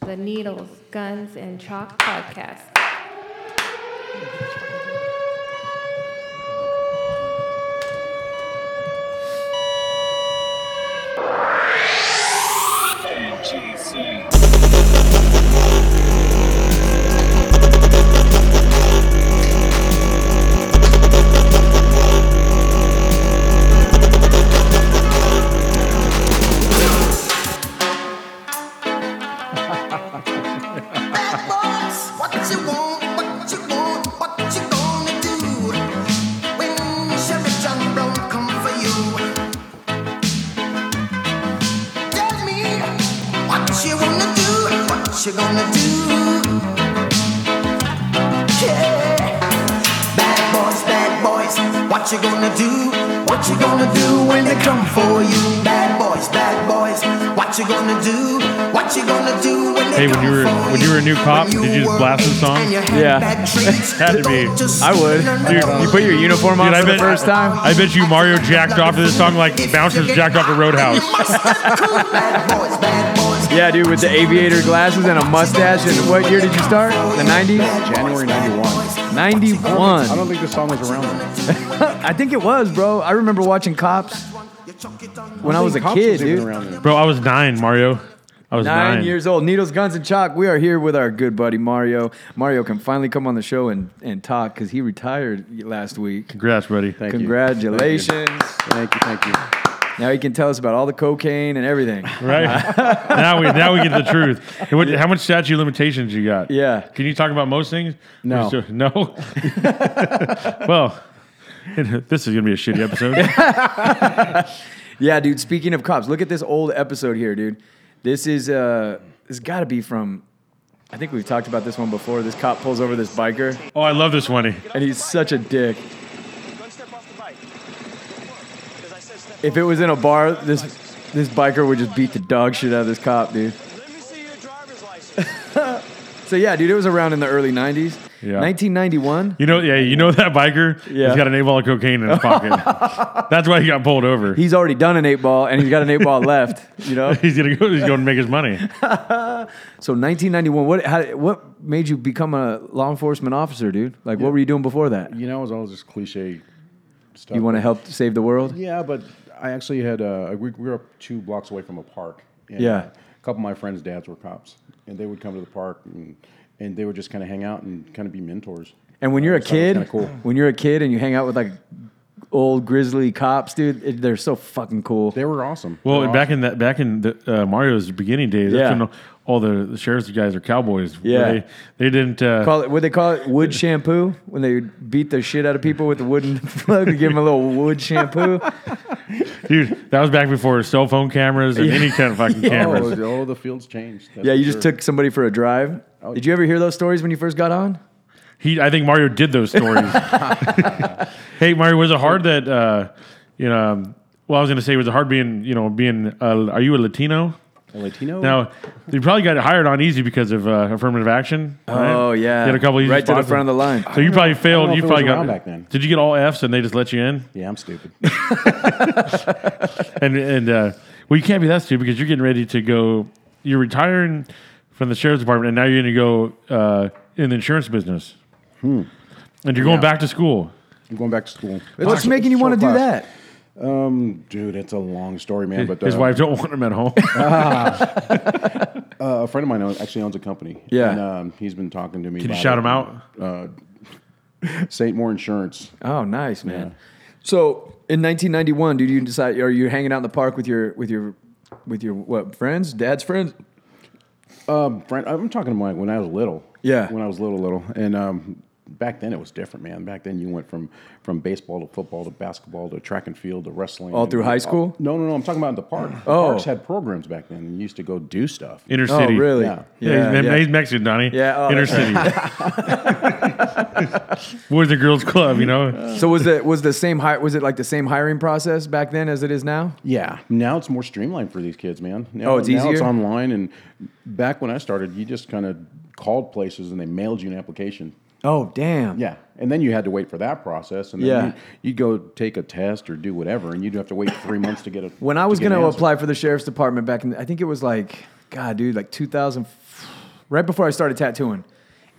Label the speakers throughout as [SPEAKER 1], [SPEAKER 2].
[SPEAKER 1] to the Needles, Guns, and Chalk podcast.
[SPEAKER 2] you gonna do? Yeah. Bad boys, bad boys, what you gonna do? What you gonna do when they come for you? Bad boys, bad boys, what you gonna do? What you gonna do when they
[SPEAKER 3] Hey, when
[SPEAKER 2] come
[SPEAKER 3] you were-
[SPEAKER 2] for
[SPEAKER 3] when you were a new cop,
[SPEAKER 2] When
[SPEAKER 3] did you just
[SPEAKER 2] were
[SPEAKER 3] blast the
[SPEAKER 2] eight
[SPEAKER 3] song?
[SPEAKER 2] and you had
[SPEAKER 4] Yeah.
[SPEAKER 2] bad treats,
[SPEAKER 3] Had to be.
[SPEAKER 2] don't just
[SPEAKER 4] I would.
[SPEAKER 2] learn
[SPEAKER 3] Dude,
[SPEAKER 2] about
[SPEAKER 4] You put your uniform on
[SPEAKER 3] Dude, I
[SPEAKER 4] for the
[SPEAKER 3] bet-
[SPEAKER 4] first time.
[SPEAKER 3] I bet you Mario jacked off to this song like bouncers jacked off a roadhouse.
[SPEAKER 2] bad boys, bad boys.
[SPEAKER 4] Yeah, dude, with the aviator glasses and a mustache. And what year did you start? The 90s?
[SPEAKER 5] January 91.
[SPEAKER 4] 91.
[SPEAKER 5] I don't think this song was around then.
[SPEAKER 4] I think it was, bro. I remember watching Cops when I was a
[SPEAKER 5] Cops
[SPEAKER 4] kid,
[SPEAKER 5] wasn't even
[SPEAKER 4] dude.
[SPEAKER 5] around then.
[SPEAKER 3] Bro, I was nine, Mario. I was nine.
[SPEAKER 4] Nine years old. Needles, guns, and chalk. We are here with our good buddy Mario. Mario can finally come on the show and, and talk because he retired last week.
[SPEAKER 3] Congrats, buddy.
[SPEAKER 5] Thank you.
[SPEAKER 4] Congratulations.
[SPEAKER 5] Thank you, thank you. Thank
[SPEAKER 4] Now he can tell us about all the cocaine and everything.
[SPEAKER 3] Right now we now we get the truth. Hey, what- How much statute of limitations you got?
[SPEAKER 4] Yeah.
[SPEAKER 3] Can you talk about most things?
[SPEAKER 5] No.
[SPEAKER 3] We're still- no. well, it- this is gonna be a shitty episode.
[SPEAKER 4] Yeah, dude. Speaking of cops, look at this old episode here, dude. This is uh, this got to be from. I think we've talked about this one before. This cop pulls over this biker,
[SPEAKER 3] oh, I love this one.
[SPEAKER 4] and he's such a dick.
[SPEAKER 6] One step off the bike. As I said, step
[SPEAKER 4] If it was in a bar, this this biker would just beat the dog shit out of this cop, dude.
[SPEAKER 6] Let me see your driver's license.
[SPEAKER 4] So yeah, dude, it was around in the early '90s.
[SPEAKER 3] Yeah.
[SPEAKER 4] 1991.
[SPEAKER 3] You know, yeah, you know that biker.
[SPEAKER 4] Yeah.
[SPEAKER 3] He's got an eight ball of cocaine in his pocket. That's why he got pulled over.
[SPEAKER 4] He's already done an eight ball, and he's got an eight ball left. You know.
[SPEAKER 3] he's gonna go. He's going to make his money.
[SPEAKER 4] So 1991. What how, what made you become a law enforcement officer, dude? Like, what were you doing before that?
[SPEAKER 5] You know, it was all just cliche stuff.
[SPEAKER 4] You want to help save the world?
[SPEAKER 5] Yeah, but I actually had, uh, we grew up two blocks away from a park. And uh,
[SPEAKER 4] Yeah.
[SPEAKER 5] A couple of my friends' dads were cops, and they would come to the park and, and they would just kind of hang out and kind of be mentors.
[SPEAKER 4] And when you're a
[SPEAKER 5] So it was
[SPEAKER 4] kid,
[SPEAKER 5] kinda cool.
[SPEAKER 4] when you're a kid and you hang out with like old grizzly cops, dude, it, they're so fucking cool.
[SPEAKER 5] They were awesome.
[SPEAKER 3] Well,
[SPEAKER 5] They
[SPEAKER 3] and
[SPEAKER 5] were
[SPEAKER 3] back in that back in the, uh, Mario's beginning days,
[SPEAKER 4] Yeah.
[SPEAKER 3] that's when all the, the sheriff's guys are cowboys.
[SPEAKER 4] Yeah.
[SPEAKER 3] they, they didn't. Uh,
[SPEAKER 4] call it what they call it wood shampoo when they beat the shit out of people with the wooden plug to give them a little wood shampoo.
[SPEAKER 3] dude, that was back before cell phone cameras and any kind of fucking
[SPEAKER 5] awesome.
[SPEAKER 3] cameras.
[SPEAKER 5] Oh, oh, the field's changed. that's
[SPEAKER 4] Yeah, you
[SPEAKER 5] for
[SPEAKER 4] just
[SPEAKER 5] sure.
[SPEAKER 4] took somebody for a drive. Did you ever hear those stories when you first got on?
[SPEAKER 3] He, I think Mario did those stories. hey, Mario, was it hard that uh, you know? um, Well, I was gonna say, was it hard being you know being? Uh, are you a Latino?
[SPEAKER 5] A Latino?
[SPEAKER 3] Now, you probably got hired on easy because of uh, affirmative action. right?
[SPEAKER 4] Oh yeah,
[SPEAKER 3] you had a couple easy
[SPEAKER 4] right to the
[SPEAKER 3] spots.
[SPEAKER 4] front of the line.
[SPEAKER 3] So you probably
[SPEAKER 5] know
[SPEAKER 3] failed.
[SPEAKER 5] if it
[SPEAKER 3] You
[SPEAKER 5] was
[SPEAKER 3] probably got
[SPEAKER 5] around back then.
[SPEAKER 3] Did you get all Fs and they just let you in?
[SPEAKER 5] Yeah, I'm stupid.
[SPEAKER 3] and and uh, well, you can't be that stupid because you're getting ready to go. You're retiring from the sheriff's department, and now you're going to go uh, in the insurance business, and you're going back to school.
[SPEAKER 5] I'm going back to school.
[SPEAKER 4] What's making you want to do that?
[SPEAKER 5] Mm, Dude, it's a long story, man. But
[SPEAKER 3] His
[SPEAKER 5] uh,
[SPEAKER 3] wife don't want him at home.
[SPEAKER 5] a friend of mine owns, actually owns a company.
[SPEAKER 4] Yeah.
[SPEAKER 5] and, um, he's been talking to me.
[SPEAKER 3] Can you
[SPEAKER 5] about
[SPEAKER 3] shout
[SPEAKER 5] it.
[SPEAKER 3] him out?
[SPEAKER 5] Uh, Saint More Insurance.
[SPEAKER 4] Oh, nice man. So in 1991, dude, you decide are you hanging out in the park with your with your with your what friends, dad's friends?
[SPEAKER 5] Friend, I'm talking to Mike when I was little.
[SPEAKER 4] Yeah.
[SPEAKER 5] when I was little, little, and um, back then it was different, man. Back then you went from from baseball to football to basketball to track and field to wrestling.
[SPEAKER 4] All through high school?
[SPEAKER 5] no, no, no. I'm talking about in the park. The
[SPEAKER 4] Oh.
[SPEAKER 5] parks had programs back then. and You used to go do stuff.
[SPEAKER 3] Inner
[SPEAKER 4] Oh,
[SPEAKER 3] city.
[SPEAKER 4] really?
[SPEAKER 5] Yeah.
[SPEAKER 3] Yeah, he's, me- he's Mexican, Donnie.
[SPEAKER 4] Yeah, oh,
[SPEAKER 3] inner
[SPEAKER 4] that's
[SPEAKER 3] city. Boys and girls club, you know.
[SPEAKER 4] So was it was the same hi- was it like the same hiring process back then as it is now?
[SPEAKER 5] Yeah, now it's more streamlined for these kids, man. Now,
[SPEAKER 4] Oh, it's
[SPEAKER 5] now it's
[SPEAKER 4] easier?
[SPEAKER 5] online, and back when I started, you just kind of called places and they mailed you an application.
[SPEAKER 4] Oh damn.
[SPEAKER 5] Yeah, and then you had to wait for that process, and then
[SPEAKER 4] Yeah.
[SPEAKER 5] you, would go take a test or do whatever, and you'd have to wait three months to get a.
[SPEAKER 4] When I was
[SPEAKER 5] get an
[SPEAKER 4] going to
[SPEAKER 5] answer.
[SPEAKER 4] apply for the sheriff's department back in I think it was like God, dude, like 2000, right before I started tattooing.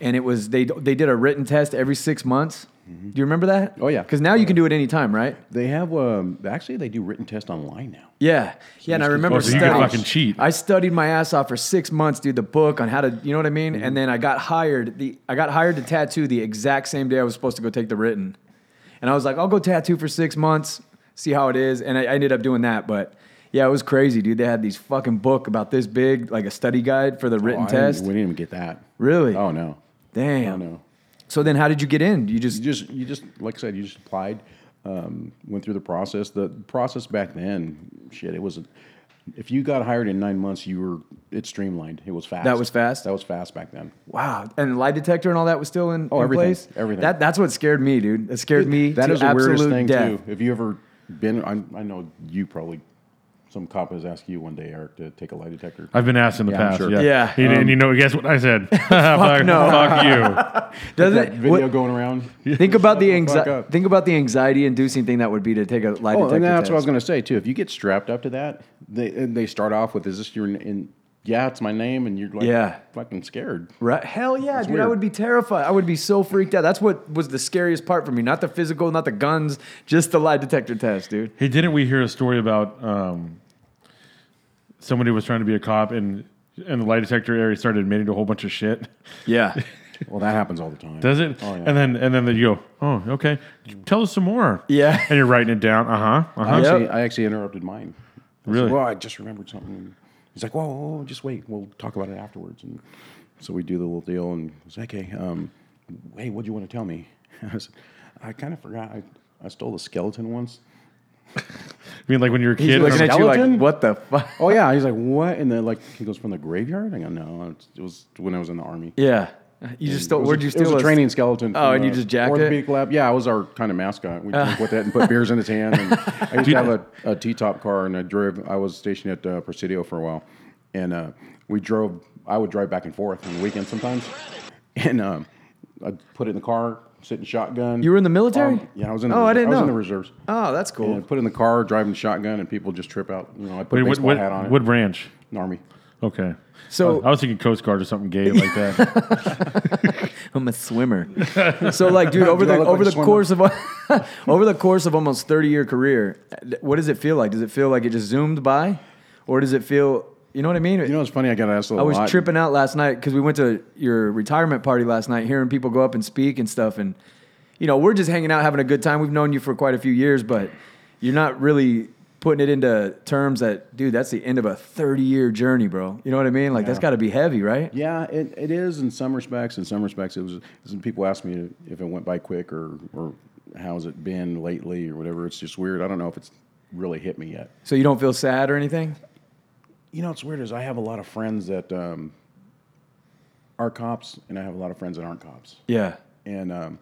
[SPEAKER 4] And it was, they, they did a written test every six months. Do you remember that?
[SPEAKER 5] Oh, yeah.
[SPEAKER 4] Because now you can do it anytime, right?
[SPEAKER 5] They have um, actually they do written test online now.
[SPEAKER 4] Yeah, yeah, and I remember
[SPEAKER 3] Oh, so you could
[SPEAKER 4] studying.
[SPEAKER 3] fucking cheat.
[SPEAKER 4] I studied my ass off for six months, dude. The book on how to, you know what I
[SPEAKER 5] Mm-hmm.
[SPEAKER 4] mean. And then I got hired. The I got hired to tattoo the exact same day I was supposed to go take the written. And I was like, I'll go tattoo for six months, see how it is. And I, I ended up doing that. But yeah, it was crazy, dude. They had these fucking book about this big, like a study guide for the
[SPEAKER 5] Oh,
[SPEAKER 4] written
[SPEAKER 5] I didn't-
[SPEAKER 4] test.
[SPEAKER 5] We didn't even get that.
[SPEAKER 4] Really?
[SPEAKER 5] Oh no.
[SPEAKER 4] Damn.
[SPEAKER 5] Oh no.
[SPEAKER 4] So then, how did you get in? You just
[SPEAKER 5] You just you just like I said, you just applied, um, went through the process. The process back then, shit, it was. If you got hired in nine months, you were it streamlined. It was fast.
[SPEAKER 4] That was fast?
[SPEAKER 5] That was fast back then.
[SPEAKER 4] wow, and lie detector and all that was still in,
[SPEAKER 5] Oh,
[SPEAKER 4] in
[SPEAKER 5] everything,
[SPEAKER 4] place.
[SPEAKER 5] everything.
[SPEAKER 4] That that's what scared me, dude. It scared me.
[SPEAKER 5] That
[SPEAKER 4] to
[SPEAKER 5] is the weirdest
[SPEAKER 4] absolute
[SPEAKER 5] thing
[SPEAKER 4] death.
[SPEAKER 5] too. If you ever been, I, I know you probably. Some cop has asked you one day, Eric, to take a lie detector.
[SPEAKER 4] Uh,
[SPEAKER 3] I've been asked in the
[SPEAKER 5] Yeah, I'm
[SPEAKER 3] past.
[SPEAKER 5] sure.
[SPEAKER 3] Yeah.
[SPEAKER 4] Yeah.
[SPEAKER 3] And, and you know, guess what I said? fuck,
[SPEAKER 4] no.
[SPEAKER 3] fuck you.
[SPEAKER 4] Doesn't
[SPEAKER 5] that video
[SPEAKER 4] what-
[SPEAKER 5] going around.
[SPEAKER 4] Think about the
[SPEAKER 5] Shut the fuck
[SPEAKER 4] anxiety.
[SPEAKER 5] up.
[SPEAKER 4] Think about the anxiety-inducing thing that would be to take a lie
[SPEAKER 5] Oh,
[SPEAKER 4] detector
[SPEAKER 5] and that's
[SPEAKER 4] test.
[SPEAKER 5] what I was going to say too. If you get strapped up to that, they and they start off with, "Is this your?" In, yeah, it's my name, and you're like,
[SPEAKER 4] Yeah.
[SPEAKER 5] fucking scared.
[SPEAKER 4] Right? Hell yeah, dude! I
[SPEAKER 5] weird.
[SPEAKER 4] would be terrified. I would be so freaked out. That's what was the scariest part for me. Not the physical, not the guns, just the lie detector test, dude.
[SPEAKER 3] Hey, didn't we hear a story about um, somebody was trying to be a cop and and the lie detector area started admitting to a whole bunch of shit?
[SPEAKER 4] Yeah,
[SPEAKER 5] Well, that happens all the time.
[SPEAKER 3] Does it?
[SPEAKER 5] Oh, yeah.
[SPEAKER 3] And then and then you go, oh, okay. Tell us some more.
[SPEAKER 4] Yeah.
[SPEAKER 3] And you're writing it down. Uh huh. Uh
[SPEAKER 5] I,
[SPEAKER 3] huh.
[SPEAKER 4] Yep.
[SPEAKER 5] actually, I actually interrupted mine. I said,
[SPEAKER 3] Really?
[SPEAKER 5] well, I just remembered something. He's like, whoa, whoa, whoa, just wait. We'll talk about it afterwards. And so we do the little deal, and he's like, hey, um, hey, what do you want to tell me? I said, I kind of forgot. I, I stole a skeleton once.
[SPEAKER 3] I mean, like when you're a
[SPEAKER 5] He's
[SPEAKER 3] kid. um,
[SPEAKER 5] looking
[SPEAKER 3] and I'm
[SPEAKER 5] at-
[SPEAKER 4] and you like,
[SPEAKER 5] Skeleton?
[SPEAKER 4] what the fuck?
[SPEAKER 5] Oh yeah, he's like, what? And then like he goes from the graveyard. I go, no, it's- it was when I was in the army.
[SPEAKER 4] Yeah, you just stole.
[SPEAKER 5] It was
[SPEAKER 4] Where'd
[SPEAKER 5] a-
[SPEAKER 4] you
[SPEAKER 5] It
[SPEAKER 4] steal?
[SPEAKER 5] was
[SPEAKER 4] us?
[SPEAKER 5] a training skeleton.
[SPEAKER 4] Oh,
[SPEAKER 5] from
[SPEAKER 4] and you
[SPEAKER 5] the
[SPEAKER 4] just jacked it? Uh-huh.
[SPEAKER 5] orthopedic Lab. Yeah, I was our kind of mascot. We drink with that and put beers in his hand. And I used to have a, a T-top car, and I drove. I was stationed at uh, Presidio for a while, and uh, we drove. I would drive back and forth on the weekend sometimes, and um, I'd put it in the car, sitting shotgun. Um,
[SPEAKER 4] You were in the military?
[SPEAKER 5] yeah, I was in. The
[SPEAKER 4] Oh, I
[SPEAKER 5] reserve-
[SPEAKER 4] didn't
[SPEAKER 5] I was
[SPEAKER 4] know.
[SPEAKER 5] in the reserves.
[SPEAKER 4] Oh, that's cool.
[SPEAKER 5] And put it in the car, driving shotgun, and people just trip out. You know, I put
[SPEAKER 3] Wait,
[SPEAKER 5] a
[SPEAKER 3] what,
[SPEAKER 5] baseball
[SPEAKER 3] what,
[SPEAKER 5] hat on it.
[SPEAKER 3] what branch?
[SPEAKER 5] An army.
[SPEAKER 3] Okay.
[SPEAKER 4] So-
[SPEAKER 3] I Oh, was thinking Coast Guard or something gay like that.
[SPEAKER 4] I'm a swimmer. so like, dude, over
[SPEAKER 5] Do I
[SPEAKER 4] the
[SPEAKER 5] look like
[SPEAKER 4] over
[SPEAKER 5] a
[SPEAKER 4] the
[SPEAKER 5] swimmer?
[SPEAKER 4] course of over the course of almost 30 year career, what does it feel like? Does it feel like it just zoomed by, or does it feel? You know what I mean?
[SPEAKER 5] You know, it's funny. I got asked a
[SPEAKER 4] I
[SPEAKER 5] lot.
[SPEAKER 4] was tripping out last night because we went to your retirement party last night, hearing people go up and speak and stuff. And, you know, we're just hanging out, having a good time. We've known you for quite a few years, but you're not really putting it into terms that, dude, that's the end of a 30 year journey, bro. You know what I mean? Like, that's got to be heavy, right?
[SPEAKER 5] Yeah, it, it is in some respects. In some respects, it was. Some people ask me if it went by quick or or how's it been lately or whatever. It's just weird. I don't know if it's really hit me yet.
[SPEAKER 4] So you don't feel sad or anything?
[SPEAKER 5] You know, what's weird is I have a lot of friends that um, are cops, and I have a lot of friends that aren't cops.
[SPEAKER 4] Yeah.
[SPEAKER 5] And um,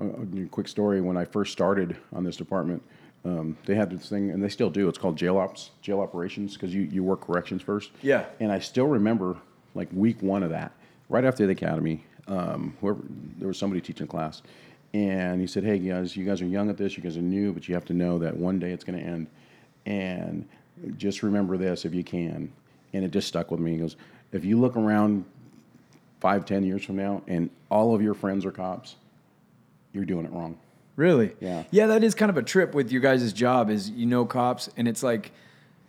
[SPEAKER 5] a, a quick story: when I first started on this department, um, they had this thing, and they still do. It's called jail ops, jail operations, because you you work corrections first.
[SPEAKER 4] Yeah.
[SPEAKER 5] And I still remember like week one of that, right after the academy. Um, whoever there was somebody teaching class, and he said, "Hey guys, you guys are young at this. You guys are new, but you have to know that one day it's going to end, and just remember this if you can." And it just stuck with me. He goes, "If you look around five, ten years from now, and all of your friends are cops, you're doing it wrong.
[SPEAKER 4] Really?
[SPEAKER 5] Yeah.
[SPEAKER 4] Yeah, that is kind of a trip with your guys' job is you know cops and it's like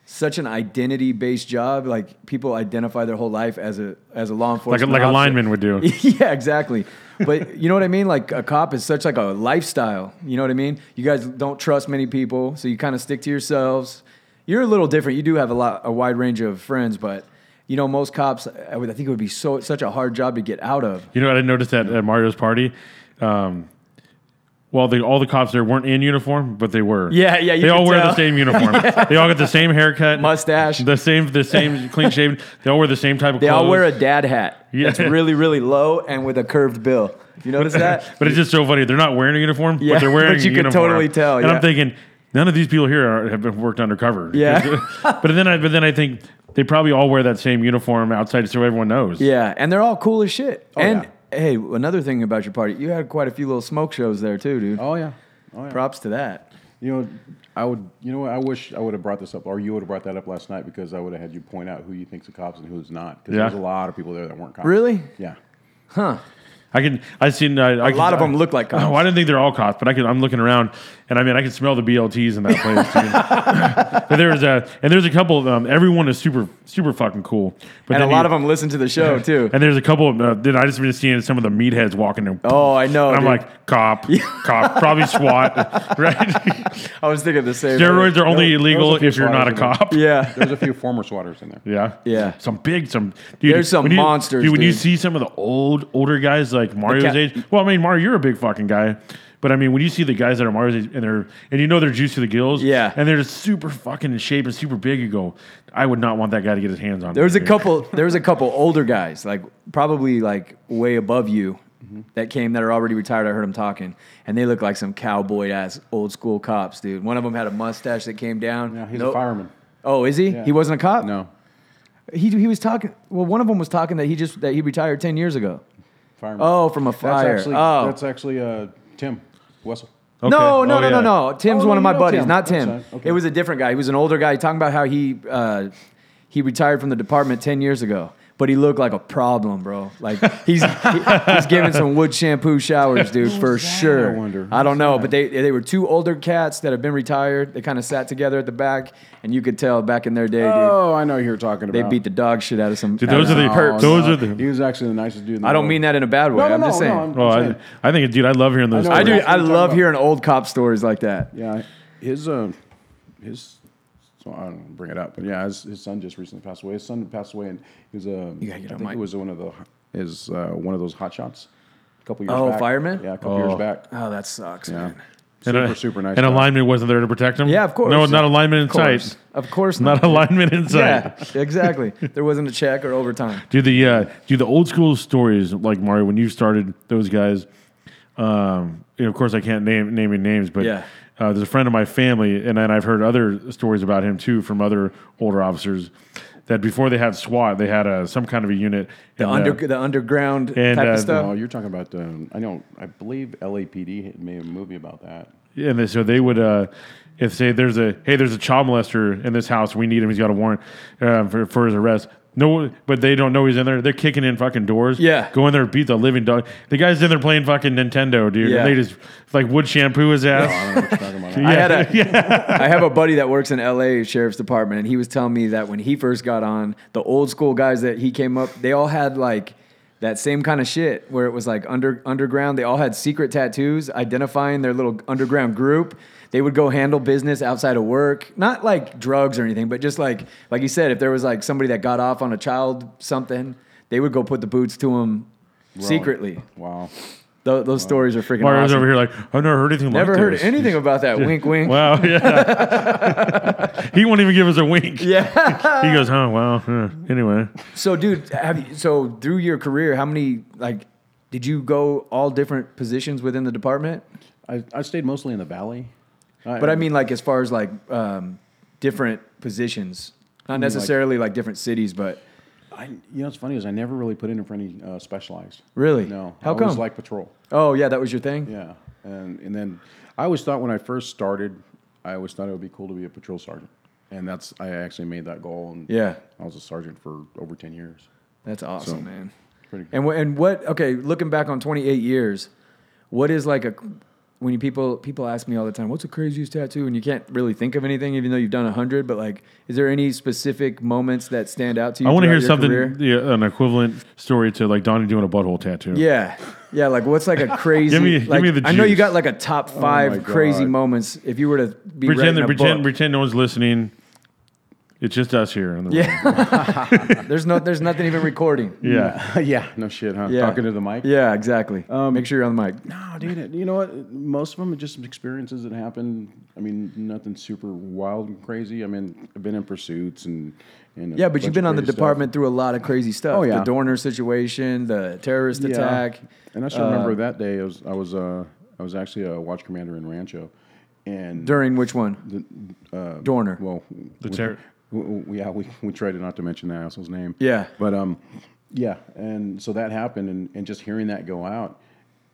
[SPEAKER 4] such an identity based job. Like people identify their whole life as a as a
[SPEAKER 3] like
[SPEAKER 4] law
[SPEAKER 3] a,
[SPEAKER 4] enforcement.
[SPEAKER 3] like a
[SPEAKER 4] officer.
[SPEAKER 3] lineman would do.
[SPEAKER 4] yeah, exactly. But you know what I mean? Like a cop is such like a lifestyle. You know what I mean? You guys don't trust many people, so you kind of stick to yourselves. You're a little different. You do have a lot a wide range of friends, but you know most cops I would I think it would be so such a hard job to get out of.
[SPEAKER 3] You know what I noticed at, at Mario's party? Um, well, the, all the cops there weren't in uniform, but they were.
[SPEAKER 4] Yeah, yeah, you
[SPEAKER 3] they all
[SPEAKER 4] could
[SPEAKER 3] wear
[SPEAKER 4] tell.
[SPEAKER 3] the same uniform. They all got the same haircut,
[SPEAKER 4] Mustache.
[SPEAKER 3] the same, the same clean shaven. They all wear the same type of
[SPEAKER 4] They
[SPEAKER 3] clothes.
[SPEAKER 4] all wear a dad hat.
[SPEAKER 3] Yeah.
[SPEAKER 4] It's really, really low and with a curved bill. You notice that?
[SPEAKER 3] But it's just so funny. They're not wearing a uniform,
[SPEAKER 4] Yeah,
[SPEAKER 3] but they're wearing.
[SPEAKER 4] but you
[SPEAKER 3] a
[SPEAKER 4] could
[SPEAKER 3] uniform.
[SPEAKER 4] totally tell,
[SPEAKER 3] And
[SPEAKER 4] yeah.
[SPEAKER 3] I'm thinking none of these people here are, have been worked undercover.
[SPEAKER 4] Yeah.
[SPEAKER 3] but then I but then I think they probably all wear that same uniform outside, so everyone knows.
[SPEAKER 4] yeah. And they're all cool as shit.
[SPEAKER 3] Oh,
[SPEAKER 4] and
[SPEAKER 5] yeah.
[SPEAKER 4] hey, another thing about your party, you had quite a few little smoke shows there too, dude.
[SPEAKER 5] Oh yeah, oh yeah.
[SPEAKER 4] Props to that.
[SPEAKER 5] You know, I would. You know, what? I wish I would have brought this up, or you would have brought that up last night because I would have had you point out who you think's a cops and who's not. Because
[SPEAKER 3] Yeah.
[SPEAKER 5] there's a lot of people there that weren't cops.
[SPEAKER 4] Really?
[SPEAKER 5] Yeah.
[SPEAKER 3] I can. I seen. uh, I, I
[SPEAKER 4] A lot of them look like cops.
[SPEAKER 3] Oh, I didn't think they're all cops, but I could. I'm looking around, and I mean, I can smell the BLTs in that place. Too. but there's a and there's a couple. Of, um, everyone is super super fucking cool. But
[SPEAKER 4] and a
[SPEAKER 3] then
[SPEAKER 4] lot
[SPEAKER 3] you-
[SPEAKER 4] of them listen to the show too.
[SPEAKER 3] And there's a couple. Of, uh, then I just been seeing some of the meatheads walking. And,
[SPEAKER 4] Oh, I know.
[SPEAKER 3] I'm
[SPEAKER 4] dude.
[SPEAKER 3] like cop, cop, probably SWAT, right?
[SPEAKER 4] I was thinking the same.
[SPEAKER 3] Steroids are only
[SPEAKER 5] There was
[SPEAKER 3] illegal
[SPEAKER 5] a few
[SPEAKER 3] if you're not a
[SPEAKER 5] swatters in there.
[SPEAKER 3] cop.
[SPEAKER 4] Yeah.
[SPEAKER 5] There's a few former swatters in there.
[SPEAKER 3] Yeah.
[SPEAKER 4] Yeah.
[SPEAKER 3] Some big, some dude.
[SPEAKER 4] There's some
[SPEAKER 3] when you-
[SPEAKER 4] monsters,
[SPEAKER 3] Dude, when you
[SPEAKER 4] dude.
[SPEAKER 3] see some of the old older guys like Mario's
[SPEAKER 4] cat-
[SPEAKER 3] age. Well, I mean, Mario, you're a big fucking guy. But I mean, when you see the guys that are Mario's age and they're and you know they're juiced to the gills,
[SPEAKER 4] Yeah.
[SPEAKER 3] and they're just super fucking in shape and super big, you go, I would not want that guy to get his hands on.
[SPEAKER 4] There
[SPEAKER 3] me,
[SPEAKER 4] was a
[SPEAKER 3] dude.
[SPEAKER 4] couple. There was a couple older guys, like probably like way above you,
[SPEAKER 5] Mm-hmm.
[SPEAKER 4] that came that are already retired. I heard them talking, and they look like some cowboy ass old school cops, dude. One of them had a mustache that came down.
[SPEAKER 5] Yeah, he's
[SPEAKER 4] Nope.
[SPEAKER 5] a fireman.
[SPEAKER 4] Oh, is he?
[SPEAKER 5] Yeah.
[SPEAKER 4] He wasn't a cop.
[SPEAKER 5] No,
[SPEAKER 4] He he was talking. Well, one of them was talking that he just that he retired ten years ago.
[SPEAKER 5] fireman.
[SPEAKER 4] Oh, from a fire.
[SPEAKER 5] Mm-hmm. That's actually,
[SPEAKER 4] oh.
[SPEAKER 5] that's actually uh, Tim Wessel.
[SPEAKER 3] Okay.
[SPEAKER 4] No,
[SPEAKER 3] Oh,
[SPEAKER 4] no, no,
[SPEAKER 3] yeah.
[SPEAKER 4] no, no. Tim's
[SPEAKER 5] Oh,
[SPEAKER 4] one
[SPEAKER 5] no,
[SPEAKER 4] of
[SPEAKER 5] you
[SPEAKER 4] my
[SPEAKER 5] know
[SPEAKER 4] buddies,
[SPEAKER 5] Tim.
[SPEAKER 4] not
[SPEAKER 5] That's
[SPEAKER 4] Tim.
[SPEAKER 5] right. Okay.
[SPEAKER 4] It was a different guy. He was an older guy. He talking about how he uh, he retired from the department ten years ago, but he looked like a problem, bro. Like he's he- he's giving some wood shampoo showers, dude, for sure.
[SPEAKER 5] I wonder.
[SPEAKER 4] I don't know, but they they were two older cats that have been retired. They kind of sat together at the back, and you could tell back in their day, dude.
[SPEAKER 5] Oh, I know who you're talking
[SPEAKER 4] They
[SPEAKER 5] about. Oh,
[SPEAKER 4] beat the dog shit out of some.
[SPEAKER 3] Dude,
[SPEAKER 4] out of
[SPEAKER 3] those are the
[SPEAKER 4] some perps.
[SPEAKER 3] those are the.
[SPEAKER 5] He was actually the nicest dude. In the
[SPEAKER 4] I don't mean that in a bad way.
[SPEAKER 5] No, no,
[SPEAKER 4] I'm just
[SPEAKER 5] no,
[SPEAKER 4] saying.
[SPEAKER 5] no, I'm-
[SPEAKER 3] Oh, I,
[SPEAKER 5] saying.
[SPEAKER 3] I think, dude, I love hearing those.
[SPEAKER 5] know
[SPEAKER 4] I
[SPEAKER 3] stories.
[SPEAKER 4] do.
[SPEAKER 5] That's what
[SPEAKER 4] I
[SPEAKER 5] I'm talking
[SPEAKER 4] love
[SPEAKER 5] about.
[SPEAKER 4] hearing old cop stories like that.
[SPEAKER 5] Yeah, his um, his. So I don't bring it up, but yeah, his, his son just recently passed away. His son passed away, and he was a.
[SPEAKER 4] You gotta get
[SPEAKER 5] I
[SPEAKER 4] on
[SPEAKER 5] think
[SPEAKER 4] mic.
[SPEAKER 5] he was one of the is uh, one of those hot shots. A couple years.
[SPEAKER 4] Oh,
[SPEAKER 5] back.
[SPEAKER 4] fireman?
[SPEAKER 5] Yeah, a couple
[SPEAKER 3] Oh.
[SPEAKER 5] years back.
[SPEAKER 4] Oh, that sucks,
[SPEAKER 5] Yeah.
[SPEAKER 4] man.
[SPEAKER 3] And
[SPEAKER 5] Super,
[SPEAKER 3] a-
[SPEAKER 5] super nice.
[SPEAKER 3] And a
[SPEAKER 5] guy.
[SPEAKER 3] lineman wasn't there to protect him.
[SPEAKER 4] Yeah, of course.
[SPEAKER 3] No, not a lineman in
[SPEAKER 4] Of course.
[SPEAKER 3] sight.
[SPEAKER 4] Of course not.
[SPEAKER 3] Not a lineman in sight.
[SPEAKER 4] yeah, exactly. There wasn't a check or overtime.
[SPEAKER 3] Do the uh, do the old school stories like Mario when you started those guys? Um, you know, of course, I can't name name any names, but
[SPEAKER 4] Yeah.
[SPEAKER 3] uh, there's a friend of my family, and then I've heard other stories about him too from other older officers that before they had SWAT, they had uh, some kind of a unit.
[SPEAKER 4] The,
[SPEAKER 3] and, uh,
[SPEAKER 4] under, the underground
[SPEAKER 3] and,
[SPEAKER 4] type
[SPEAKER 3] uh,
[SPEAKER 4] of
[SPEAKER 5] Oh,
[SPEAKER 4] stuff.
[SPEAKER 5] you're talking about. Um, I know. I believe LAPD made a movie about that.
[SPEAKER 3] and they, so they would uh, if say there's a hey there's a child molester in this house we need him he's got a warrant uh, for, for his arrest no but they don't know he's in there they're kicking in fucking doors
[SPEAKER 4] Yeah.
[SPEAKER 3] go in there beat the living dog the guy's in there playing fucking Nintendo dude and
[SPEAKER 4] Yeah.
[SPEAKER 3] they just like wood shampoo his ass
[SPEAKER 5] I don't know what you're talking about.
[SPEAKER 4] I had a, I have a buddy that works in LA Sheriff's Department, and he was telling me that when he first got on, the old school guys that he came up, they all had like that same kind of shit where it was like under underground. They all had secret tattoos identifying their little underground group. They would go handle business outside of work, not like drugs or anything, but just like like you said, if there was like somebody that got off on a child something, they would go put the boots to him secretly.
[SPEAKER 5] Wow.
[SPEAKER 4] Tho- those stories are freaking.
[SPEAKER 3] Mario's
[SPEAKER 4] awesome.
[SPEAKER 3] over here like I've never heard anything
[SPEAKER 4] Never
[SPEAKER 3] like
[SPEAKER 4] heard
[SPEAKER 3] this."
[SPEAKER 4] anything about that. wink, wink.
[SPEAKER 3] wow yeah he won't even give us a wink
[SPEAKER 4] Yeah.
[SPEAKER 3] he goes huh wow huh. anyway
[SPEAKER 4] So, dude, have you, so through your career, how many like did you go all different positions within the department?
[SPEAKER 5] I, I stayed mostly in the valley.
[SPEAKER 4] But I mean, like as far as like um, different positions, not necessarily like, different cities, but
[SPEAKER 5] I, you know what's funny is I never really put in for any uh, specialized.
[SPEAKER 4] Really?
[SPEAKER 5] No.
[SPEAKER 4] How
[SPEAKER 5] I always
[SPEAKER 4] come?
[SPEAKER 5] like patrol.
[SPEAKER 4] oh yeah, that was your thing.
[SPEAKER 5] Yeah, and and then I always thought when I first started, I always thought it would be cool to be a patrol sergeant, and that's I actually made that goal. And
[SPEAKER 4] Yeah.
[SPEAKER 5] I was a sergeant for over ten years.
[SPEAKER 4] That's awesome, man.
[SPEAKER 5] Pretty good.
[SPEAKER 4] And wh- and what? Okay, looking back on 28 years, what is like a when you people people ask me all the time, what's the craziest tattoo? And you can't really think of anything, even though you've done a hundred. But like, is there any specific moments that stand out to you?
[SPEAKER 3] I want to
[SPEAKER 4] throughout
[SPEAKER 3] hear
[SPEAKER 4] your
[SPEAKER 3] something
[SPEAKER 4] career?
[SPEAKER 3] yeah, an equivalent story to like Donnie doing a butthole tattoo
[SPEAKER 4] Yeah, yeah. Like, what's like a crazy?
[SPEAKER 3] Give me- give
[SPEAKER 4] like,
[SPEAKER 3] me the
[SPEAKER 4] I know you
[SPEAKER 3] juice.
[SPEAKER 4] got like a top five
[SPEAKER 5] Oh my
[SPEAKER 4] crazy
[SPEAKER 5] God.
[SPEAKER 4] moments. If you were to be
[SPEAKER 3] pretend
[SPEAKER 4] writing
[SPEAKER 3] that
[SPEAKER 4] a
[SPEAKER 3] pretend
[SPEAKER 4] book,
[SPEAKER 3] pretend no one's listening. It's just us here in the room.
[SPEAKER 4] yeah. there's no, there's nothing even recording.
[SPEAKER 3] Yeah.
[SPEAKER 5] yeah, no shit, huh?
[SPEAKER 4] Yeah.
[SPEAKER 5] Talking to the mic. Um,
[SPEAKER 4] Yeah, exactly. Make sure you're on the mic.
[SPEAKER 5] No, dude. it- You know what? Most of them are just experiences that happen. I mean, nothing super wild and crazy. I mean, I've been in pursuits and and a
[SPEAKER 4] Yeah, but
[SPEAKER 5] bunch
[SPEAKER 4] you've
[SPEAKER 5] of
[SPEAKER 4] been on the
[SPEAKER 5] crazy stuff.
[SPEAKER 4] department through a lot of crazy stuff.
[SPEAKER 5] Oh, yeah.
[SPEAKER 4] The Dorner situation, the terrorist
[SPEAKER 5] Yeah.
[SPEAKER 4] attack. Uh,
[SPEAKER 5] And I should remember that day. I was I was uh, I was actually a watch commander in Rancho, and
[SPEAKER 4] During which one?
[SPEAKER 5] uh,
[SPEAKER 4] Dorner.
[SPEAKER 5] well,
[SPEAKER 3] The
[SPEAKER 5] we-
[SPEAKER 3] terror-
[SPEAKER 5] w- w- yeah, we we tried not to mention that asshole's name.
[SPEAKER 4] Yeah.
[SPEAKER 5] but um, yeah, and so that happened, and and just hearing that go out,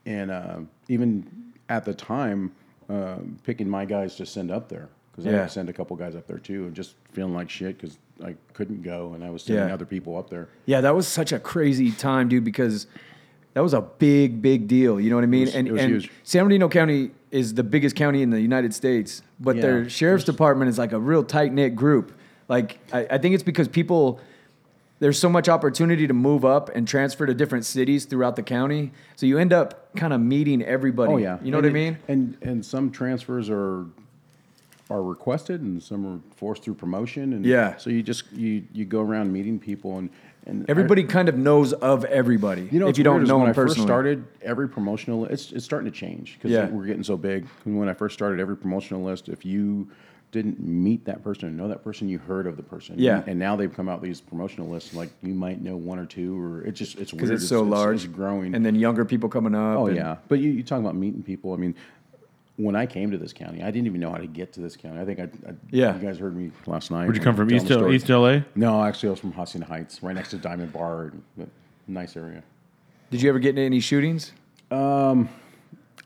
[SPEAKER 5] and uh, even at the time. Uh, uh, picking my guys to send up there because I
[SPEAKER 4] Yeah.
[SPEAKER 5] had to send a couple guys up there too, and just feeling like shit because I couldn't go and I was sending
[SPEAKER 4] Yeah.
[SPEAKER 5] other people up there.
[SPEAKER 4] Yeah, that was such a crazy time, dude, because that was a big, big deal. You know what I mean?
[SPEAKER 5] was-
[SPEAKER 4] and
[SPEAKER 5] it was
[SPEAKER 4] and
[SPEAKER 5] huge.
[SPEAKER 4] San Bernardino County is the biggest county in the United States, but
[SPEAKER 5] Yeah.
[SPEAKER 4] their sheriff's department is like a real tight knit group. Like, I, I think it's because people, there's so much opportunity to move up and transfer to different cities throughout the county. So you end up kind of meeting everybody.
[SPEAKER 5] Oh yeah,
[SPEAKER 4] You know
[SPEAKER 5] And
[SPEAKER 4] what I
[SPEAKER 5] it-
[SPEAKER 4] mean?
[SPEAKER 5] And and some transfers are are requested, and some are forced through promotion. And
[SPEAKER 4] Yeah.
[SPEAKER 5] so you just you you go around meeting people, and and I-
[SPEAKER 4] Everybody kind of knows of everybody.
[SPEAKER 5] you know,
[SPEAKER 4] if
[SPEAKER 5] what's
[SPEAKER 4] you
[SPEAKER 5] weird
[SPEAKER 4] don't
[SPEAKER 5] is
[SPEAKER 4] know
[SPEAKER 5] when I
[SPEAKER 4] them
[SPEAKER 5] first
[SPEAKER 4] personally.
[SPEAKER 5] started, every promotional it's it's starting to change because
[SPEAKER 4] Yeah.
[SPEAKER 5] we're getting so big. And when I first started, every promotional list, if you didn't meet that person or know that person, you heard of the person.
[SPEAKER 4] Yeah.
[SPEAKER 5] And, now they've come out with these promotional lists, like you might know one or two, or it's just it's weird
[SPEAKER 4] because it's so large,
[SPEAKER 5] it's growing,
[SPEAKER 4] and then younger people coming up.
[SPEAKER 5] Oh
[SPEAKER 4] and-
[SPEAKER 5] yeah, but you, you talk about meeting people. I mean, when I came to this county, I didn't even know how to get to this county. I think I, I
[SPEAKER 4] Yeah.
[SPEAKER 5] You guys heard me last night.
[SPEAKER 3] Where'd you come from?
[SPEAKER 5] Telling
[SPEAKER 3] East,
[SPEAKER 5] the
[SPEAKER 3] L-
[SPEAKER 5] story.
[SPEAKER 3] East LA?
[SPEAKER 5] No, actually, I was from Hacienda Heights, right next to Diamond Bar. and- but Nice area.
[SPEAKER 4] Did you ever get into any shootings?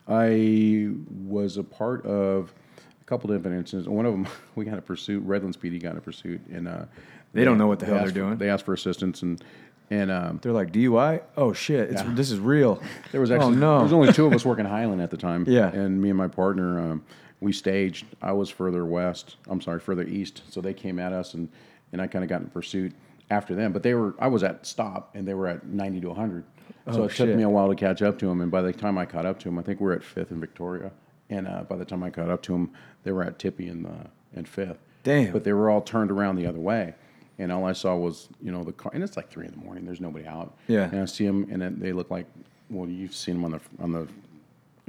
[SPEAKER 5] I was a part of a couple different incidents. One of them, we got a pursuit. Redlands PD got in a pursuit, and uh,
[SPEAKER 4] They don't know what the hell
[SPEAKER 5] asked
[SPEAKER 4] they're
[SPEAKER 5] for-
[SPEAKER 4] doing.
[SPEAKER 5] they asked for assistance, and and um,
[SPEAKER 4] They're like DUI. Oh shit! It's,
[SPEAKER 5] Yeah.
[SPEAKER 4] This is real.
[SPEAKER 5] There was actually
[SPEAKER 4] Oh no!
[SPEAKER 5] there was only two of us working Highland at the time.
[SPEAKER 4] Yeah.
[SPEAKER 5] and me and my partner, um, we staged. I was further west. I'm sorry, further east. So they came at us, and and I kind of got in pursuit after them. But they were I was at stop, and they were at 90 to 100. so
[SPEAKER 4] Oh,
[SPEAKER 5] it
[SPEAKER 4] shit.
[SPEAKER 5] took me a while to catch up to them. And by the time I caught up to them, I think we were at fifth in Victoria. And uh, by the time I caught up to them, they were at Tippy and uh, and fifth.
[SPEAKER 4] Damn.
[SPEAKER 5] But they were all turned around the other way. And all I saw was, you know, the car, and it's like three in the morning. There's nobody out.
[SPEAKER 4] Yeah.
[SPEAKER 5] And I see them, and then they look like, well, you've seen them on the on the,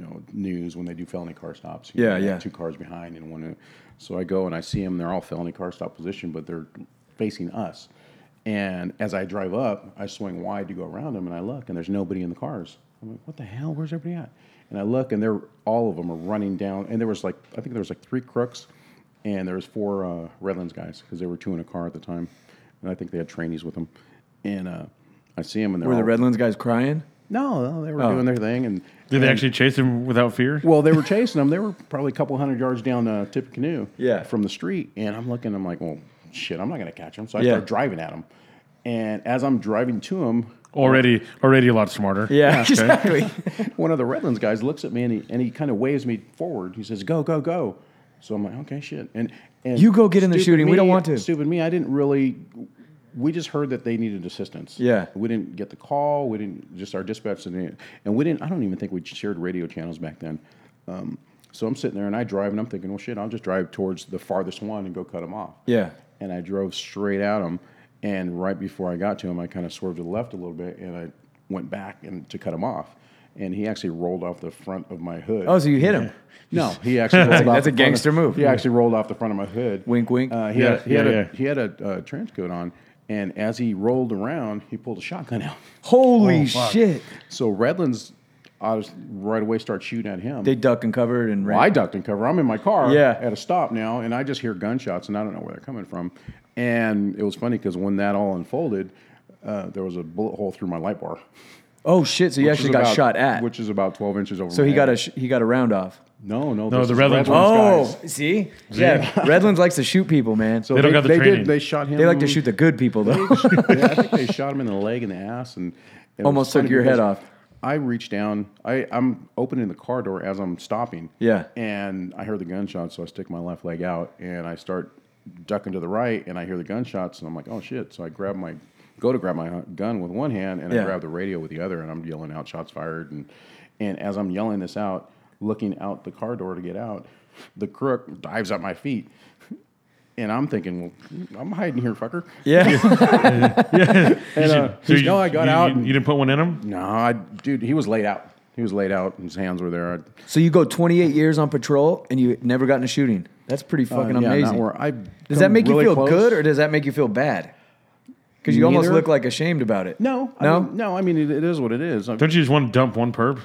[SPEAKER 5] you know, news when they do felony car stops. you
[SPEAKER 4] Yeah,
[SPEAKER 5] know, they have
[SPEAKER 4] yeah.
[SPEAKER 5] Two cars behind and one. So I go and I see them. They're all felony car stop position, but they're facing us. And as I drive up, I swing wide to go around them, and I look, and there's nobody in the cars. I'm like, what the hell? Where's everybody at? And I look, and they're all of them are running down. And there was like, I think there was like three crooks, and there was four uh, Redlands guys because they were two in a car at the time, and I think they had trainees with them. And uh, I see them, and they're
[SPEAKER 4] Were the
[SPEAKER 5] all-
[SPEAKER 4] Redlands guys crying?
[SPEAKER 5] no, no, they were
[SPEAKER 4] Oh.
[SPEAKER 5] doing their thing, and
[SPEAKER 3] Did they
[SPEAKER 5] and-
[SPEAKER 3] actually chase him without fear?
[SPEAKER 5] Well, they were chasing them. They were probably a couple hundred yards down uh, Tippecanoe,
[SPEAKER 4] Yeah.
[SPEAKER 5] from the street. And I'm looking. I'm like, well, shit, I'm not gonna catch them. So I
[SPEAKER 4] Yeah.
[SPEAKER 5] start driving at them, and as I'm driving to them,
[SPEAKER 3] Already, already a lot smarter.
[SPEAKER 4] Yeah, exactly.
[SPEAKER 5] one of the Redlands guys looks at me and he and he kind of waves me forward. He says, "Go, go, go." So I'm like, "Okay, shit." And and
[SPEAKER 4] You go get in the
[SPEAKER 5] stupid
[SPEAKER 4] shooting. We
[SPEAKER 5] me-
[SPEAKER 4] don't want to.
[SPEAKER 5] Stupid me. I didn't really. We just heard that they needed assistance.
[SPEAKER 4] Yeah.
[SPEAKER 5] we didn't get the call. We didn't just our dispatch didn't, and we didn't. I don't even think we shared radio channels back then. Um, so I'm sitting there and I drive and I'm thinking, well, shit, I'll just drive towards the farthest one and go cut them off
[SPEAKER 4] yeah.
[SPEAKER 5] and I drove straight at him. And right before I got to him, I kind of swerved to the left a little bit, and I went back and to cut him off. And he actually rolled off the front of my hood.
[SPEAKER 4] Oh, so you hit him?
[SPEAKER 5] No, he actually rolled
[SPEAKER 4] That's
[SPEAKER 5] off
[SPEAKER 4] a- that's
[SPEAKER 5] the
[SPEAKER 4] a
[SPEAKER 5] front of-
[SPEAKER 4] gangster move.
[SPEAKER 5] He actually rolled off the front of my hood.
[SPEAKER 4] Wink, wink.
[SPEAKER 5] Uh, he,
[SPEAKER 3] Yeah,
[SPEAKER 5] had a, he,
[SPEAKER 3] yeah,
[SPEAKER 5] had a,
[SPEAKER 3] yeah.
[SPEAKER 5] he had a uh, trench coat on, and as he rolled around, he pulled a shotgun out.
[SPEAKER 4] Holy
[SPEAKER 3] Oh, fuck.
[SPEAKER 4] shit!
[SPEAKER 5] So Redlands, I was right away start shooting at him.
[SPEAKER 4] They duck and covered and
[SPEAKER 5] Well,
[SPEAKER 4] ran.
[SPEAKER 5] I ducked and cover. I'm in my car
[SPEAKER 4] Yeah.
[SPEAKER 5] at a stop now, and I just hear gunshots, and I don't know where they're coming from. And it was funny because when that all unfolded, uh, there was a bullet hole through my light bar.
[SPEAKER 4] oh shit! So you
[SPEAKER 5] which
[SPEAKER 4] actually
[SPEAKER 5] is
[SPEAKER 4] got
[SPEAKER 5] about-
[SPEAKER 4] shot at.
[SPEAKER 5] which is about 12 inches over.
[SPEAKER 4] so
[SPEAKER 5] my
[SPEAKER 4] he got a
[SPEAKER 5] head.
[SPEAKER 4] sh- he got a round off.
[SPEAKER 5] no, no,
[SPEAKER 3] No,
[SPEAKER 5] this
[SPEAKER 3] the
[SPEAKER 5] is
[SPEAKER 3] Redlands
[SPEAKER 4] Oh,
[SPEAKER 5] guys.
[SPEAKER 4] see, yeah. Redlands likes to shoot people, man.
[SPEAKER 5] So
[SPEAKER 3] They don't got the
[SPEAKER 5] they
[SPEAKER 3] training.
[SPEAKER 5] Did, they shot him.
[SPEAKER 4] they like to shoot the good people though.
[SPEAKER 5] yeah, I think they shot him in the leg and the ass, and it was
[SPEAKER 4] Almost took
[SPEAKER 5] funny
[SPEAKER 4] your head
[SPEAKER 5] because
[SPEAKER 4] off.
[SPEAKER 5] I reached down. I, I'm opening the car door as I'm stopping.
[SPEAKER 4] Yeah.
[SPEAKER 5] and I heard the gunshots, so I stick my left leg out and I start ducking to the right, and I hear the gunshots, and I'm like, oh shit! So I grab my go to grab my hu- gun with one hand, and I
[SPEAKER 4] Yeah.
[SPEAKER 5] grab the radio with the other, and I'm yelling out, "Shots fired!" and and as I'm yelling this out, looking out the car door to get out, the crook dives at my feet. And I'm thinking, well, I'm hiding here, fucker.
[SPEAKER 4] yeah,
[SPEAKER 5] And, uh,
[SPEAKER 3] So
[SPEAKER 5] he's, no, I got
[SPEAKER 3] you,
[SPEAKER 5] out.
[SPEAKER 3] You,
[SPEAKER 5] and- Mm.
[SPEAKER 3] you didn't put one in him.
[SPEAKER 5] no, I, dude, he was laid out. He was laid out. and His hands were there. I,
[SPEAKER 4] so you go 28 years on patrol and you never got in a shooting. That's pretty fucking
[SPEAKER 5] Uh, yeah, not
[SPEAKER 4] amazing.
[SPEAKER 5] where I
[SPEAKER 4] Does that make you feel good or
[SPEAKER 5] does
[SPEAKER 4] does that make you feel bad? Because you almost
[SPEAKER 5] Neither.
[SPEAKER 4] look like ashamed about it.
[SPEAKER 5] no? I
[SPEAKER 4] no.
[SPEAKER 5] mean, no. I mean, it, it is what it is. I-
[SPEAKER 3] Don't you just want to dump one perp?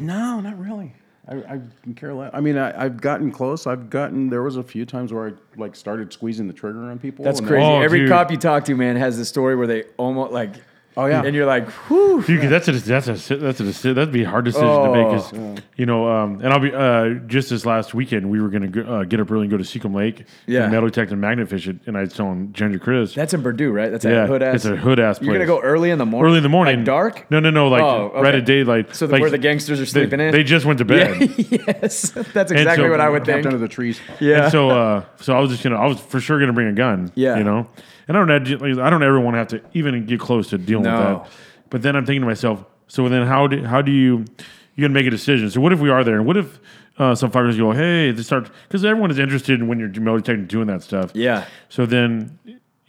[SPEAKER 5] no, not really. I, I can care less. I mean, I, I've gotten close. I've gotten. There was a few times where I like started squeezing the trigger on people.
[SPEAKER 4] That's
[SPEAKER 5] and
[SPEAKER 4] crazy.
[SPEAKER 3] Oh,
[SPEAKER 4] Every
[SPEAKER 3] dude.
[SPEAKER 4] cop you talk to, man, has this story where they almost like
[SPEAKER 5] Oh, yeah.
[SPEAKER 4] And you're like, whew.
[SPEAKER 3] Dude, 'cause that's a that's a si- that's a deci- that'd be a hard decision to
[SPEAKER 5] Oh.
[SPEAKER 3] make. 'cause, you know, um, and I'll be uh, just this last weekend we were gonna go, uh, get up early and go to Seacom Lake,
[SPEAKER 4] Yeah.
[SPEAKER 3] and metal detect and magnet fish it, and I was telling Ginger Chris,
[SPEAKER 4] That's in Purdue, right? That's
[SPEAKER 3] Yeah,
[SPEAKER 4] a hood ass.
[SPEAKER 3] it's a hood-ass
[SPEAKER 4] You're gonna
[SPEAKER 3] place.
[SPEAKER 4] go early in the morning.
[SPEAKER 3] early in the morning,
[SPEAKER 4] Like dark.
[SPEAKER 3] No, no, no, like
[SPEAKER 4] Oh,
[SPEAKER 3] right
[SPEAKER 4] okay.
[SPEAKER 3] at daylight.
[SPEAKER 4] So the-
[SPEAKER 3] like,
[SPEAKER 4] where the gangsters are sleeping
[SPEAKER 3] they,
[SPEAKER 4] in?
[SPEAKER 3] They just went to bed.
[SPEAKER 4] yes, that's exactly
[SPEAKER 3] so-
[SPEAKER 4] what I would
[SPEAKER 5] Camped
[SPEAKER 4] think.
[SPEAKER 5] under the trees.
[SPEAKER 4] Yeah.
[SPEAKER 3] And so, uh, so I was just gonna, I was for sure gonna bring a gun.
[SPEAKER 4] Yeah.
[SPEAKER 3] You know, and I don't, know, like, I don't ever want to have to even get close to dealing
[SPEAKER 4] No.
[SPEAKER 3] with that. But then I'm thinking to myself, so then how do how do you you gonna make a decision? So what if we are there, and what if uh, some fighters go, hey, they start because everyone is interested in when you're metal detecting doing that stuff.
[SPEAKER 4] Yeah.
[SPEAKER 3] So then,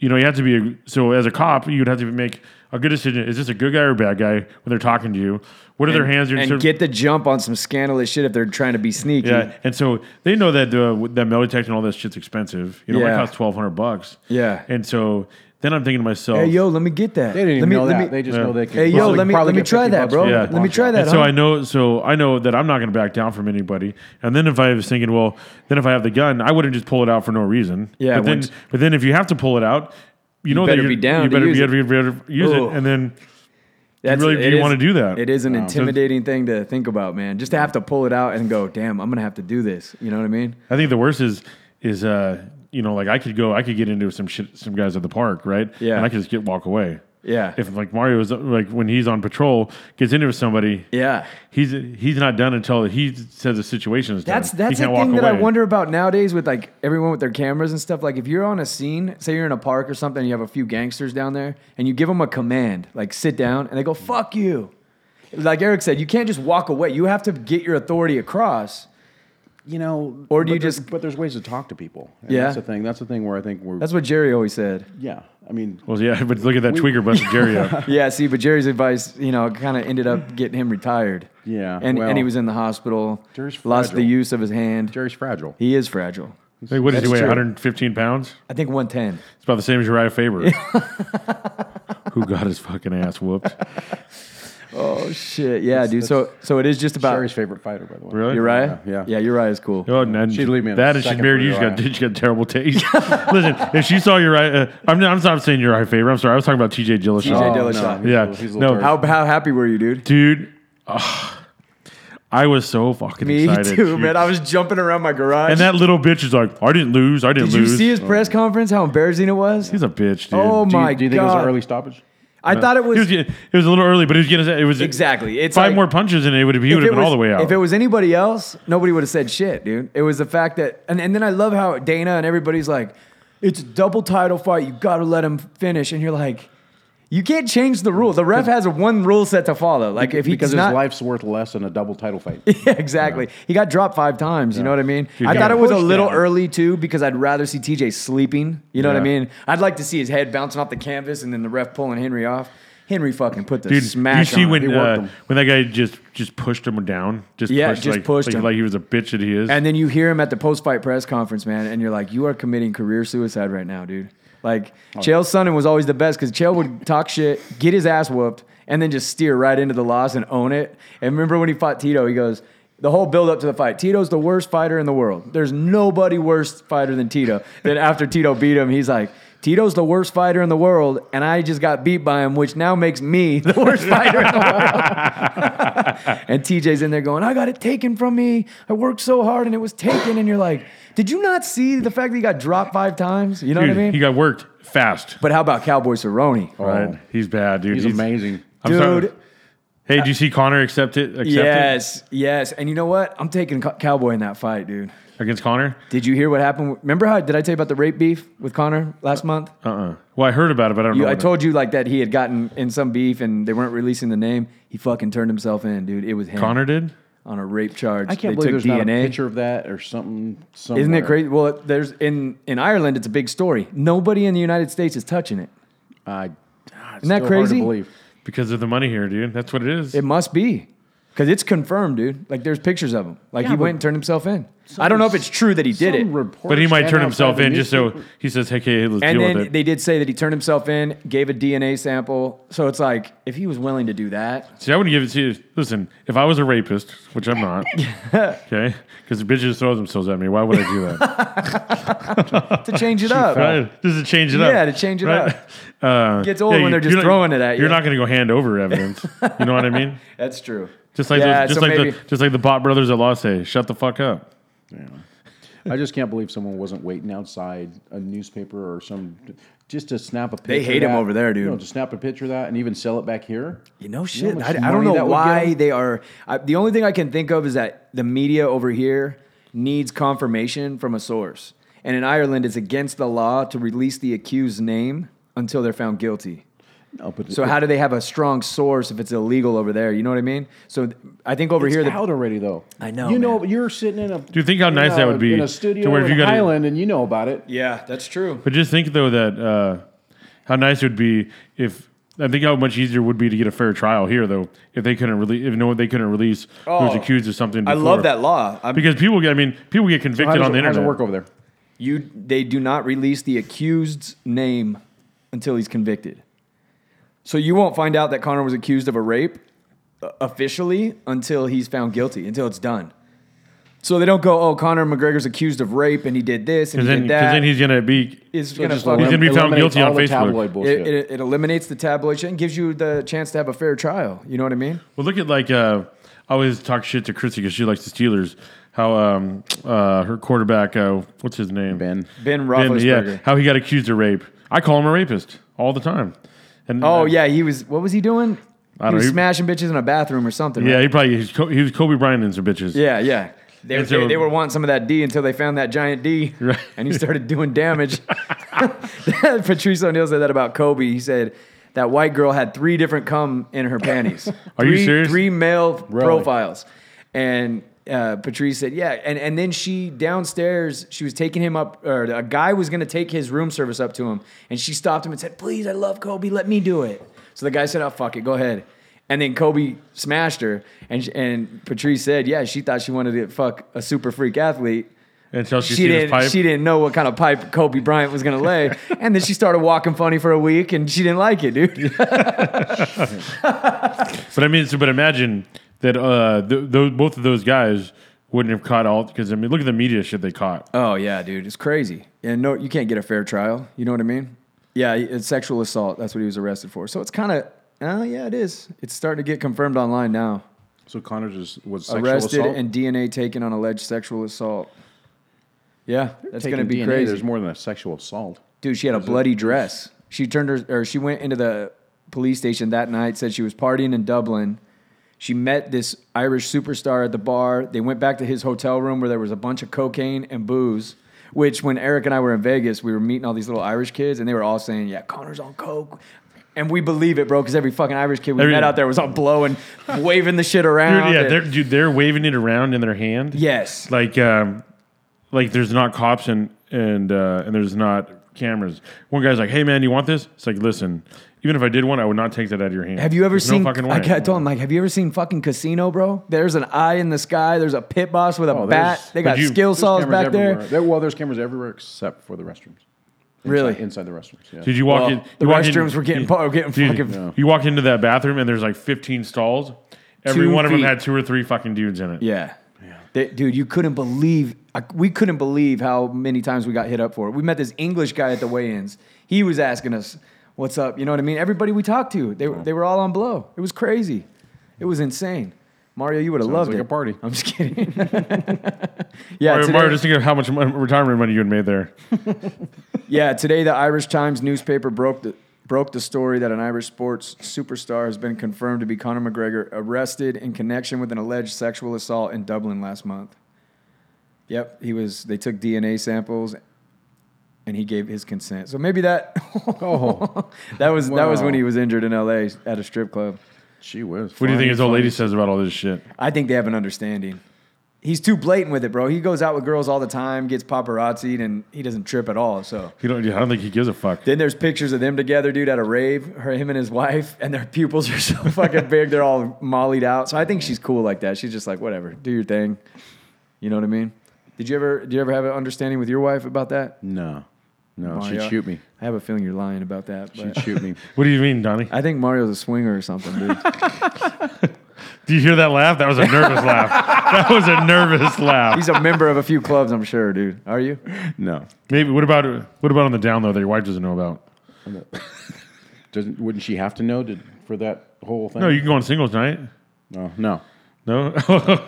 [SPEAKER 3] you know, you have to be a, so as a cop, you'd have to make a good decision. Is this a good guy or a bad guy when they're talking to you? What are their hands? doing?
[SPEAKER 4] and
[SPEAKER 3] So-
[SPEAKER 4] get the jump on some scandalous shit if they're trying to be sneaky.
[SPEAKER 3] yeah, and so they know that uh, that metal detector and all that shit's expensive. You know, it might
[SPEAKER 4] Yeah.
[SPEAKER 3] cost twelve hundred bucks.
[SPEAKER 4] Yeah.
[SPEAKER 3] and so then I'm thinking to myself,
[SPEAKER 4] Hey yo, let me get that.
[SPEAKER 5] They didn't
[SPEAKER 4] let
[SPEAKER 5] even
[SPEAKER 4] me,
[SPEAKER 5] know
[SPEAKER 4] let
[SPEAKER 5] that.
[SPEAKER 4] me-
[SPEAKER 5] they just know they can.
[SPEAKER 4] Hey, yo,
[SPEAKER 5] probably-
[SPEAKER 4] let me-
[SPEAKER 5] probably
[SPEAKER 4] let me
[SPEAKER 5] get
[SPEAKER 4] try
[SPEAKER 5] 50
[SPEAKER 4] that,
[SPEAKER 5] bucks
[SPEAKER 4] bro.
[SPEAKER 5] for
[SPEAKER 3] yeah,
[SPEAKER 5] it.
[SPEAKER 4] Let me try that.
[SPEAKER 3] And so
[SPEAKER 4] huh?
[SPEAKER 3] I know, so I know that I'm not going to back down from anybody. And then if I was thinking, well, then if I have the gun, I wouldn't just pull it out for no reason.
[SPEAKER 4] Yeah,
[SPEAKER 3] but then,
[SPEAKER 4] once-
[SPEAKER 3] but then if you have to pull it out, you, know
[SPEAKER 4] better
[SPEAKER 3] that you're-
[SPEAKER 4] be down
[SPEAKER 3] You
[SPEAKER 4] to
[SPEAKER 3] better
[SPEAKER 4] use
[SPEAKER 3] be
[SPEAKER 4] it.
[SPEAKER 3] you better use
[SPEAKER 4] Ooh.
[SPEAKER 3] it, and then
[SPEAKER 4] That's,
[SPEAKER 3] really- do
[SPEAKER 4] it
[SPEAKER 3] you
[SPEAKER 4] is-
[SPEAKER 3] wanna do that?
[SPEAKER 4] It is an
[SPEAKER 3] Wow.
[SPEAKER 4] intimidating thing to think about, man. Just to have to pull it out and go, damn, I'm gonna have to do this. You know what I mean?
[SPEAKER 3] I think the worst is is uh you know like I could go I could get into some shit some guys at the park right
[SPEAKER 4] Yeah.
[SPEAKER 3] and I could just get walk away
[SPEAKER 4] Yeah.
[SPEAKER 3] if like Mario is like when he's on patrol gets into somebody
[SPEAKER 4] Yeah.
[SPEAKER 3] he's he's not done until he says the situation is
[SPEAKER 4] That's
[SPEAKER 3] done
[SPEAKER 4] that's
[SPEAKER 3] he
[SPEAKER 4] the
[SPEAKER 3] can't walk
[SPEAKER 4] thing that I
[SPEAKER 3] away.
[SPEAKER 4] wonder about nowadays with like everyone with their cameras and stuff. Like if you're on a scene, say you're in a park or something, and you have a few gangsters down there, and you give them a command, like sit down, and they go "fuck you." Like Eric said, you can't just walk away. You have to get your authority across.
[SPEAKER 5] You know,
[SPEAKER 4] Or do you
[SPEAKER 5] but there's-
[SPEAKER 4] just-
[SPEAKER 5] But there's ways to talk to people. And
[SPEAKER 4] Yeah.
[SPEAKER 5] that's the thing. That's the thing where I think we're.
[SPEAKER 4] That's what Jerry always said.
[SPEAKER 5] yeah, I mean,
[SPEAKER 3] well yeah but look at that tweaker busted Jerry out
[SPEAKER 4] Yeah, see, but Jerry's advice, you know, kind of ended up getting him retired.
[SPEAKER 5] Yeah,
[SPEAKER 4] and and he
[SPEAKER 5] well,
[SPEAKER 4] was in the hospital.
[SPEAKER 5] Jerry's
[SPEAKER 4] lost the
[SPEAKER 5] fragile.
[SPEAKER 4] use of his hand.
[SPEAKER 5] Jerry's fragile.
[SPEAKER 4] He is fragile.
[SPEAKER 3] Like, what does he
[SPEAKER 4] That's
[SPEAKER 3] weigh
[SPEAKER 4] true.
[SPEAKER 3] 115 pounds
[SPEAKER 4] I think 110.
[SPEAKER 3] it's about the same as Uriah Faber who got his fucking ass whooped
[SPEAKER 4] Oh shit, yeah, dude.
[SPEAKER 5] that's-
[SPEAKER 4] so so it is just about
[SPEAKER 5] Jerry's favorite fighter, by the way.
[SPEAKER 3] really
[SPEAKER 4] Uriah.
[SPEAKER 5] Yeah, yeah.
[SPEAKER 4] yeah, Uriah is cool.
[SPEAKER 3] Oh, and then
[SPEAKER 5] She'd leave me in a
[SPEAKER 3] that and she
[SPEAKER 5] second
[SPEAKER 3] married
[SPEAKER 5] for
[SPEAKER 3] you. She's got,
[SPEAKER 5] Uriah.
[SPEAKER 3] she's got terrible taste. Listen, if she saw your uh, I'm not, I'm not saying your eye favorite. I'm sorry. I was talking about TJ Dillashaw.
[SPEAKER 4] T.J.
[SPEAKER 5] Oh, no,
[SPEAKER 4] Dillashaw.
[SPEAKER 5] he's a
[SPEAKER 3] Yeah.
[SPEAKER 5] little- he's a
[SPEAKER 3] No.
[SPEAKER 5] little
[SPEAKER 4] How
[SPEAKER 5] turd.
[SPEAKER 4] how happy were you, dude?
[SPEAKER 3] Dude, ugh, I was so fucking
[SPEAKER 4] Me
[SPEAKER 3] excited.
[SPEAKER 4] too,
[SPEAKER 3] dude.
[SPEAKER 4] man. I was jumping around my garage.
[SPEAKER 3] and that little bitch is like, I didn't lose. I didn't
[SPEAKER 4] did you
[SPEAKER 3] lose.
[SPEAKER 4] see his press conference? How embarrassing it was.
[SPEAKER 3] He's a bitch, dude.
[SPEAKER 4] Oh
[SPEAKER 5] Do you-
[SPEAKER 4] my
[SPEAKER 5] do you think it was
[SPEAKER 4] God.
[SPEAKER 5] an early stoppage?
[SPEAKER 4] I thought it
[SPEAKER 3] It was,
[SPEAKER 4] was
[SPEAKER 3] it was a little early, but it was getting it was
[SPEAKER 4] Exactly. It's
[SPEAKER 3] five
[SPEAKER 4] like-
[SPEAKER 3] more punches and it would have, he
[SPEAKER 4] If
[SPEAKER 3] would have
[SPEAKER 4] it
[SPEAKER 3] been all the
[SPEAKER 4] was-
[SPEAKER 3] way out.
[SPEAKER 4] If it was anybody else, nobody would have said shit, dude. It was the fact that, and, and then I love how Dana and everybody's like, it's a double title fight. You got to let him finish. And you're like, you can't change the rule. The ref has one rule set to follow. Like if he
[SPEAKER 5] because
[SPEAKER 4] does
[SPEAKER 5] his
[SPEAKER 4] not,
[SPEAKER 5] life's worth less than a double title fight.
[SPEAKER 4] yeah, exactly. He got dropped five times. You know what I mean?
[SPEAKER 3] Dude,
[SPEAKER 4] I
[SPEAKER 3] he got
[SPEAKER 4] thought it was a
[SPEAKER 5] pushed
[SPEAKER 4] little
[SPEAKER 5] down.
[SPEAKER 4] early too because I'd rather see TJ sleeping. You know what I
[SPEAKER 3] Yeah.
[SPEAKER 4] mean? I'd like to see his head bouncing off the canvas and then the ref pulling Henry off. Henry fucking put the
[SPEAKER 3] Dude,
[SPEAKER 4] smash.
[SPEAKER 3] you see
[SPEAKER 4] on him.
[SPEAKER 3] when
[SPEAKER 5] He worked
[SPEAKER 3] uh,
[SPEAKER 5] him.
[SPEAKER 3] when that guy just just pushed him down, just
[SPEAKER 4] Yeah,
[SPEAKER 3] pushed,
[SPEAKER 4] just
[SPEAKER 3] like,
[SPEAKER 4] pushed
[SPEAKER 3] like,
[SPEAKER 4] him.
[SPEAKER 3] like he was a bitch that he is.
[SPEAKER 4] And then you hear him at the post fight press conference, man, and you're like, you are committing career suicide right now, dude. Like, Chael Sonnen was always the best because Chael would talk shit, get his ass whooped, and then just steer right into the loss and own it. And remember when he fought Tito, he goes, the whole build up to the fight. Tito's the worst fighter in the world. There's nobody worse fighter than Tito. then after Tito beat him, he's like, Tito's the worst fighter in the world, and I just got beat by him, which now makes me the worst fighter in the and TJ's in there going, I got it taken from me. I worked so hard and it was taken. And you're like, did you not see the fact that he got dropped five times? You know
[SPEAKER 3] dude,
[SPEAKER 4] what I
[SPEAKER 3] he
[SPEAKER 4] mean?
[SPEAKER 3] got Oh, worked fast.
[SPEAKER 4] but how about Cowboy Cerrone?
[SPEAKER 3] Right. He's bad, dude.
[SPEAKER 5] He's amazing.
[SPEAKER 3] I'm
[SPEAKER 4] Dude.
[SPEAKER 3] sorry. Hey, did you see Connor accept it? Accept
[SPEAKER 4] yes, yes. And you know what? I'm taking Co- Cowboy in that fight, dude.
[SPEAKER 3] it against Connor.
[SPEAKER 4] Did you hear what happened? Remember how did I tell you about the rape beef with Connor last month?
[SPEAKER 3] Uh uh
[SPEAKER 5] Uh-uh.
[SPEAKER 3] Well, I heard about it, but I don't
[SPEAKER 4] You-
[SPEAKER 3] know.
[SPEAKER 4] I
[SPEAKER 3] what-
[SPEAKER 4] told you like that he had gotten in some beef and they weren't releasing the name. He fucking turned himself in, dude. It was him
[SPEAKER 3] Connor did.
[SPEAKER 4] on a rape charge.
[SPEAKER 5] I can't
[SPEAKER 4] they
[SPEAKER 5] believe
[SPEAKER 4] took
[SPEAKER 5] there's
[SPEAKER 4] DNA.
[SPEAKER 5] not a picture of that or something. Somewhere.
[SPEAKER 4] Isn't it crazy? Well, it- there's in in Ireland, it's a big story. Nobody in the United States is touching it.
[SPEAKER 5] I- ah, it's
[SPEAKER 4] that
[SPEAKER 5] still
[SPEAKER 4] crazy?
[SPEAKER 5] Hard to believe.
[SPEAKER 3] Because of the money here, dude. That's what it is.
[SPEAKER 4] It must be. Because it's confirmed, dude. Like there's pictures of him. Like
[SPEAKER 5] Yeah,
[SPEAKER 4] he
[SPEAKER 5] but-
[SPEAKER 4] went and turned himself in. I don't know if it's true that he did it.
[SPEAKER 5] Some reporter
[SPEAKER 3] But he might
[SPEAKER 5] stand
[SPEAKER 3] turn
[SPEAKER 5] outside
[SPEAKER 3] himself
[SPEAKER 5] the
[SPEAKER 3] in just so
[SPEAKER 5] newspaper-
[SPEAKER 3] he says, "Hey, okay, let's
[SPEAKER 4] and
[SPEAKER 3] deal
[SPEAKER 4] then
[SPEAKER 3] with it."
[SPEAKER 4] they did say that he turned himself in, gave a DNA sample. So it's like if he was willing to do that,
[SPEAKER 3] See, I wouldn't give it to you. Listen, if I was a rapist, which I'm not, okay, because the bitches throw themselves at me, why would I do that?
[SPEAKER 4] to change it up.
[SPEAKER 3] right? Just to change it up.
[SPEAKER 4] Yeah, to change it
[SPEAKER 3] right?
[SPEAKER 4] up.
[SPEAKER 3] Uh,
[SPEAKER 4] Gets old when
[SPEAKER 3] you-
[SPEAKER 4] they're just
[SPEAKER 3] you're not-
[SPEAKER 4] throwing it at you.
[SPEAKER 3] You're not going to go hand over evidence. you know what I mean?
[SPEAKER 4] That's true.
[SPEAKER 3] Just like
[SPEAKER 4] Yeah,
[SPEAKER 3] those, just
[SPEAKER 4] so
[SPEAKER 3] like
[SPEAKER 4] maybe-
[SPEAKER 3] the just like the Bot Brothers at Law say, "Shut the fuck up."
[SPEAKER 5] I just can't believe someone wasn't waiting outside a newspaper or some just to snap a picture.
[SPEAKER 4] They hate
[SPEAKER 5] of
[SPEAKER 4] him
[SPEAKER 5] that.
[SPEAKER 4] over there, dude.
[SPEAKER 5] You know, to snap a picture of that and even sell it back here.
[SPEAKER 4] You know,
[SPEAKER 5] how
[SPEAKER 4] shit.
[SPEAKER 5] much
[SPEAKER 4] I, I
[SPEAKER 5] money
[SPEAKER 4] don't know
[SPEAKER 5] that would get
[SPEAKER 4] why
[SPEAKER 5] 'em?
[SPEAKER 4] they are. I, the only thing I can think of is that the media over here needs confirmation from a source. And in Ireland, it's against the law to release the accused's name until they're found guilty.
[SPEAKER 5] No, but
[SPEAKER 4] So how do they have a strong source if it's illegal over there? You know what I mean? So th- I think over
[SPEAKER 5] it's
[SPEAKER 4] here, the,
[SPEAKER 5] out already though.
[SPEAKER 4] I know,
[SPEAKER 5] You know,
[SPEAKER 4] man.
[SPEAKER 5] you're sitting in a. Do
[SPEAKER 3] you think how nice that would be
[SPEAKER 5] in a
[SPEAKER 3] to
[SPEAKER 5] studio
[SPEAKER 3] where if
[SPEAKER 5] in
[SPEAKER 3] you got a-
[SPEAKER 5] Highland and you know about it?
[SPEAKER 4] yeah, that's true.
[SPEAKER 3] But just think though that uh, how nice it would be if I think how much easier it would be to get a fair trial here though if they couldn't release if no they couldn't release who was
[SPEAKER 4] Oh,
[SPEAKER 3] accused of something.
[SPEAKER 4] I
[SPEAKER 3] Before.
[SPEAKER 4] love that law. I'm,
[SPEAKER 3] because people get I mean people get convicted
[SPEAKER 5] How does,
[SPEAKER 3] on the
[SPEAKER 5] it, how does
[SPEAKER 3] internet.
[SPEAKER 5] it work over there?
[SPEAKER 4] you, they do not release the accused's name until he's convicted. So you won't find out that Connor was accused of a rape uh, officially until he's found guilty, until it's done. So they don't go, oh, Connor McGregor's accused of rape and he did this and
[SPEAKER 3] Because then,
[SPEAKER 4] he did
[SPEAKER 3] 'cause
[SPEAKER 4] that.
[SPEAKER 3] then he's gonna be.
[SPEAKER 4] It's
[SPEAKER 5] So it
[SPEAKER 4] gonna
[SPEAKER 5] just
[SPEAKER 4] fucking-
[SPEAKER 3] He's gonna be found
[SPEAKER 5] eliminates
[SPEAKER 3] guilty on
[SPEAKER 5] all the
[SPEAKER 3] Facebook.
[SPEAKER 5] tabloid bullshit.
[SPEAKER 4] it, it, it eliminates the tabloid shit and gives you the chance to have a fair trial. You know what I mean?
[SPEAKER 3] Well, look at like uh, I always talk shit to Chrissy because she likes the Steelers. How um uh her quarterback uh what's his name
[SPEAKER 5] ben,
[SPEAKER 4] Ben
[SPEAKER 3] Ben,
[SPEAKER 4] Roethlisberger.
[SPEAKER 3] yeah how he got accused of rape. I call him a rapist all the time. And
[SPEAKER 4] Oh yeah, he was. What was he doing?
[SPEAKER 3] I
[SPEAKER 4] he
[SPEAKER 3] don't
[SPEAKER 4] was
[SPEAKER 3] know.
[SPEAKER 4] smashing bitches in a bathroom or something.
[SPEAKER 3] yeah
[SPEAKER 4] right?
[SPEAKER 3] he probably he's, Co- he was Kobe Bryant and some bitches.
[SPEAKER 4] yeah, yeah. They,
[SPEAKER 3] And so-
[SPEAKER 4] they, they were wanting some of that D until they found that giant D,
[SPEAKER 3] Right.
[SPEAKER 4] and he started doing damage. Patrice O'Neill said that about Kobe. He said that white girl had three different cum in her panties.
[SPEAKER 3] Are you
[SPEAKER 4] Three-
[SPEAKER 3] serious?
[SPEAKER 4] Three male
[SPEAKER 5] Really?
[SPEAKER 4] profiles, and uh, Patrice said, "Yeah." And and then she downstairs, she was taking him up, or a guy was going to take his room service up to him, and she stopped him and said, "Please, I love Kobe. Let me do it." So the guy said, "Oh fuck it, go ahead." And then Kobe smashed her, and sh- and Patrice said, "Yeah, she thought she wanted to fuck a super freak athlete."
[SPEAKER 3] Until she,
[SPEAKER 4] She,
[SPEAKER 3] seen his
[SPEAKER 4] didn't.
[SPEAKER 3] pipe.
[SPEAKER 4] She didn't know what kind of pipe Kobe Bryant was gonna lay, and then she started walking funny for a week, and she didn't like it, dude.
[SPEAKER 3] But I mean, so, but imagine that uh, th- those, both of those guys wouldn't have caught all because I mean, look at the media shit they caught.
[SPEAKER 4] Oh yeah, dude, it's crazy. And no, you can't get a fair trial. You know what I mean? Yeah, it's sexual assault. That's what he was arrested for. So it's kind of, oh yeah, it is. It's starting to get confirmed online now.
[SPEAKER 5] So Connor just was sexual
[SPEAKER 4] arrested
[SPEAKER 5] assault?
[SPEAKER 4] and DNA taken on alleged sexual assault. Yeah, that's
[SPEAKER 5] Taking
[SPEAKER 4] gonna be
[SPEAKER 5] DNA,
[SPEAKER 4] crazy.
[SPEAKER 5] There's more than a sexual assault.
[SPEAKER 4] Dude, she had a bloody dress. She turned her, or she went into the police station that night, said she was partying in Dublin. She met this Irish superstar at the bar. They went back to his hotel room where there was a bunch of cocaine and booze. Which, when Eric and I were in Vegas, we were meeting all these little Irish kids, and they were all saying, "Yeah, Connor's on coke," and we believe it, bro, because every fucking Irish kid we
[SPEAKER 3] Every-
[SPEAKER 4] met out there was all blowing, waving the shit around.
[SPEAKER 3] Dude, yeah,
[SPEAKER 4] and-
[SPEAKER 3] they're dude, they're waving it around in their hand.
[SPEAKER 4] yes,
[SPEAKER 3] like um, like there's not cops and and uh, and there's not cameras. One guy's like, "Hey man, you want this?" It's like, listen, even if I did one, I would not take that out of your hand.
[SPEAKER 4] Have you ever
[SPEAKER 3] There's no
[SPEAKER 4] seen?
[SPEAKER 3] fucking way.
[SPEAKER 4] like, I told him, like, have you ever seen fucking Casino, bro? There's an eye in the sky. There's a pit boss with a
[SPEAKER 5] Oh, there's-
[SPEAKER 4] bat. They
[SPEAKER 3] but
[SPEAKER 4] got
[SPEAKER 3] you-
[SPEAKER 4] skill
[SPEAKER 5] There's
[SPEAKER 4] saws
[SPEAKER 5] cameras
[SPEAKER 4] back
[SPEAKER 5] everywhere.
[SPEAKER 4] there.
[SPEAKER 5] Well, there's cameras everywhere except for the restrooms. Inside-
[SPEAKER 4] Really?
[SPEAKER 5] Inside the restrooms. Yeah.
[SPEAKER 3] Did you walk
[SPEAKER 4] Well,
[SPEAKER 3] in?
[SPEAKER 4] the
[SPEAKER 3] you walk
[SPEAKER 4] restrooms
[SPEAKER 3] in,
[SPEAKER 4] were getting
[SPEAKER 3] you-
[SPEAKER 4] par- getting
[SPEAKER 3] dude,
[SPEAKER 4] fucking-
[SPEAKER 3] You walk into that bathroom and there's like 15 stalls. Every
[SPEAKER 4] Two
[SPEAKER 3] one of them
[SPEAKER 4] feet.
[SPEAKER 3] had two or three fucking dudes in it.
[SPEAKER 4] Yeah, They- dude, you couldn't believe. I, we couldn't believe how many times we got hit up for it. We met this English guy at the weigh-ins. He was asking us, "What's up?" You know what I mean? Everybody we talked to, they were they were all on blow. It was crazy. It was insane. Mario, you would have loved
[SPEAKER 5] like
[SPEAKER 4] it.
[SPEAKER 5] a party.
[SPEAKER 4] I'm just kidding. yeah,
[SPEAKER 3] Mario,
[SPEAKER 4] today-
[SPEAKER 3] Mario, just think of how much mon- retirement money you had made there.
[SPEAKER 4] Yeah, today the Irish Times newspaper broke the broke the story that an Irish sports superstar has been confirmed to be Conor McGregor arrested in connection with an alleged sexual assault in Dublin last month. Yep, he was they took DNA samples and he gave his consent. So maybe that
[SPEAKER 5] Oh,
[SPEAKER 4] that was that was
[SPEAKER 5] Wow.
[SPEAKER 4] when he was injured in LA at a strip club.
[SPEAKER 5] gee whiz.
[SPEAKER 3] What do you think his old lady says about all this shit?
[SPEAKER 4] I think they have an understanding. he's too blatant with it, bro. He goes out with girls all the time, gets paparazzi'd, and he doesn't trip at all. So
[SPEAKER 3] You don't, I don't think he gives a fuck.
[SPEAKER 4] then there's pictures of them together, dude, at a rave. Her, him, and his wife, and their pupils are so fucking big. They're all mollied out. So I think she's cool like that. She's just like, whatever, do your thing. You know what I mean? Did you ever? Did you ever have an understanding with your wife about that?
[SPEAKER 5] No, no,
[SPEAKER 4] Mario?
[SPEAKER 5] she'd shoot me.
[SPEAKER 4] I have a feeling you're lying about that.
[SPEAKER 5] She'd
[SPEAKER 4] But
[SPEAKER 5] shoot me.
[SPEAKER 3] What do you mean, Donnie?
[SPEAKER 4] I think Mario's a swinger or something, dude.
[SPEAKER 3] Do you hear that laugh? That was a nervous laugh. That was a nervous laugh.
[SPEAKER 4] He's a member of a few clubs, I'm sure, dude. Are you?
[SPEAKER 5] No,
[SPEAKER 3] Maybe. What about what about on the down low that your wife doesn't know about?
[SPEAKER 5] doesn't wouldn't she have to know to, for that whole thing?
[SPEAKER 3] No, you can go on singles night.
[SPEAKER 5] no, no.
[SPEAKER 3] No,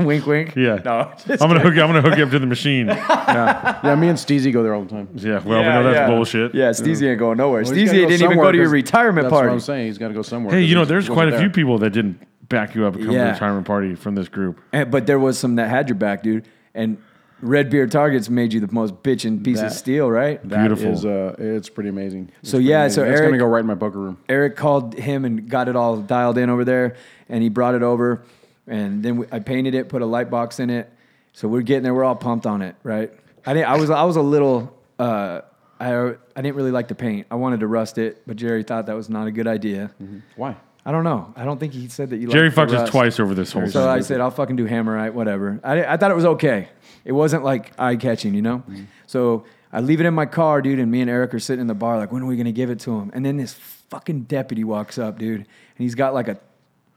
[SPEAKER 4] wink, wink.
[SPEAKER 3] yeah.
[SPEAKER 4] No.
[SPEAKER 3] I'm gonna hook. you- I'm gonna hook you up to the machine.
[SPEAKER 5] Yeah, me and Steezy go there all the time.
[SPEAKER 3] Yeah. Well, we know that's bullshit.
[SPEAKER 4] Yeah, Steezy ain't going nowhere.
[SPEAKER 5] Well, he's
[SPEAKER 4] Steezy
[SPEAKER 5] gotta go
[SPEAKER 4] didn't even
[SPEAKER 5] somewhere
[SPEAKER 4] go to your
[SPEAKER 5] 'cause
[SPEAKER 4] retirement
[SPEAKER 5] that's
[SPEAKER 4] party.
[SPEAKER 5] What I'm saying he's got to go somewhere.
[SPEAKER 3] Hey,
[SPEAKER 5] 'cause
[SPEAKER 3] you know,
[SPEAKER 5] he's-
[SPEAKER 3] there's
[SPEAKER 5] wasn't
[SPEAKER 3] quite a
[SPEAKER 5] there.
[SPEAKER 3] few people that didn't back you up and come to
[SPEAKER 4] Yeah.
[SPEAKER 3] the retirement party from this group.
[SPEAKER 4] And- but there was some that had your back, dude. And Red Beard Targets made you the most bitchin' piece of
[SPEAKER 5] That-
[SPEAKER 4] steel, right?
[SPEAKER 5] That
[SPEAKER 3] Beautiful.
[SPEAKER 5] is, uh, it's pretty amazing. It's
[SPEAKER 4] So,
[SPEAKER 5] pretty
[SPEAKER 4] yeah,
[SPEAKER 5] amazing.
[SPEAKER 4] so
[SPEAKER 5] it's
[SPEAKER 4] Eric-
[SPEAKER 5] gonna go right in my poker room.
[SPEAKER 4] Eric called him and got it all dialed in over there, and he brought it over, and then we, I painted it, put a light box in it. So we're getting there. We're all pumped on it, right? I didn't. I was. I was a little. Uh, I I didn't really like to paint. I wanted to rust it, but Jerry thought that was not a good idea.
[SPEAKER 5] Why?
[SPEAKER 4] I don't know. I don't think he said that you.
[SPEAKER 3] Mm-hmm. Jerry
[SPEAKER 4] liked the
[SPEAKER 3] fucked us
[SPEAKER 4] rust.
[SPEAKER 3] twice over this whole
[SPEAKER 4] So
[SPEAKER 3] thing.
[SPEAKER 4] I said, I'll fucking do hammerite, whatever. I, I thought it was okay. It wasn't like eye catching, you know?
[SPEAKER 3] Mm-hmm.
[SPEAKER 4] So I leave it in my car, dude, and me and Eric are sitting in the bar, like, when are we gonna give it to him? And then this fucking deputy walks up, dude, and he's got like a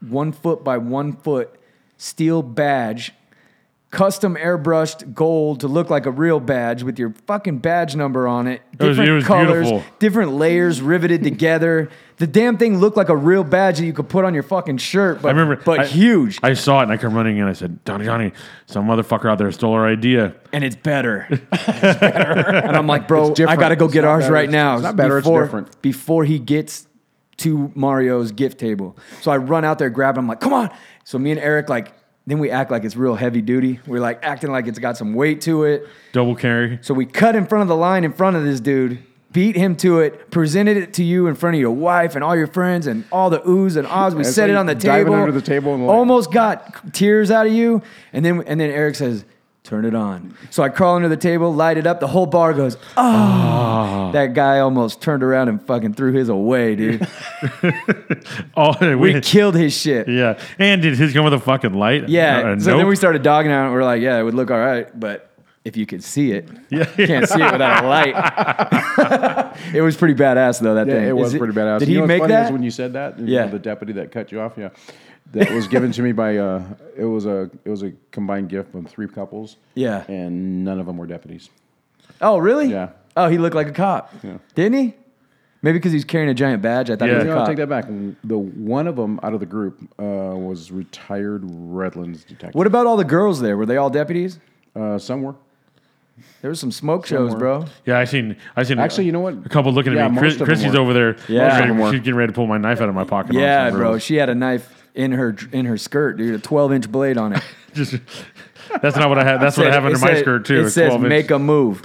[SPEAKER 4] one foot by one foot steel badge, custom airbrushed gold to look like a real badge with your fucking badge number on it.
[SPEAKER 3] It was-
[SPEAKER 4] Different
[SPEAKER 3] it was
[SPEAKER 4] colors,
[SPEAKER 3] beautiful.
[SPEAKER 4] different layers riveted together. The damn thing looked like a real badge that you could put on your fucking shirt, but,
[SPEAKER 3] I remember,
[SPEAKER 4] but
[SPEAKER 3] I-
[SPEAKER 4] huge.
[SPEAKER 3] I saw it and I come running in. I said, Donnie, Donnie, some motherfucker out there stole our idea.
[SPEAKER 4] and it's better. It's better. and I'm like, bro, I
[SPEAKER 5] different.
[SPEAKER 4] gotta go
[SPEAKER 5] It's
[SPEAKER 4] get
[SPEAKER 5] not
[SPEAKER 4] ours
[SPEAKER 5] better.
[SPEAKER 4] right now.
[SPEAKER 5] It's not better, it's
[SPEAKER 4] Before,
[SPEAKER 5] different.
[SPEAKER 4] Before he gets to Mario's gift table, so I run out there, grab. It, I'm like, come on. So me and Eric like. Then we act like it's real heavy duty. We're like acting like it's got some weight to it.
[SPEAKER 3] Double carry.
[SPEAKER 4] So we cut in front of the line in front of this dude, beat him to it, presented it to you in front of your wife and all your friends and all the oohs and ahs. We
[SPEAKER 5] That's
[SPEAKER 4] set
[SPEAKER 5] like
[SPEAKER 4] it on the
[SPEAKER 5] diving
[SPEAKER 4] table,
[SPEAKER 5] under the table and like-
[SPEAKER 4] almost got tears out of you. And then and then Eric says, "Turn it on." So I crawl under the table, light it up. The whole bar goes, "Oh!"
[SPEAKER 5] Ah.
[SPEAKER 4] That guy almost turned around and fucking threw his away, dude.
[SPEAKER 3] Oh, we,
[SPEAKER 4] He killed his shit.
[SPEAKER 3] yeah. And did his come with a fucking light?
[SPEAKER 4] Yeah.
[SPEAKER 3] Uh,
[SPEAKER 4] so then
[SPEAKER 3] nope.
[SPEAKER 4] we started dogging on it. We're like, yeah, it would look all right, but if you could see it,
[SPEAKER 3] Yeah.
[SPEAKER 4] you can't see it without a light. it was pretty badass though. That
[SPEAKER 5] Yeah,
[SPEAKER 4] thing.
[SPEAKER 5] it
[SPEAKER 4] Is
[SPEAKER 5] was pretty badass.
[SPEAKER 4] Did
[SPEAKER 5] You
[SPEAKER 4] he
[SPEAKER 5] know what's
[SPEAKER 4] make
[SPEAKER 5] funny is
[SPEAKER 4] that?
[SPEAKER 5] when you said that? you know,
[SPEAKER 4] Yeah.
[SPEAKER 5] the deputy that cut you off. Yeah, that was given to me by. Uh, it was a it was a combined gift from three couples.
[SPEAKER 4] Yeah.
[SPEAKER 5] and none of them were deputies.
[SPEAKER 4] oh, really?
[SPEAKER 5] Yeah.
[SPEAKER 4] Oh, he looked like a cop.
[SPEAKER 5] Yeah.
[SPEAKER 4] Didn't he? Maybe because he's carrying a giant badge. I thought
[SPEAKER 3] Yeah.
[SPEAKER 5] No,
[SPEAKER 4] he was a
[SPEAKER 5] I
[SPEAKER 4] cop.
[SPEAKER 5] take that back. The one of them out of the group uh, was retired Redlands detective.
[SPEAKER 4] What about all the girls there? Were they all deputies?
[SPEAKER 5] Uh, some were.
[SPEAKER 4] There was some smoke shows,
[SPEAKER 5] Somewhere.
[SPEAKER 4] bro.
[SPEAKER 3] Yeah, I seen. I seen.
[SPEAKER 5] Actually, you know what?
[SPEAKER 3] A couple looking
[SPEAKER 5] Yeah,
[SPEAKER 3] at me.
[SPEAKER 5] most
[SPEAKER 3] Chris,
[SPEAKER 5] of them
[SPEAKER 3] Chrissy's
[SPEAKER 5] were.
[SPEAKER 3] over there.
[SPEAKER 4] Yeah.
[SPEAKER 3] She's
[SPEAKER 4] Most of them
[SPEAKER 3] ready-
[SPEAKER 5] were.
[SPEAKER 3] she's getting ready to pull my knife out of my pocket. on
[SPEAKER 4] Yeah,
[SPEAKER 3] some
[SPEAKER 4] bro.
[SPEAKER 3] girls.
[SPEAKER 4] She had a knife in her in her skirt, dude. A twelve inch blade on it.
[SPEAKER 3] Just, that's not what I have. That's what I
[SPEAKER 4] Said-
[SPEAKER 3] have under
[SPEAKER 4] it
[SPEAKER 3] my
[SPEAKER 4] said-
[SPEAKER 3] skirt too.
[SPEAKER 4] It
[SPEAKER 3] a
[SPEAKER 4] says
[SPEAKER 3] 12 inch.
[SPEAKER 4] make a move.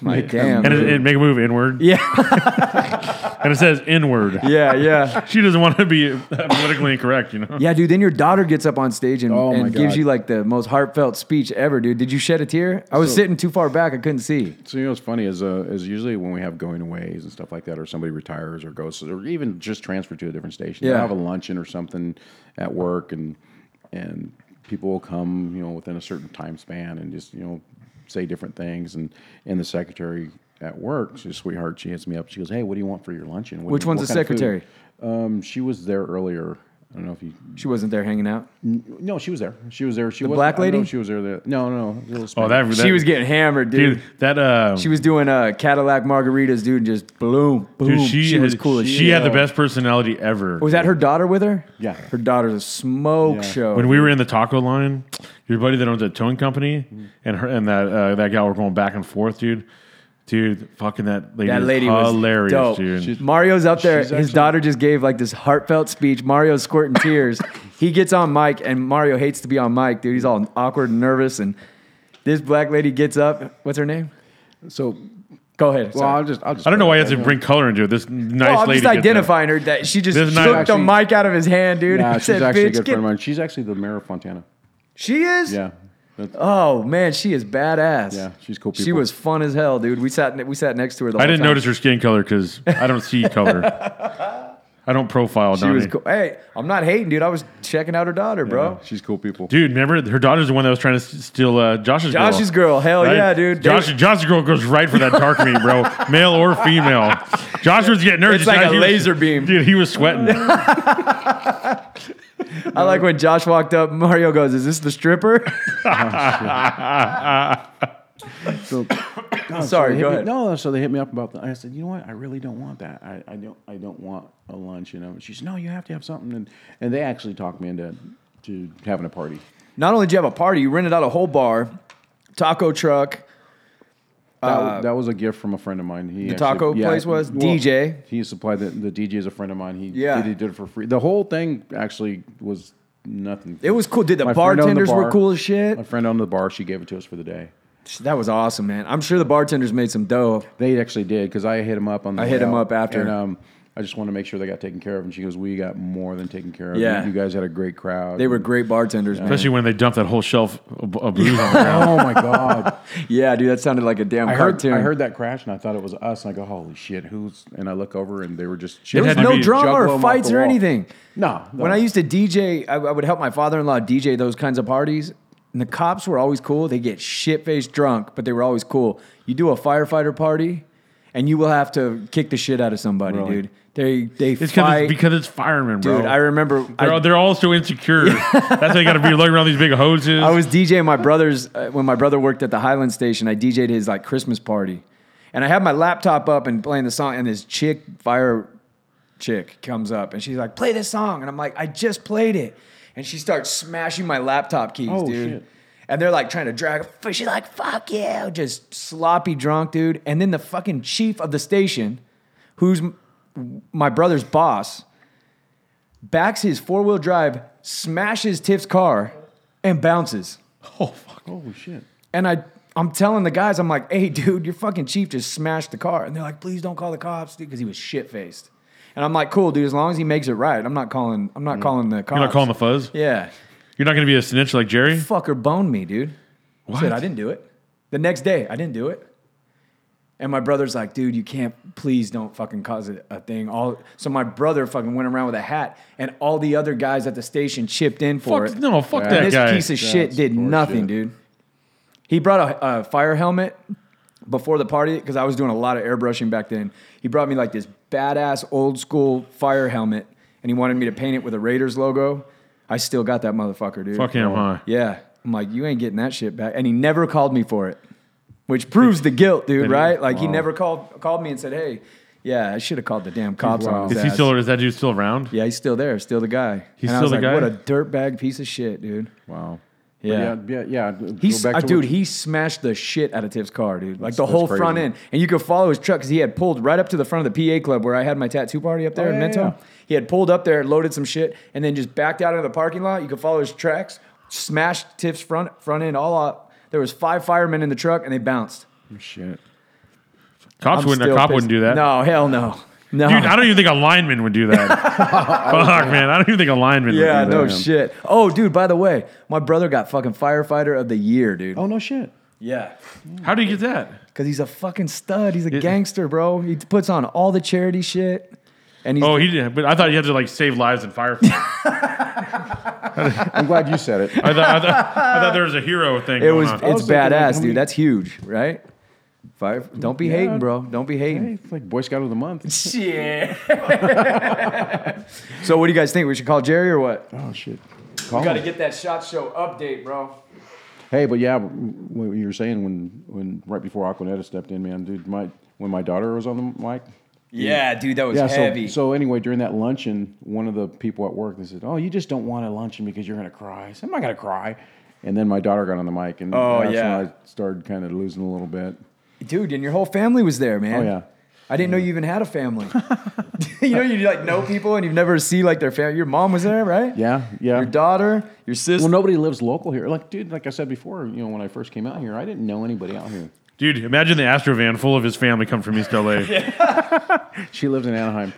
[SPEAKER 4] My damn.
[SPEAKER 3] and it,
[SPEAKER 4] dude.
[SPEAKER 3] it make a move inward.
[SPEAKER 4] yeah,
[SPEAKER 3] and it says inward.
[SPEAKER 4] yeah, yeah.
[SPEAKER 3] She doesn't want to be politically incorrect, you know.
[SPEAKER 4] Yeah, dude. Then your daughter gets up on stage and,
[SPEAKER 5] Oh, my
[SPEAKER 4] and gives
[SPEAKER 5] God.
[SPEAKER 4] you like the most heartfelt speech ever, dude. Did you shed a tear? I was
[SPEAKER 5] So-
[SPEAKER 4] sitting too far back, I couldn't see.
[SPEAKER 5] So you know what's funny is uh, is usually when we have going aways and stuff like that, or somebody retires or goes, or even just transfer to a different station.
[SPEAKER 4] Yeah.
[SPEAKER 5] They'll have a luncheon or something at work, and and people will come, you know, within a certain time span, and just you know say different things. And and the secretary at work, she's a sweetheart, she hits me up. She goes, "Hey, what do you want for your luncheon? What-
[SPEAKER 4] Which one's
[SPEAKER 5] what
[SPEAKER 4] the
[SPEAKER 5] kind of food?"
[SPEAKER 4] secretary?
[SPEAKER 5] Um, she was there earlier. I don't know if you.
[SPEAKER 4] She wasn't there hanging out.
[SPEAKER 5] No, she was there. She was there. She was
[SPEAKER 4] black lady?
[SPEAKER 5] she was there. The, no, no. it was
[SPEAKER 3] Oh, that, that
[SPEAKER 4] She was getting hammered, dude.
[SPEAKER 3] dude. That uh,
[SPEAKER 4] She was doing uh, Cadillac margaritas, dude, and just bloom, boom.
[SPEAKER 3] dude,
[SPEAKER 4] she,
[SPEAKER 3] she,
[SPEAKER 4] was
[SPEAKER 3] had-
[SPEAKER 4] cool as
[SPEAKER 3] She
[SPEAKER 4] shit.
[SPEAKER 3] had the best personality ever.
[SPEAKER 4] Was that her daughter with her?
[SPEAKER 5] Yeah.
[SPEAKER 4] Her daughter's a smoke
[SPEAKER 5] Yeah.
[SPEAKER 4] show.
[SPEAKER 3] when we were in the taco line, your buddy that owns that towing company and her and that uh, that gal were going back and forth, dude. Dude, fucking that lady,
[SPEAKER 4] that
[SPEAKER 3] is
[SPEAKER 4] lady was
[SPEAKER 3] hilarious,
[SPEAKER 4] dope.
[SPEAKER 3] dude.
[SPEAKER 4] Mario's up there.
[SPEAKER 5] she's
[SPEAKER 4] His
[SPEAKER 5] actually-
[SPEAKER 4] daughter just gave like this heartfelt speech. Mario's squirting tears. he gets on mic, and Mario hates to be on mic, dude. He's all awkward and nervous. And this black lady gets up. What's her name?
[SPEAKER 5] So
[SPEAKER 4] Go ahead.
[SPEAKER 5] well,
[SPEAKER 4] sorry.
[SPEAKER 5] I'll just, I'll just
[SPEAKER 3] I don't know why you
[SPEAKER 5] it's
[SPEAKER 3] have to bring color into it. This nice
[SPEAKER 4] Well, I'm
[SPEAKER 3] lady.
[SPEAKER 4] just
[SPEAKER 3] gets up.
[SPEAKER 4] identifying her that she just
[SPEAKER 3] This
[SPEAKER 4] took
[SPEAKER 3] night-
[SPEAKER 4] the
[SPEAKER 5] Actually-
[SPEAKER 4] mic out of his hand, dude.
[SPEAKER 5] Yeah,
[SPEAKER 4] and
[SPEAKER 5] she's
[SPEAKER 4] said,
[SPEAKER 5] actually a
[SPEAKER 4] "Bitch,
[SPEAKER 5] good
[SPEAKER 4] get-"
[SPEAKER 5] friend of mine. She's actually the mayor of Fontana.
[SPEAKER 4] She is.
[SPEAKER 5] Yeah. That's,
[SPEAKER 4] Oh man, she is badass.
[SPEAKER 5] Yeah, she's cool
[SPEAKER 4] She
[SPEAKER 5] people.
[SPEAKER 4] was fun as hell, dude. We sat we sat next to her. The
[SPEAKER 3] I
[SPEAKER 4] whole
[SPEAKER 3] didn't
[SPEAKER 4] time.
[SPEAKER 3] notice her skin color because I don't see color. I don't profile.
[SPEAKER 4] She was cool. Hey, I'm not hating, dude. I was checking out her daughter, bro.
[SPEAKER 5] yeah, she's cool people.
[SPEAKER 3] Dude, remember her daughter's the one that was trying to s- steal uh, Josh's girl.
[SPEAKER 4] Josh's girl. Hell
[SPEAKER 3] Right?
[SPEAKER 4] yeah, dude. They-
[SPEAKER 3] Josh, Josh's girl goes right for that dark meat, bro. Male or female. Josh was getting nervous.
[SPEAKER 4] It's like
[SPEAKER 3] He
[SPEAKER 4] a
[SPEAKER 3] was-
[SPEAKER 4] laser beam.
[SPEAKER 3] Dude, he was sweating.
[SPEAKER 4] I like when Josh walked up. Mario goes, "Is this the stripper?"
[SPEAKER 5] So- God,
[SPEAKER 4] Sorry,
[SPEAKER 5] they
[SPEAKER 4] go
[SPEAKER 5] hit me-
[SPEAKER 4] ahead.
[SPEAKER 5] no, so they hit me up about that. I said, you know what? I really don't want that. I, I don't I don't want a lunch. You know, she said, no, you have to have something. And and they actually talked me into to having a party.
[SPEAKER 4] Not only did you have a party, you rented out a whole bar, taco truck.
[SPEAKER 5] That, that was a gift from a friend of mine. He the
[SPEAKER 4] Uh, taco place was? DJ?
[SPEAKER 5] He supplied the, the DJ is a friend of mine. He
[SPEAKER 4] Yeah.
[SPEAKER 5] did, he did it for free. The whole thing actually was nothing.
[SPEAKER 4] It was cool. Dude, the
[SPEAKER 5] My friend owned
[SPEAKER 4] bartenders were
[SPEAKER 5] bar.
[SPEAKER 4] cool as shit.
[SPEAKER 5] My friend owned the bar. She gave it to us for the day.
[SPEAKER 4] That was awesome, man. I'm sure the bartenders made some dough.
[SPEAKER 5] They actually did because I hit him up on. The
[SPEAKER 4] I
[SPEAKER 5] way
[SPEAKER 4] hit 'em
[SPEAKER 5] out,
[SPEAKER 4] up after.
[SPEAKER 5] and um, I just want to make sure they got taken care of. And she goes, "We got more than taken care of.
[SPEAKER 4] Yeah.
[SPEAKER 5] you, you guys had a great crowd.
[SPEAKER 4] They were great bartenders, man.
[SPEAKER 3] Especially when they dumped that whole shelf of, of booze on the ground.
[SPEAKER 5] oh my god!
[SPEAKER 4] Yeah, dude, that sounded like a damn
[SPEAKER 5] I heard
[SPEAKER 4] cartoon.
[SPEAKER 5] I heard that crash, and I thought it was us. And I go, "Holy shit, who's?" And I look over, and they were just.
[SPEAKER 4] There was
[SPEAKER 3] had to
[SPEAKER 4] no
[SPEAKER 3] be
[SPEAKER 4] drama
[SPEAKER 5] juggling 'em
[SPEAKER 4] or
[SPEAKER 5] off
[SPEAKER 4] fights
[SPEAKER 5] the
[SPEAKER 4] or
[SPEAKER 5] wall.
[SPEAKER 4] anything.
[SPEAKER 5] No, no.
[SPEAKER 4] When I used to DJ, I, I would help my father-in-law DJ those kinds of parties, and the cops were always cool. They get shit-faced drunk, but they were always cool. You do a firefighter party, and you will have to kick the shit out of somebody,
[SPEAKER 5] Really?
[SPEAKER 4] dude. They they
[SPEAKER 3] It's 'cause
[SPEAKER 4] fight,
[SPEAKER 3] it's because it's firemen, bro.
[SPEAKER 4] dude. I remember
[SPEAKER 3] They're,
[SPEAKER 4] I,
[SPEAKER 3] they're all so insecure. That's why they got to be lugging around these big hoses.
[SPEAKER 4] I was DJing my brother's uh, when my brother worked at the Highland Station. I DJed his like Christmas party, and I had my laptop up and playing the song. And this chick, fire chick, comes up and she's like, "Play this song," and I'm like, "I just played it," and she starts smashing my laptop keys,
[SPEAKER 5] Oh,
[SPEAKER 4] dude.
[SPEAKER 5] shit.
[SPEAKER 4] And they're like trying to drag. her. She's like, "Fuck you!" Just sloppy drunk, dude. And then the fucking chief of the station, who's m- my brother's boss, backs his four wheel drive, smashes Tiff's car, and bounces.
[SPEAKER 5] Holy shit!
[SPEAKER 4] And I, I'm telling the guys, I'm like, hey, dude, your fucking chief just smashed the car. And they're like, please don't call the cops, dude, because he was shit faced. And I'm like, cool, dude, as long as he makes it right, I'm not calling, I'm not calling the cops.
[SPEAKER 3] Mm. You're not calling the fuzz.
[SPEAKER 4] Yeah.
[SPEAKER 3] You're not going to be a snitch like Jerry.
[SPEAKER 4] Fucker boned me, dude.
[SPEAKER 3] What?
[SPEAKER 4] Said I didn't do it. The next day, I didn't do it. And my brother's like, dude, you can't, please don't fucking cause a, a thing. All so my brother fucking went around with a hat, and all the other guys at the station chipped in for
[SPEAKER 3] Fuck
[SPEAKER 4] it.
[SPEAKER 3] no, fuck
[SPEAKER 4] and
[SPEAKER 3] that
[SPEAKER 4] this
[SPEAKER 3] guy.
[SPEAKER 4] piece of shit
[SPEAKER 5] That's
[SPEAKER 4] did
[SPEAKER 5] poor
[SPEAKER 4] nothing,
[SPEAKER 5] shit.
[SPEAKER 4] dude. He brought a, a fire helmet before the party because I was doing a lot of airbrushing back then. He brought me like this badass old school fire helmet, and he wanted me to paint it with a Raiders logo. I still got that motherfucker, dude.
[SPEAKER 3] Fuck him, huh?
[SPEAKER 4] Yeah. I'm like, you ain't getting that shit back. And he never called me for it, which proves the guilt, dude,
[SPEAKER 3] he-
[SPEAKER 4] right? Like, he never called called me and said, hey, yeah, I should have called the damn cops on his
[SPEAKER 3] Is he
[SPEAKER 4] ass."
[SPEAKER 3] still? Is that dude still around?
[SPEAKER 4] Yeah, he's still there, still the guy.
[SPEAKER 3] He's
[SPEAKER 4] And I was
[SPEAKER 3] still the
[SPEAKER 4] like,
[SPEAKER 3] guy?
[SPEAKER 4] What a dirtbag piece of shit, dude.
[SPEAKER 5] Wow. But
[SPEAKER 4] Yeah.
[SPEAKER 5] yeah, yeah. yeah
[SPEAKER 4] He,
[SPEAKER 5] go back
[SPEAKER 4] uh,
[SPEAKER 5] to
[SPEAKER 4] dude,
[SPEAKER 5] what-
[SPEAKER 4] he smashed the shit out of Tiff's car, dude. Like the
[SPEAKER 5] That's- that's
[SPEAKER 4] whole front
[SPEAKER 5] crazy.
[SPEAKER 4] end. And you could follow his truck because he had pulled right up to the front of the PA club where I had my tattoo party up there
[SPEAKER 5] Oh,
[SPEAKER 4] in
[SPEAKER 5] yeah,
[SPEAKER 4] Mentor.
[SPEAKER 5] yeah.
[SPEAKER 4] He had pulled up there, loaded some shit, and then just backed out into the parking lot. You could follow his tracks, smashed Tiff's front front end all up. There was five firemen in the truck and they bounced.
[SPEAKER 5] shit.
[SPEAKER 3] Cops
[SPEAKER 4] I'm
[SPEAKER 3] wouldn't. A
[SPEAKER 4] still
[SPEAKER 3] cop
[SPEAKER 4] pissed.
[SPEAKER 3] wouldn't do that.
[SPEAKER 4] No, hell no. No.
[SPEAKER 3] Dude, I don't even think a lineman would do that. Fuck, man. I don't even think a lineman
[SPEAKER 4] yeah,
[SPEAKER 3] would do
[SPEAKER 4] no
[SPEAKER 3] that.
[SPEAKER 4] shit. Oh, dude, by the way, my brother got fucking firefighter of the year, dude.
[SPEAKER 5] Oh no shit.
[SPEAKER 4] Yeah.
[SPEAKER 3] How do you get that?
[SPEAKER 4] Cause he's a fucking stud. He's a gangster, bro. He puts on all the charity shit. And he's
[SPEAKER 3] Oh, he did. But I thought you had to like save lives and firefight.
[SPEAKER 5] I'm glad you said it.
[SPEAKER 3] I, thought, I, thought, I thought there was a hero thing.
[SPEAKER 4] It
[SPEAKER 3] going
[SPEAKER 4] was
[SPEAKER 3] on.
[SPEAKER 5] I
[SPEAKER 4] it's
[SPEAKER 5] was thinking, like,
[SPEAKER 4] badass,
[SPEAKER 5] how
[SPEAKER 4] dude.
[SPEAKER 5] many-
[SPEAKER 4] That's huge, right? Fire. Don't be hating, bro. Don't be
[SPEAKER 5] Hey,
[SPEAKER 4] hating.
[SPEAKER 5] it's like Boy Scout of the Month.
[SPEAKER 4] Shit. so what do you guys think? We should call Jerry or what?
[SPEAKER 5] Oh shit. Call
[SPEAKER 4] We gotta
[SPEAKER 5] him.
[SPEAKER 4] get that shot show update, bro.
[SPEAKER 5] Hey, but yeah, what you were saying when, when right before Aquanetta stepped in, man, dude, my when my daughter was on the mic.
[SPEAKER 4] Yeah, dude, that was
[SPEAKER 5] Yeah, so,
[SPEAKER 4] heavy.
[SPEAKER 5] so anyway, during that luncheon, one of the people at work they said, "Oh, you just don't want a luncheon because you're gonna cry." I said, I'm not gonna cry. And then my daughter got on the mic, and
[SPEAKER 4] Oh,
[SPEAKER 5] that's
[SPEAKER 4] yeah.
[SPEAKER 5] when I started kind of losing a little bit.
[SPEAKER 4] dude, and your whole family was there, man.
[SPEAKER 5] Oh, yeah.
[SPEAKER 4] I didn't know you even had a family. you know, you like know people and you've never see like their family. Your mom was there, right?
[SPEAKER 5] Yeah, yeah.
[SPEAKER 4] Your daughter, your sister.
[SPEAKER 5] Well, nobody lives local here. Like, dude, like I said before, you know, when I first came out here, I didn't know anybody out here.
[SPEAKER 3] Dude, imagine the Astrovan full of his family come from East LA.
[SPEAKER 5] She lives in Anaheim.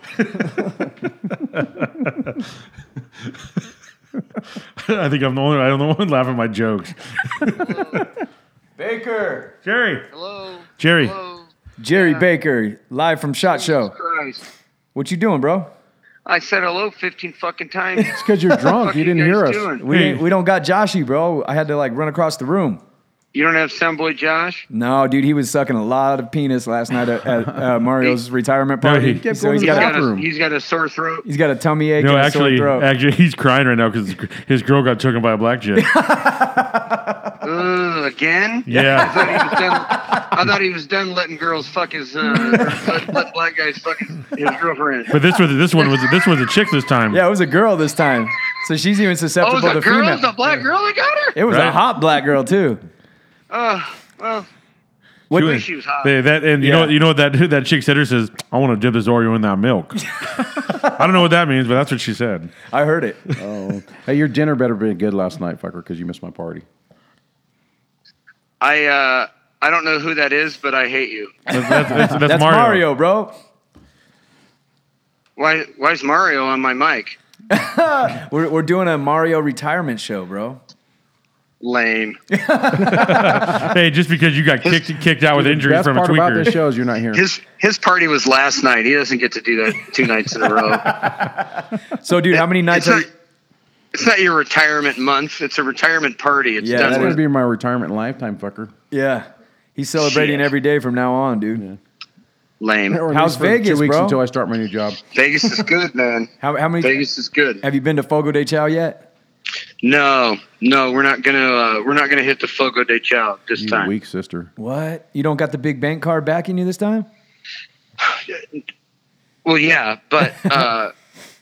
[SPEAKER 3] I think I'm the only. I'm the one laughing at my jokes.
[SPEAKER 4] Baker.
[SPEAKER 3] Jerry.
[SPEAKER 7] Hello.
[SPEAKER 3] Jerry.
[SPEAKER 7] Hello.
[SPEAKER 4] Jerry Baker, live from Shot Show.
[SPEAKER 7] Christ.
[SPEAKER 4] What you doing, bro?
[SPEAKER 7] I said hello 15 fucking times.
[SPEAKER 5] It's because you're drunk.
[SPEAKER 7] Fuck
[SPEAKER 5] you didn't
[SPEAKER 7] guys
[SPEAKER 5] hear us.
[SPEAKER 7] doing?
[SPEAKER 4] We
[SPEAKER 3] Hey.
[SPEAKER 4] didn't- we don't got Joshy, bro. I had to like run across the room.
[SPEAKER 7] You don't have Soundboy Josh?
[SPEAKER 4] No, dude, he was sucking a lot of penis last night at, at uh, Mario's retirement
[SPEAKER 3] No,
[SPEAKER 4] party.
[SPEAKER 3] he kept
[SPEAKER 4] so
[SPEAKER 5] going
[SPEAKER 4] he's
[SPEAKER 5] to
[SPEAKER 4] got
[SPEAKER 5] the
[SPEAKER 4] a,
[SPEAKER 7] Got a,
[SPEAKER 5] Bathroom.
[SPEAKER 7] he's got a sore throat.
[SPEAKER 4] he's got a tummy ache
[SPEAKER 3] No,
[SPEAKER 4] and a sore
[SPEAKER 3] actually,
[SPEAKER 4] throat.
[SPEAKER 3] actually, he's crying right now because his girl got taken by a black chick.
[SPEAKER 7] Ugh, again?
[SPEAKER 3] Yeah,
[SPEAKER 7] I thought he was done- I thought he was done letting girls fuck his, uh, let, let black guys fuck his, his girlfriend.
[SPEAKER 3] but this was this one was this was a chick this time.
[SPEAKER 4] yeah, it was a girl this time, so she's even
[SPEAKER 7] Oh,
[SPEAKER 4] susceptible
[SPEAKER 7] it was
[SPEAKER 4] to
[SPEAKER 7] a girl? It
[SPEAKER 4] female.
[SPEAKER 7] was a black girl that got her?
[SPEAKER 4] it was a
[SPEAKER 3] Right.
[SPEAKER 4] hot black girl too.
[SPEAKER 7] Oh, well,
[SPEAKER 4] What,
[SPEAKER 3] She was-
[SPEAKER 7] she was hot.
[SPEAKER 3] They- that and you
[SPEAKER 4] Yeah.
[SPEAKER 3] know you know what that that chick said her says I want to dip this Oreo in that milk. I don't know what that means, but that's what she said.
[SPEAKER 4] I heard it.
[SPEAKER 5] Oh. Hey, your dinner better be good last night, fucker, because you missed my party.
[SPEAKER 7] I, uh, I don't know who that is, but I hate you.
[SPEAKER 3] That's, that's, that's- that's
[SPEAKER 4] That's
[SPEAKER 3] Mario.
[SPEAKER 4] Mario, bro.
[SPEAKER 7] Why, why's Mario on my mic?
[SPEAKER 4] We're, we're doing a Mario retirement show, bro.
[SPEAKER 7] Lame.
[SPEAKER 3] Hey, just because you got kicked kicked out with injury
[SPEAKER 5] Best
[SPEAKER 3] from a
[SPEAKER 5] part about this
[SPEAKER 3] tweaker.
[SPEAKER 5] show is you're not here.
[SPEAKER 7] His his party was last night. He doesn't get to do that two nights in a row.
[SPEAKER 4] So, dude, how many nights?
[SPEAKER 7] It's
[SPEAKER 4] Are
[SPEAKER 7] not,
[SPEAKER 4] you,
[SPEAKER 7] it's not your retirement month. It's a retirement party. It's
[SPEAKER 4] Yeah,
[SPEAKER 5] That's
[SPEAKER 7] done
[SPEAKER 5] going
[SPEAKER 7] with.
[SPEAKER 5] to be my retirement lifetime, fucker.
[SPEAKER 4] yeah, he's celebrating
[SPEAKER 7] Shit.
[SPEAKER 4] every day from now on, dude.
[SPEAKER 7] lame.
[SPEAKER 5] Or at
[SPEAKER 4] How's
[SPEAKER 5] least for
[SPEAKER 4] Vegas,
[SPEAKER 5] Two weeks
[SPEAKER 4] bro?
[SPEAKER 5] until I start my new job.
[SPEAKER 7] Vegas is good, man.
[SPEAKER 4] How, how many?
[SPEAKER 7] Vegas is good.
[SPEAKER 4] Have you been to Fogo de Chao yet?
[SPEAKER 7] No, no, we're not gonna uh, we're not gonna hit the Fogo de Chao this
[SPEAKER 5] You
[SPEAKER 7] time.
[SPEAKER 5] weak sister.
[SPEAKER 4] What? You don't got the big bank card backing you this time?
[SPEAKER 7] Well, yeah, but uh,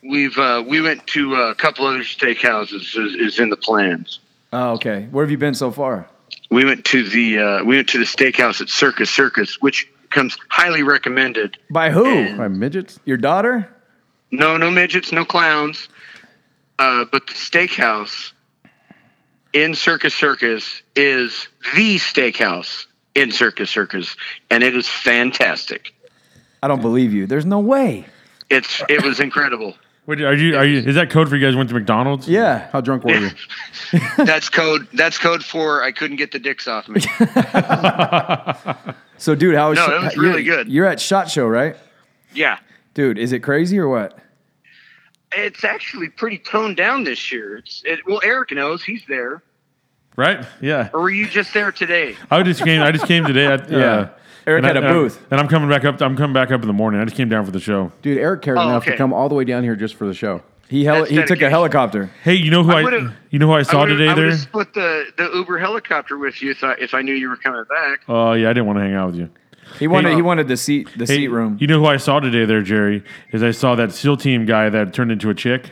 [SPEAKER 7] we've uh, we went to a couple other steakhouses is, is in the plans.
[SPEAKER 4] Oh, okay. Where have you been so far?
[SPEAKER 7] We went to the uh, we went to the steakhouse at Circus Circus, which comes highly recommended.
[SPEAKER 4] By who?
[SPEAKER 5] My midgets?
[SPEAKER 4] Your daughter?
[SPEAKER 7] No, no midgets, no clowns. Uh, but the steakhouse in Circus Circus is the steakhouse in Circus Circus, and it is fantastic.
[SPEAKER 4] I don't believe you. There's no way.
[SPEAKER 7] It's it was incredible.
[SPEAKER 3] Wait, are you are you? Is that code for you guys went to McDonald's?
[SPEAKER 4] Yeah.
[SPEAKER 5] How drunk were you?
[SPEAKER 7] That's code. That's code for I couldn't get the dicks off me.
[SPEAKER 4] So, dude, how is
[SPEAKER 7] No, it was
[SPEAKER 4] you're-
[SPEAKER 7] really good.
[SPEAKER 4] You're at Shot Show, right?
[SPEAKER 7] Yeah,
[SPEAKER 4] Dude, is it crazy or what?
[SPEAKER 7] it's actually pretty toned down this year. It's, it, well, Eric knows he's there.
[SPEAKER 3] Right. Yeah.
[SPEAKER 7] Or were you just there today?
[SPEAKER 3] I just came. I just came today. I,
[SPEAKER 4] Yeah.
[SPEAKER 3] yeah.
[SPEAKER 4] Eric had
[SPEAKER 3] a
[SPEAKER 4] a booth.
[SPEAKER 3] and I'm coming back up. I'm coming back up in the morning. I just came down for the show.
[SPEAKER 5] Dude, Eric cared
[SPEAKER 7] Oh,
[SPEAKER 5] enough to
[SPEAKER 7] okay.
[SPEAKER 5] come all the way down here just for the show.
[SPEAKER 4] He hel-
[SPEAKER 7] That's
[SPEAKER 4] he took a
[SPEAKER 7] dedication.
[SPEAKER 4] helicopter.
[SPEAKER 3] Hey, you know who I,
[SPEAKER 7] would've-
[SPEAKER 3] you know who I saw
[SPEAKER 7] would've-
[SPEAKER 3] today
[SPEAKER 7] I would've
[SPEAKER 3] there?
[SPEAKER 7] split the, the Uber helicopter with you if I, if I knew you were coming back.
[SPEAKER 3] Oh yeah, I didn't want to hang out with you.
[SPEAKER 4] He wanted
[SPEAKER 3] Hey.
[SPEAKER 4] he wanted the seat the
[SPEAKER 3] Hey,
[SPEAKER 4] seat room.
[SPEAKER 3] You know who I saw today there, Jerry? Is I saw that SEAL team guy that turned into a chick.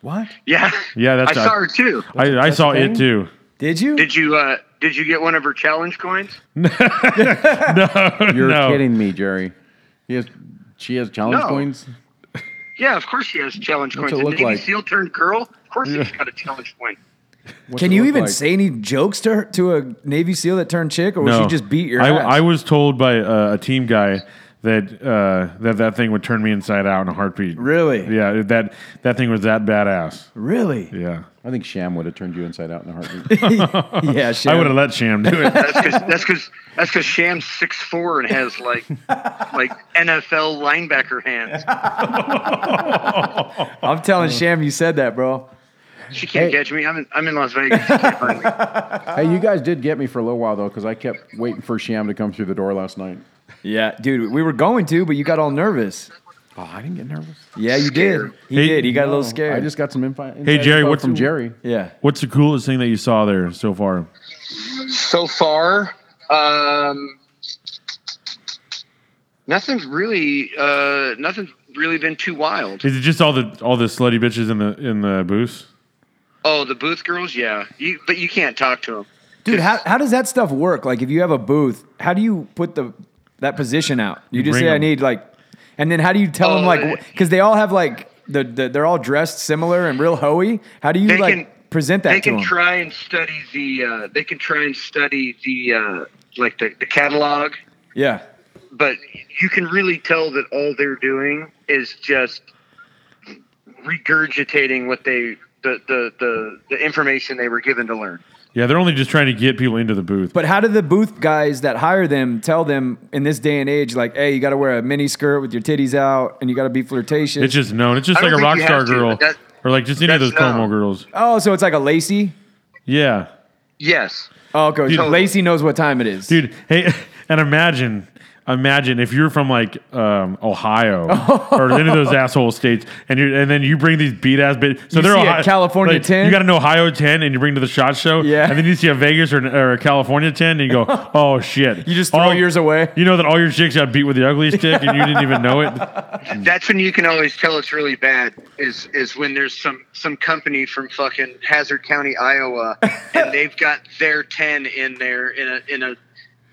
[SPEAKER 5] What?
[SPEAKER 7] Yeah,
[SPEAKER 3] Yeah, that's
[SPEAKER 7] I
[SPEAKER 3] a-
[SPEAKER 7] saw her too.
[SPEAKER 3] I, I saw
[SPEAKER 5] a thing?
[SPEAKER 3] it too.
[SPEAKER 4] Did you?
[SPEAKER 7] Did you uh, did you get one of her challenge coins?
[SPEAKER 5] You're
[SPEAKER 3] No.
[SPEAKER 5] kidding me, Jerry. He has, she has challenge
[SPEAKER 7] No.
[SPEAKER 5] coins?
[SPEAKER 7] Yeah, of course she has challenge
[SPEAKER 5] What's
[SPEAKER 7] coins.
[SPEAKER 5] it
[SPEAKER 7] A
[SPEAKER 5] look
[SPEAKER 7] Navy
[SPEAKER 5] like?
[SPEAKER 7] SEAL turned girl. Of course she's got a challenge coin.
[SPEAKER 5] What's
[SPEAKER 4] Can
[SPEAKER 5] it
[SPEAKER 4] you
[SPEAKER 5] look
[SPEAKER 4] even
[SPEAKER 5] like?
[SPEAKER 4] say any jokes to her, to a Navy SEAL that turned chick, or was she just beat your
[SPEAKER 3] I,
[SPEAKER 4] ass?
[SPEAKER 3] I was told by uh, a team guy that uh, that that thing would turn me inside out in a heartbeat.
[SPEAKER 4] Really?
[SPEAKER 3] Yeah. That that thing was that badass.
[SPEAKER 4] really?
[SPEAKER 3] Yeah.
[SPEAKER 5] I think Sham would have turned you inside out in a heartbeat.
[SPEAKER 4] Yeah, shit.
[SPEAKER 3] I would have let Sham do it.
[SPEAKER 7] That's because that's because that's because Sham's six four and has like like NFL linebacker hands.
[SPEAKER 4] I'm telling
[SPEAKER 5] Mm.
[SPEAKER 4] Sham you said that, bro.
[SPEAKER 7] She can't
[SPEAKER 5] Hey.
[SPEAKER 7] catch me. I'm in I'm in Las Vegas. She can't find me.
[SPEAKER 5] hey, you guys did get me for a little while, though, because I kept waiting for Sham to come through the door last night.
[SPEAKER 4] Yeah, dude, we were going to, but you got all nervous.
[SPEAKER 5] Oh, I didn't get nervous.
[SPEAKER 4] Yeah, you
[SPEAKER 7] Scared.
[SPEAKER 4] did. He
[SPEAKER 3] Hey,
[SPEAKER 4] did. He got a little
[SPEAKER 5] No,
[SPEAKER 4] scared.
[SPEAKER 5] I just got some info.
[SPEAKER 3] Hey, Jerry,
[SPEAKER 5] info
[SPEAKER 3] what's-
[SPEAKER 5] from Jerry?
[SPEAKER 4] yeah.
[SPEAKER 3] What's the coolest thing that you saw there so far?
[SPEAKER 7] so far. Um, nothing's really uh, nothing's really been too wild.
[SPEAKER 3] Is it just all the all the slutty bitches in the in the booths?
[SPEAKER 7] Oh, the booth girls, yeah, you, but you can't talk to them.
[SPEAKER 4] Dude, how, how does that stuff work? Like, if you have a booth, how do you put the that position out? You just
[SPEAKER 3] Ring
[SPEAKER 4] say, I
[SPEAKER 3] 'em.
[SPEAKER 4] need, like, and then how do you tell them,
[SPEAKER 7] Oh,
[SPEAKER 4] like, because they all have, like, the, the, they're all dressed similar and real hoey. How do you,
[SPEAKER 7] They
[SPEAKER 4] like,
[SPEAKER 7] can-
[SPEAKER 4] present that
[SPEAKER 7] They
[SPEAKER 4] to
[SPEAKER 7] can
[SPEAKER 4] them?
[SPEAKER 7] try and study the uh, they can try and study the uh, like the, the catalog,
[SPEAKER 4] yeah.
[SPEAKER 7] but you can really tell that all they're doing is just regurgitating what they the, the, the, the information they were given to learn.
[SPEAKER 3] Yeah, they're only just trying to get people into the booth.
[SPEAKER 4] But how do the booth guys that hire them tell them in this day and age, like, hey, you got to wear a mini skirt with your titties out and you got to be flirtatious?
[SPEAKER 3] it's just known. It's just
[SPEAKER 7] I
[SPEAKER 3] like
[SPEAKER 7] don't
[SPEAKER 3] a rock
[SPEAKER 7] think you
[SPEAKER 3] star
[SPEAKER 7] have to,
[SPEAKER 3] girl,
[SPEAKER 7] but that-
[SPEAKER 3] or like just any of
[SPEAKER 7] that's
[SPEAKER 3] those promo
[SPEAKER 7] known.
[SPEAKER 3] girls.
[SPEAKER 4] oh, so it's like a Lacey?
[SPEAKER 3] Yeah,
[SPEAKER 7] Yes.
[SPEAKER 4] Oh, okay.
[SPEAKER 3] Dude.
[SPEAKER 4] Lacey knows what time it is.
[SPEAKER 3] dude. Hey, and imagine, imagine if you're from like um, Ohio or any of those asshole states, and you and then you bring these beat ass bit. So
[SPEAKER 4] You
[SPEAKER 3] they're
[SPEAKER 4] see a
[SPEAKER 3] Ohio,
[SPEAKER 4] California
[SPEAKER 3] like,
[SPEAKER 4] 10?
[SPEAKER 3] You got an Ohio ten, and you bring to the shot show.
[SPEAKER 4] Yeah.
[SPEAKER 3] and then you see a Vegas or, or a California ten, and you go, oh shit.
[SPEAKER 4] You just throw
[SPEAKER 3] All-
[SPEAKER 4] yours away.
[SPEAKER 3] You know that all your chicks got beat with the ugliest dick, and you didn't even know it.
[SPEAKER 7] That's when you can always tell it's really bad is is when there's some some company from fucking Hazard County, Iowa, and they've got their ten in there in a in a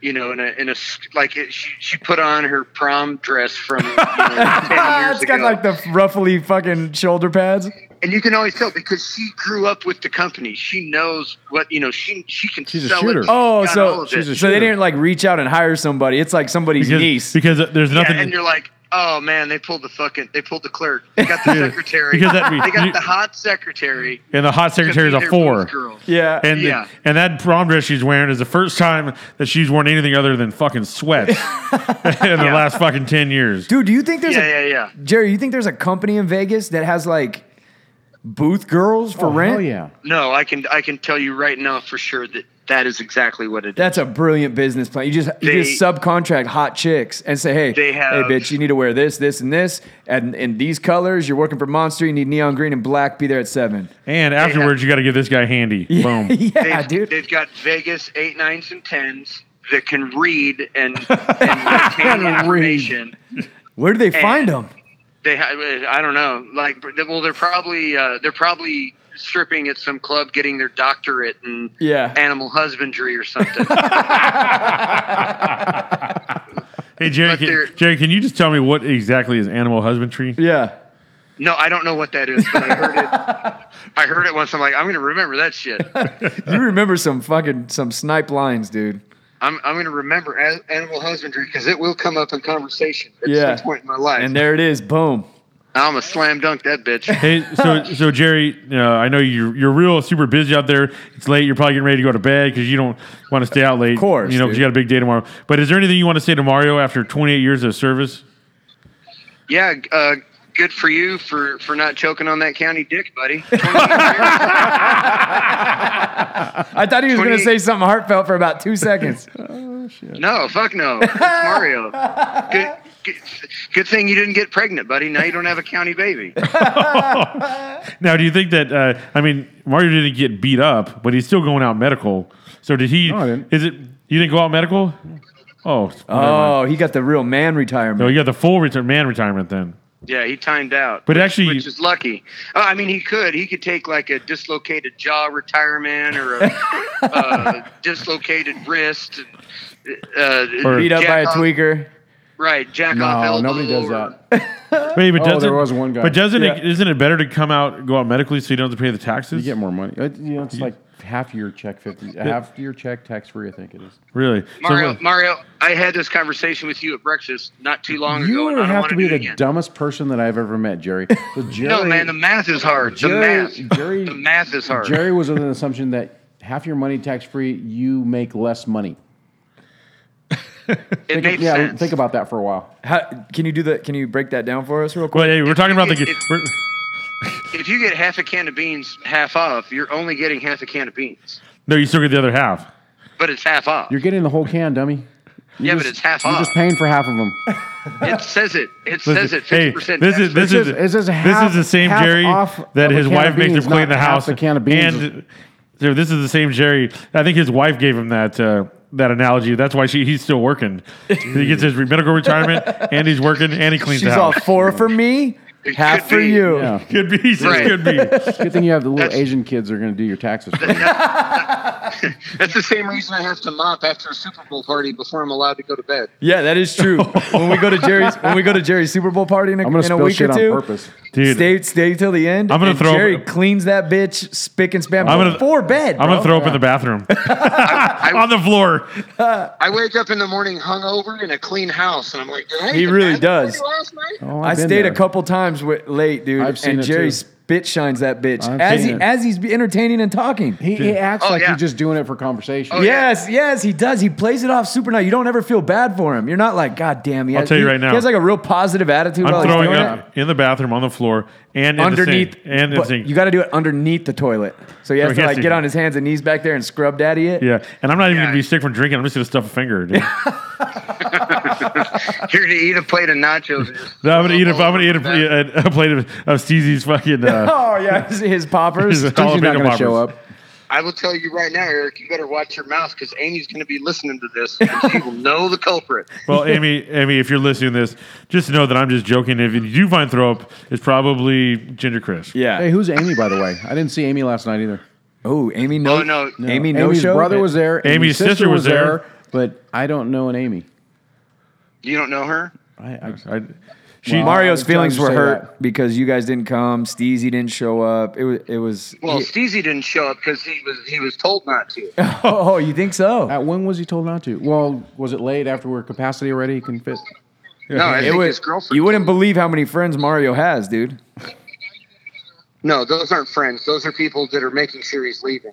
[SPEAKER 7] you know in a in a s- like it, she, she put on her prom dress from you know, ten
[SPEAKER 4] Ah,
[SPEAKER 7] years
[SPEAKER 4] it's
[SPEAKER 7] ago,
[SPEAKER 4] got like the ruffly fucking shoulder pads.
[SPEAKER 7] and you can always tell because she grew up with the company. She knows what you know. She she can
[SPEAKER 5] She's a
[SPEAKER 7] sell
[SPEAKER 5] shooter.
[SPEAKER 7] it. She's
[SPEAKER 4] Oh,
[SPEAKER 7] got all
[SPEAKER 4] so
[SPEAKER 7] of
[SPEAKER 4] so
[SPEAKER 7] it.
[SPEAKER 4] they didn't like reach out and hire somebody. It's like somebody's
[SPEAKER 3] because,
[SPEAKER 4] niece.
[SPEAKER 3] because there's nothing.
[SPEAKER 7] Yeah, and you're like, oh man, they pulled the fucking, they pulled the clerk, they got the secretary,
[SPEAKER 3] Because that-
[SPEAKER 7] they
[SPEAKER 3] you-
[SPEAKER 7] got the hot secretary.
[SPEAKER 3] and the hot secretary is a
[SPEAKER 7] They're
[SPEAKER 3] four.
[SPEAKER 7] both girls.
[SPEAKER 4] Uh, yeah.
[SPEAKER 3] And
[SPEAKER 7] Yeah.
[SPEAKER 3] and that prom dress she's wearing is the first time that she's worn anything other than fucking sweats in the last fucking ten years.
[SPEAKER 4] Dude, do you think there's
[SPEAKER 7] Yeah,
[SPEAKER 4] a
[SPEAKER 7] yeah, yeah.
[SPEAKER 4] Jerry? You think there's a company in Vegas that has like booth girls for
[SPEAKER 5] Oh,
[SPEAKER 4] rent?
[SPEAKER 5] hell yeah.
[SPEAKER 7] No, I can, I can tell you right now for sure that that is exactly what it is.
[SPEAKER 4] That's a brilliant business plan. You just you
[SPEAKER 7] They-
[SPEAKER 4] just subcontract hot chicks and say, hey,
[SPEAKER 7] They have-
[SPEAKER 4] hey, bitch, you need to wear this, this, and this, and in these colors. You're working for Monster. You need neon green and black. Be there at seven.
[SPEAKER 3] And afterwards, you got to give this guy handy. Boom.
[SPEAKER 4] yeah,
[SPEAKER 7] They've-
[SPEAKER 4] dude.
[SPEAKER 7] They've got Vegas eight, nines, and tens that can read and, and retain information.
[SPEAKER 4] Where do they find them?
[SPEAKER 7] They, ha- I don't know, like, well, they're probably, uh, they're probably stripping at some club, getting their doctorate in
[SPEAKER 4] Yeah.
[SPEAKER 7] animal husbandry or something.
[SPEAKER 3] Hey Jerry,
[SPEAKER 7] But they're-
[SPEAKER 3] can, Jerry, can you just tell me what exactly is animal husbandry?
[SPEAKER 4] Yeah.
[SPEAKER 7] No, I don't know what that is, but I heard it. I heard it once. I'm like, I'm gonna remember that shit.
[SPEAKER 4] You remember some fucking some snipe lines, dude.
[SPEAKER 7] I'm I'm gonna remember a- animal husbandry because it will come up in conversation at
[SPEAKER 4] Yeah.
[SPEAKER 7] some point in my life.
[SPEAKER 4] And there it is. Boom.
[SPEAKER 7] I'm a slam dunk that bitch.
[SPEAKER 3] Hey, so so Jerry, uh, I know you're you're real super busy out there. It's late. You're probably getting ready to go to bed because you don't want to stay out late. Of
[SPEAKER 4] course,
[SPEAKER 3] you know 'cause
[SPEAKER 4] dude.
[SPEAKER 3] you got a big day tomorrow. But is there anything you want to say to Mario after 28 years of service?
[SPEAKER 7] Yeah, uh, good for you for for not choking on that county dick, buddy.
[SPEAKER 4] I thought he was going to
[SPEAKER 7] 28
[SPEAKER 4] say something heartfelt for about two seconds.
[SPEAKER 7] no, fuck no, it's Mario. Good, good, good thing you didn't get pregnant, buddy. Now you don't have a county baby.
[SPEAKER 3] Now, do you think that uh, I mean Mario didn't get beat up, but he's still going out medical. So did he?
[SPEAKER 5] No, I didn't.
[SPEAKER 3] Is it you didn't go out medical? Oh, oh.
[SPEAKER 4] oh, he got the real man retirement.
[SPEAKER 3] no, you got the full reti- man retirement then.
[SPEAKER 7] Yeah, he timed out.
[SPEAKER 3] But
[SPEAKER 7] which-
[SPEAKER 3] actually-
[SPEAKER 7] which is lucky. Uh, I mean, he could. He could take like a dislocated jaw retirement or a uh, dislocated wrist. Uh,
[SPEAKER 3] Or-
[SPEAKER 4] Beat up by a
[SPEAKER 7] jack off-
[SPEAKER 4] tweaker.
[SPEAKER 7] Right, jack
[SPEAKER 5] No,
[SPEAKER 7] off elbow.
[SPEAKER 5] Oh, nobody does
[SPEAKER 7] or-
[SPEAKER 5] that.
[SPEAKER 3] Wait, but
[SPEAKER 5] Oh,
[SPEAKER 3] doesn't,
[SPEAKER 5] there was one guy.
[SPEAKER 3] But doesn't it
[SPEAKER 4] Yeah.
[SPEAKER 3] isn't it better to come out go out medically so you don't have to pay the taxes?
[SPEAKER 5] You get more money. It- you know, it's like half your check, 50, half your check tax free, I think it is.
[SPEAKER 3] Really,
[SPEAKER 7] Mario,
[SPEAKER 3] So, what-
[SPEAKER 7] Mario, I had this conversation with you at breakfast not too long ago,
[SPEAKER 5] You
[SPEAKER 7] and I don't
[SPEAKER 5] have
[SPEAKER 7] want
[SPEAKER 5] to
[SPEAKER 7] to
[SPEAKER 5] be
[SPEAKER 7] do it
[SPEAKER 5] the
[SPEAKER 7] again.
[SPEAKER 5] dumbest person that I've ever met, Jerry. So Jerry
[SPEAKER 7] no, man, the math is hard. The
[SPEAKER 5] Jerry-
[SPEAKER 7] math,
[SPEAKER 5] Jerry-
[SPEAKER 7] the math is hard.
[SPEAKER 5] Jerry was under the assumption that half your money tax free, you make less money.
[SPEAKER 7] it makes
[SPEAKER 5] yeah,
[SPEAKER 7] sense.
[SPEAKER 5] think about that for a while.
[SPEAKER 4] How, can you do that? Can you break that down for us real quick?
[SPEAKER 3] well, hey, we're talking about the.
[SPEAKER 7] It- it-
[SPEAKER 3] we're-
[SPEAKER 7] if you get half a can of beans half off, you're only getting half a can of beans,
[SPEAKER 3] no, you still get the other half.
[SPEAKER 7] but it's half off.
[SPEAKER 5] You're getting the whole can, dummy. You
[SPEAKER 7] Yeah, but
[SPEAKER 5] just-
[SPEAKER 7] it's half
[SPEAKER 5] You're
[SPEAKER 7] off.
[SPEAKER 5] just paying for half of them.
[SPEAKER 7] It says it. It
[SPEAKER 3] Listen,
[SPEAKER 7] says it.
[SPEAKER 3] hey,
[SPEAKER 7] Fifty percent.
[SPEAKER 3] this is this is
[SPEAKER 5] just- it's just
[SPEAKER 3] this
[SPEAKER 5] half-
[SPEAKER 3] is the same
[SPEAKER 5] half
[SPEAKER 3] Jerry
[SPEAKER 5] off
[SPEAKER 3] that
[SPEAKER 5] of a
[SPEAKER 3] his
[SPEAKER 5] can of
[SPEAKER 3] wife makes him
[SPEAKER 5] beans,
[SPEAKER 3] clean
[SPEAKER 5] not
[SPEAKER 3] the
[SPEAKER 5] half
[SPEAKER 3] house.
[SPEAKER 5] a can of beans.
[SPEAKER 3] And so this is the same Jerry. I think his wife gave him that uh, that analogy. That's why she, he's still working. he gets his medical retirement, and he's working, and he cleans
[SPEAKER 4] She's
[SPEAKER 3] the
[SPEAKER 4] all
[SPEAKER 3] house.
[SPEAKER 4] four for me,
[SPEAKER 7] It
[SPEAKER 4] half
[SPEAKER 7] could
[SPEAKER 4] for
[SPEAKER 7] be.
[SPEAKER 4] you.
[SPEAKER 5] Yeah.
[SPEAKER 3] Could be, he says
[SPEAKER 7] Right.
[SPEAKER 3] could be.
[SPEAKER 5] Good thing you have the little
[SPEAKER 7] That's-
[SPEAKER 5] Asian kids that are going to do your taxes for you.
[SPEAKER 7] That's the same reason I have to mop after a Super Bowl party before I'm allowed to go to bed.
[SPEAKER 4] Yeah, that is true. when we go to Jerry's, when we go to Jerry's Super Bowl party in a,
[SPEAKER 5] I'm going
[SPEAKER 4] in
[SPEAKER 5] to
[SPEAKER 4] a
[SPEAKER 5] spill
[SPEAKER 4] week
[SPEAKER 5] shit
[SPEAKER 4] or two,
[SPEAKER 5] on purpose.
[SPEAKER 3] Dude,
[SPEAKER 4] stay stay till the end.
[SPEAKER 3] I'm gonna
[SPEAKER 4] and
[SPEAKER 3] throw-
[SPEAKER 4] Jerry cleans that bitch, spick and span
[SPEAKER 3] I'm gonna-
[SPEAKER 4] before bed.
[SPEAKER 3] I'm
[SPEAKER 4] bro.
[SPEAKER 3] gonna throw up in the bathroom on the floor.
[SPEAKER 7] I wake up in the morning hungover in a clean house, and I'm like, Did I
[SPEAKER 4] He
[SPEAKER 7] eat
[SPEAKER 4] really
[SPEAKER 7] the bathroom
[SPEAKER 4] does.
[SPEAKER 7] Last night?
[SPEAKER 5] Oh, I've
[SPEAKER 4] I
[SPEAKER 5] been
[SPEAKER 4] stayed
[SPEAKER 5] there.
[SPEAKER 4] a couple times with, late, dude,
[SPEAKER 5] I've seen
[SPEAKER 4] and
[SPEAKER 5] it
[SPEAKER 4] Jerry
[SPEAKER 5] too.
[SPEAKER 4] spick spit shines that bitch
[SPEAKER 5] I've
[SPEAKER 4] as
[SPEAKER 5] seen
[SPEAKER 4] he
[SPEAKER 5] it.
[SPEAKER 4] as he's entertaining and talking.
[SPEAKER 5] He, Oh, he acts
[SPEAKER 7] Oh,
[SPEAKER 5] like
[SPEAKER 7] yeah. Oh,
[SPEAKER 5] he's just doing it for conversation.
[SPEAKER 7] yeah.
[SPEAKER 4] yes, yes, he does. He plays it off super nice. You don't ever feel bad for him. You're not like, God damn. He
[SPEAKER 3] I'll
[SPEAKER 4] has-
[SPEAKER 3] tell you
[SPEAKER 4] he-
[SPEAKER 3] right now.
[SPEAKER 4] He has like a real positive attitude. while
[SPEAKER 3] I'm
[SPEAKER 4] he's
[SPEAKER 3] throwing
[SPEAKER 4] doing it.
[SPEAKER 3] up in the bathroom on the floor and in
[SPEAKER 4] underneath
[SPEAKER 3] the sink, and in the
[SPEAKER 4] but
[SPEAKER 3] sink.
[SPEAKER 4] You got to do it underneath the toilet. So he
[SPEAKER 3] So
[SPEAKER 4] has
[SPEAKER 3] he
[SPEAKER 4] to
[SPEAKER 3] has
[SPEAKER 4] like
[SPEAKER 3] to-
[SPEAKER 4] get on his hands and knees back there and scrub daddy it.
[SPEAKER 3] yeah, and I'm not even
[SPEAKER 7] Yeah.
[SPEAKER 3] gonna be sick from drinking. I'm just gonna stuff a finger. Dude.
[SPEAKER 7] You're gonna eat a plate of nachos. And just
[SPEAKER 3] No, I'm gonna eat a, I'm gonna eat
[SPEAKER 7] That-
[SPEAKER 3] a, a, a plate of, of Steezy's fucking. Uh,
[SPEAKER 4] Oh yeah, his, his poppers.
[SPEAKER 3] his
[SPEAKER 5] He's not
[SPEAKER 3] jalapeno
[SPEAKER 5] going to show
[SPEAKER 3] poppers.
[SPEAKER 5] up.
[SPEAKER 7] I will tell you right now, Eric. You better watch your mouth because Amy's gonna be listening to this. And she will know the culprit.
[SPEAKER 3] Well, Amy, Amy, if you're listening to this, just know that I'm just joking. If you do find throw up, it's probably Ginger Crisp.
[SPEAKER 4] yeah.
[SPEAKER 5] Hey, who's Amy, by the way? I didn't see Amy last night either.
[SPEAKER 4] oh, Amy no.
[SPEAKER 7] Oh, no. No.
[SPEAKER 4] Amy no
[SPEAKER 5] Amy's
[SPEAKER 4] show.
[SPEAKER 5] brother was there. Amy's, sister, was there, But I don't know an Amy.
[SPEAKER 7] You don't know her?
[SPEAKER 5] I, I,
[SPEAKER 3] I, she,
[SPEAKER 5] Wow.
[SPEAKER 4] Mario's
[SPEAKER 5] Every time
[SPEAKER 4] feelings
[SPEAKER 5] you
[SPEAKER 4] were
[SPEAKER 5] say
[SPEAKER 4] hurt
[SPEAKER 5] that.
[SPEAKER 4] because you guys didn't come. Steezy didn't show up. It was. It was.
[SPEAKER 7] Well,
[SPEAKER 4] he-
[SPEAKER 7] Steezy didn't show up because he was he was told not to.
[SPEAKER 4] oh, you think so?
[SPEAKER 5] at when was he told not to? Well, was it late after we were capacity already? He couldn't fit.
[SPEAKER 7] No, I think
[SPEAKER 4] it
[SPEAKER 7] his
[SPEAKER 4] was.
[SPEAKER 7] girlfriend.
[SPEAKER 4] You wouldn't believe how many friends Mario has, dude.
[SPEAKER 7] No, those aren't friends. Those are people that are making sure he's leaving.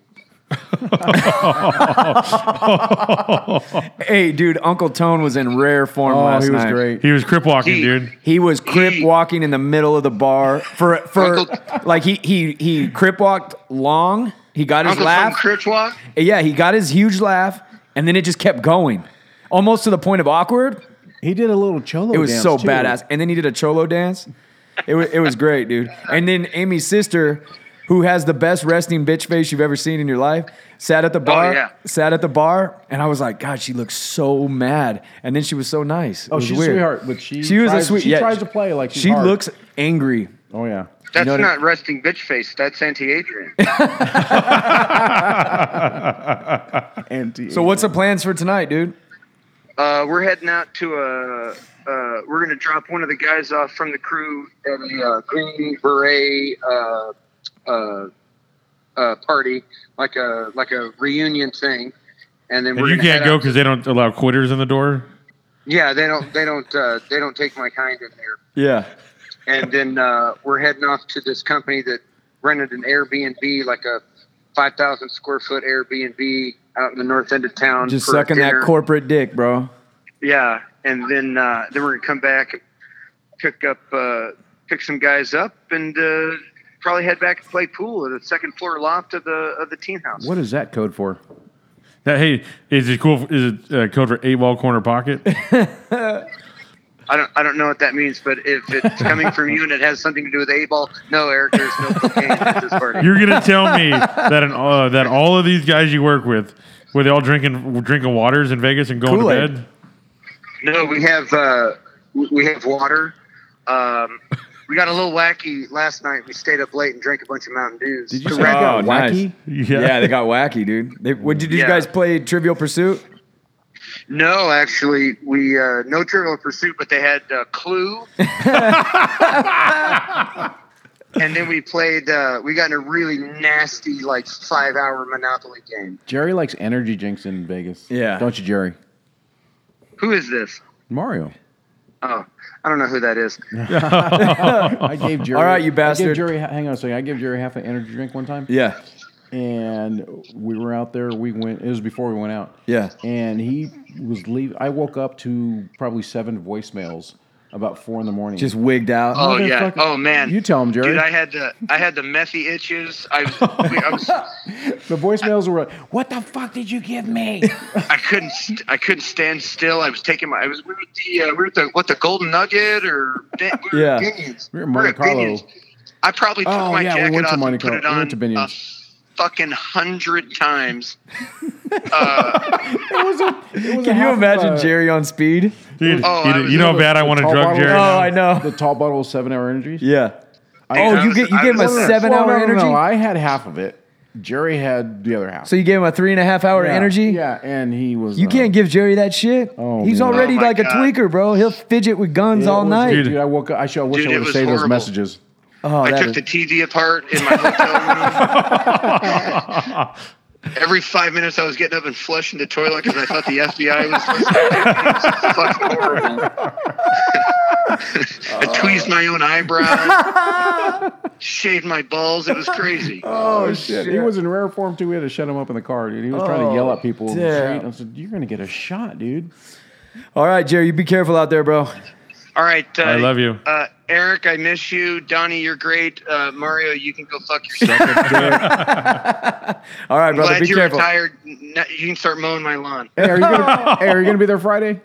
[SPEAKER 4] Hey, dude, Uncle Tone was in rare form
[SPEAKER 5] Oh,
[SPEAKER 4] last
[SPEAKER 5] he was
[SPEAKER 4] night.
[SPEAKER 5] great.
[SPEAKER 3] he was crip walking,
[SPEAKER 7] He-
[SPEAKER 3] dude.
[SPEAKER 4] He was crip walking in the middle of the bar for for
[SPEAKER 7] Uncle-
[SPEAKER 4] like he he he crip walked long. He got his
[SPEAKER 7] Uncle Tom
[SPEAKER 4] laugh.
[SPEAKER 7] Critchwalk?
[SPEAKER 4] yeah, he got his huge laugh, and then it just kept going, almost to the point of awkward.
[SPEAKER 5] He did a little cholo.
[SPEAKER 4] It was
[SPEAKER 5] dance,
[SPEAKER 4] so
[SPEAKER 5] too.
[SPEAKER 4] badass. And then he did a cholo dance. It was it was great, dude. And then Amy's sister, who has the best resting bitch face you've ever seen in your life, sat at the bar.
[SPEAKER 7] Oh, yeah.
[SPEAKER 4] Sat at the bar, and I was like, God, she looks so mad. And then she was so nice. It
[SPEAKER 5] Oh,
[SPEAKER 4] was
[SPEAKER 5] she's a
[SPEAKER 4] weird.
[SPEAKER 5] sweetheart, but she
[SPEAKER 4] she was a
[SPEAKER 5] tries-
[SPEAKER 4] sweet.
[SPEAKER 5] she
[SPEAKER 4] yeah,
[SPEAKER 5] tries to play like she's
[SPEAKER 4] she
[SPEAKER 5] hard.
[SPEAKER 4] looks angry.
[SPEAKER 5] Oh yeah.
[SPEAKER 7] That's
[SPEAKER 4] know what
[SPEAKER 7] not resting bitch face. That's anti Adrian.
[SPEAKER 5] And
[SPEAKER 4] So what's the plans for tonight, dude?
[SPEAKER 7] uh, we're heading out to a. Uh, we're gonna drop one of the guys off from the crew at a uh, green beret uh, uh, uh, party, like a like a reunion thing, and then
[SPEAKER 3] And
[SPEAKER 7] we're
[SPEAKER 3] you
[SPEAKER 7] gonna
[SPEAKER 3] can't
[SPEAKER 7] head
[SPEAKER 3] go
[SPEAKER 7] out-
[SPEAKER 3] because they don't allow quitters in the door.
[SPEAKER 7] Yeah, they don't they don't uh, they don't take my kind in there.
[SPEAKER 4] Yeah.
[SPEAKER 7] and then uh, we're heading off to this company that rented an Airbnb, like a 5,000 square foot Airbnb out in the north end of town.
[SPEAKER 4] Just
[SPEAKER 7] for
[SPEAKER 4] sucking
[SPEAKER 7] dinner.
[SPEAKER 4] that corporate dick, bro.
[SPEAKER 7] Yeah, and then uh, then we're gonna come back, and pick up, uh, pick some guys up, and uh, probably head back and play pool at the second floor loft of the of the teen house.
[SPEAKER 5] what is that code for?
[SPEAKER 3] That, hey, is it cool? Is it uh, code for eight ball corner pocket?
[SPEAKER 7] I don't I don't know what that means, but if it's coming from you and it has something to do with a ball, no, Eric, there's no cocaine at this party.
[SPEAKER 3] You're gonna tell me that an, uh, that all of these guys you work with were they all drinking drinking waters in Vegas and going
[SPEAKER 4] Kool-Aid.
[SPEAKER 3] to bed?
[SPEAKER 7] No, we have uh, we we have water. Um, we got a little wacky last night. We stayed up late and drank a bunch of Mountain Dews.
[SPEAKER 5] Did you
[SPEAKER 7] To
[SPEAKER 5] say
[SPEAKER 7] wrap
[SPEAKER 5] that
[SPEAKER 7] up-
[SPEAKER 4] Oh, nice.
[SPEAKER 5] wacky?
[SPEAKER 3] Yeah.
[SPEAKER 4] they got wacky, dude. They, what, did you
[SPEAKER 7] Yeah.
[SPEAKER 4] guys play Trivial Pursuit?
[SPEAKER 7] No, actually, we uh, no Trivial Pursuit, but they had uh, Clue. and then we played. Uh, we got in a really nasty, like five-hour Monopoly game.
[SPEAKER 5] Jerry likes energy drinks in Vegas.
[SPEAKER 4] Yeah.
[SPEAKER 5] Don't you, Jerry?
[SPEAKER 7] Who is this?
[SPEAKER 5] Mario.
[SPEAKER 7] Oh, I don't know who that is.
[SPEAKER 5] I gave Jerry.
[SPEAKER 4] All right, you
[SPEAKER 5] I
[SPEAKER 4] bastard.
[SPEAKER 5] gave Jerry, hang on a second. I gave Jerry half an energy drink one time.
[SPEAKER 4] Yeah.
[SPEAKER 5] and we were out there. We went. It was before we went out.
[SPEAKER 4] Yeah.
[SPEAKER 5] And he was leave. I woke up to probably seven voicemails about four in the morning.
[SPEAKER 4] Just wigged out.
[SPEAKER 7] Oh yeah.
[SPEAKER 5] Motherfucker.
[SPEAKER 7] Oh man.
[SPEAKER 5] You tell 'em, Jerry.
[SPEAKER 7] Dude, I had the I had the methy itches. I was, I was
[SPEAKER 5] the voicemails were like, "What the fuck did you give me?"
[SPEAKER 7] I couldn't. St- I couldn't stand still. I was taking my. I was. We were at the. Uh, we were at the. What the Golden Nugget or? da- We were
[SPEAKER 4] Yeah.
[SPEAKER 7] at Binion's.
[SPEAKER 5] We were at Monte
[SPEAKER 7] at Binion's. I probably took
[SPEAKER 5] Oh,
[SPEAKER 7] my
[SPEAKER 5] yeah, we
[SPEAKER 7] jacket
[SPEAKER 5] went to
[SPEAKER 7] off
[SPEAKER 5] Monte
[SPEAKER 7] and put
[SPEAKER 5] Carlo.
[SPEAKER 7] it
[SPEAKER 5] We
[SPEAKER 7] on
[SPEAKER 5] went to Binion's.
[SPEAKER 7] a fucking hundred times.
[SPEAKER 5] It was a- it was a
[SPEAKER 4] Can you
[SPEAKER 5] half,
[SPEAKER 4] imagine
[SPEAKER 5] uh,
[SPEAKER 4] Jerry on speed?
[SPEAKER 3] Dude,
[SPEAKER 7] Oh,
[SPEAKER 3] you,
[SPEAKER 7] I
[SPEAKER 3] know-
[SPEAKER 7] was
[SPEAKER 3] you know how
[SPEAKER 5] the-
[SPEAKER 3] bad I
[SPEAKER 5] the
[SPEAKER 3] want to
[SPEAKER 5] tall
[SPEAKER 3] drug
[SPEAKER 5] bottle-
[SPEAKER 3] Jerry.
[SPEAKER 4] Oh,
[SPEAKER 3] now?
[SPEAKER 4] I know.
[SPEAKER 5] The tall bottle of seven hour energies.
[SPEAKER 4] Yeah.
[SPEAKER 7] Dude,
[SPEAKER 4] Oh,
[SPEAKER 7] I
[SPEAKER 4] you
[SPEAKER 7] was-
[SPEAKER 4] get you
[SPEAKER 7] I
[SPEAKER 4] gave him a
[SPEAKER 7] was-
[SPEAKER 4] seven
[SPEAKER 5] Well,
[SPEAKER 4] hour
[SPEAKER 5] no, no, no,
[SPEAKER 4] energy.
[SPEAKER 5] I had half of it. Jerry had the other half.
[SPEAKER 4] So you gave him a three and a half hour
[SPEAKER 5] Yeah,
[SPEAKER 4] energy.
[SPEAKER 5] Yeah, and he was.
[SPEAKER 4] You
[SPEAKER 5] uh,
[SPEAKER 4] can't give Jerry that shit.
[SPEAKER 5] Oh,
[SPEAKER 4] He's
[SPEAKER 5] man.
[SPEAKER 4] already
[SPEAKER 7] Oh, my
[SPEAKER 4] like a
[SPEAKER 7] God.
[SPEAKER 4] tweaker, bro. He'll fidget with guns
[SPEAKER 5] it
[SPEAKER 4] all
[SPEAKER 5] was-
[SPEAKER 4] night.
[SPEAKER 5] dude. I woke up. I, should, I wish
[SPEAKER 7] Dude,
[SPEAKER 5] I
[SPEAKER 7] it
[SPEAKER 5] would
[SPEAKER 7] was
[SPEAKER 5] save those
[SPEAKER 7] horrible.
[SPEAKER 5] messages.
[SPEAKER 4] oh,
[SPEAKER 7] I
[SPEAKER 4] that
[SPEAKER 7] took
[SPEAKER 4] is-
[SPEAKER 7] the TV apart in my hotel room. Every five minutes, I was getting up and flushing the toilet because I thought the FBI was listening. It was fucking horrible. I tweezed my own eyebrow. shaved my balls. It was crazy.
[SPEAKER 5] Oh shit! He was in rare form too. We had to shut him up in the car, dude. He was trying to yell at people. in the
[SPEAKER 4] Oh, damn.
[SPEAKER 5] street. I said, "You're gonna get a shot, dude."
[SPEAKER 4] All right, Jerry, you be careful out there, bro.
[SPEAKER 7] All right. Uh,
[SPEAKER 3] I love you.
[SPEAKER 7] Uh, Eric, I miss you. Donnie, you're great. Uh, Mario, you can go fuck yourself.
[SPEAKER 4] All right, brother,
[SPEAKER 7] Glad
[SPEAKER 4] be
[SPEAKER 7] you're
[SPEAKER 4] careful.
[SPEAKER 7] retired. N- You can start mowing my lawn.
[SPEAKER 5] Hey, are you gonna, hey, are you gonna be there Friday?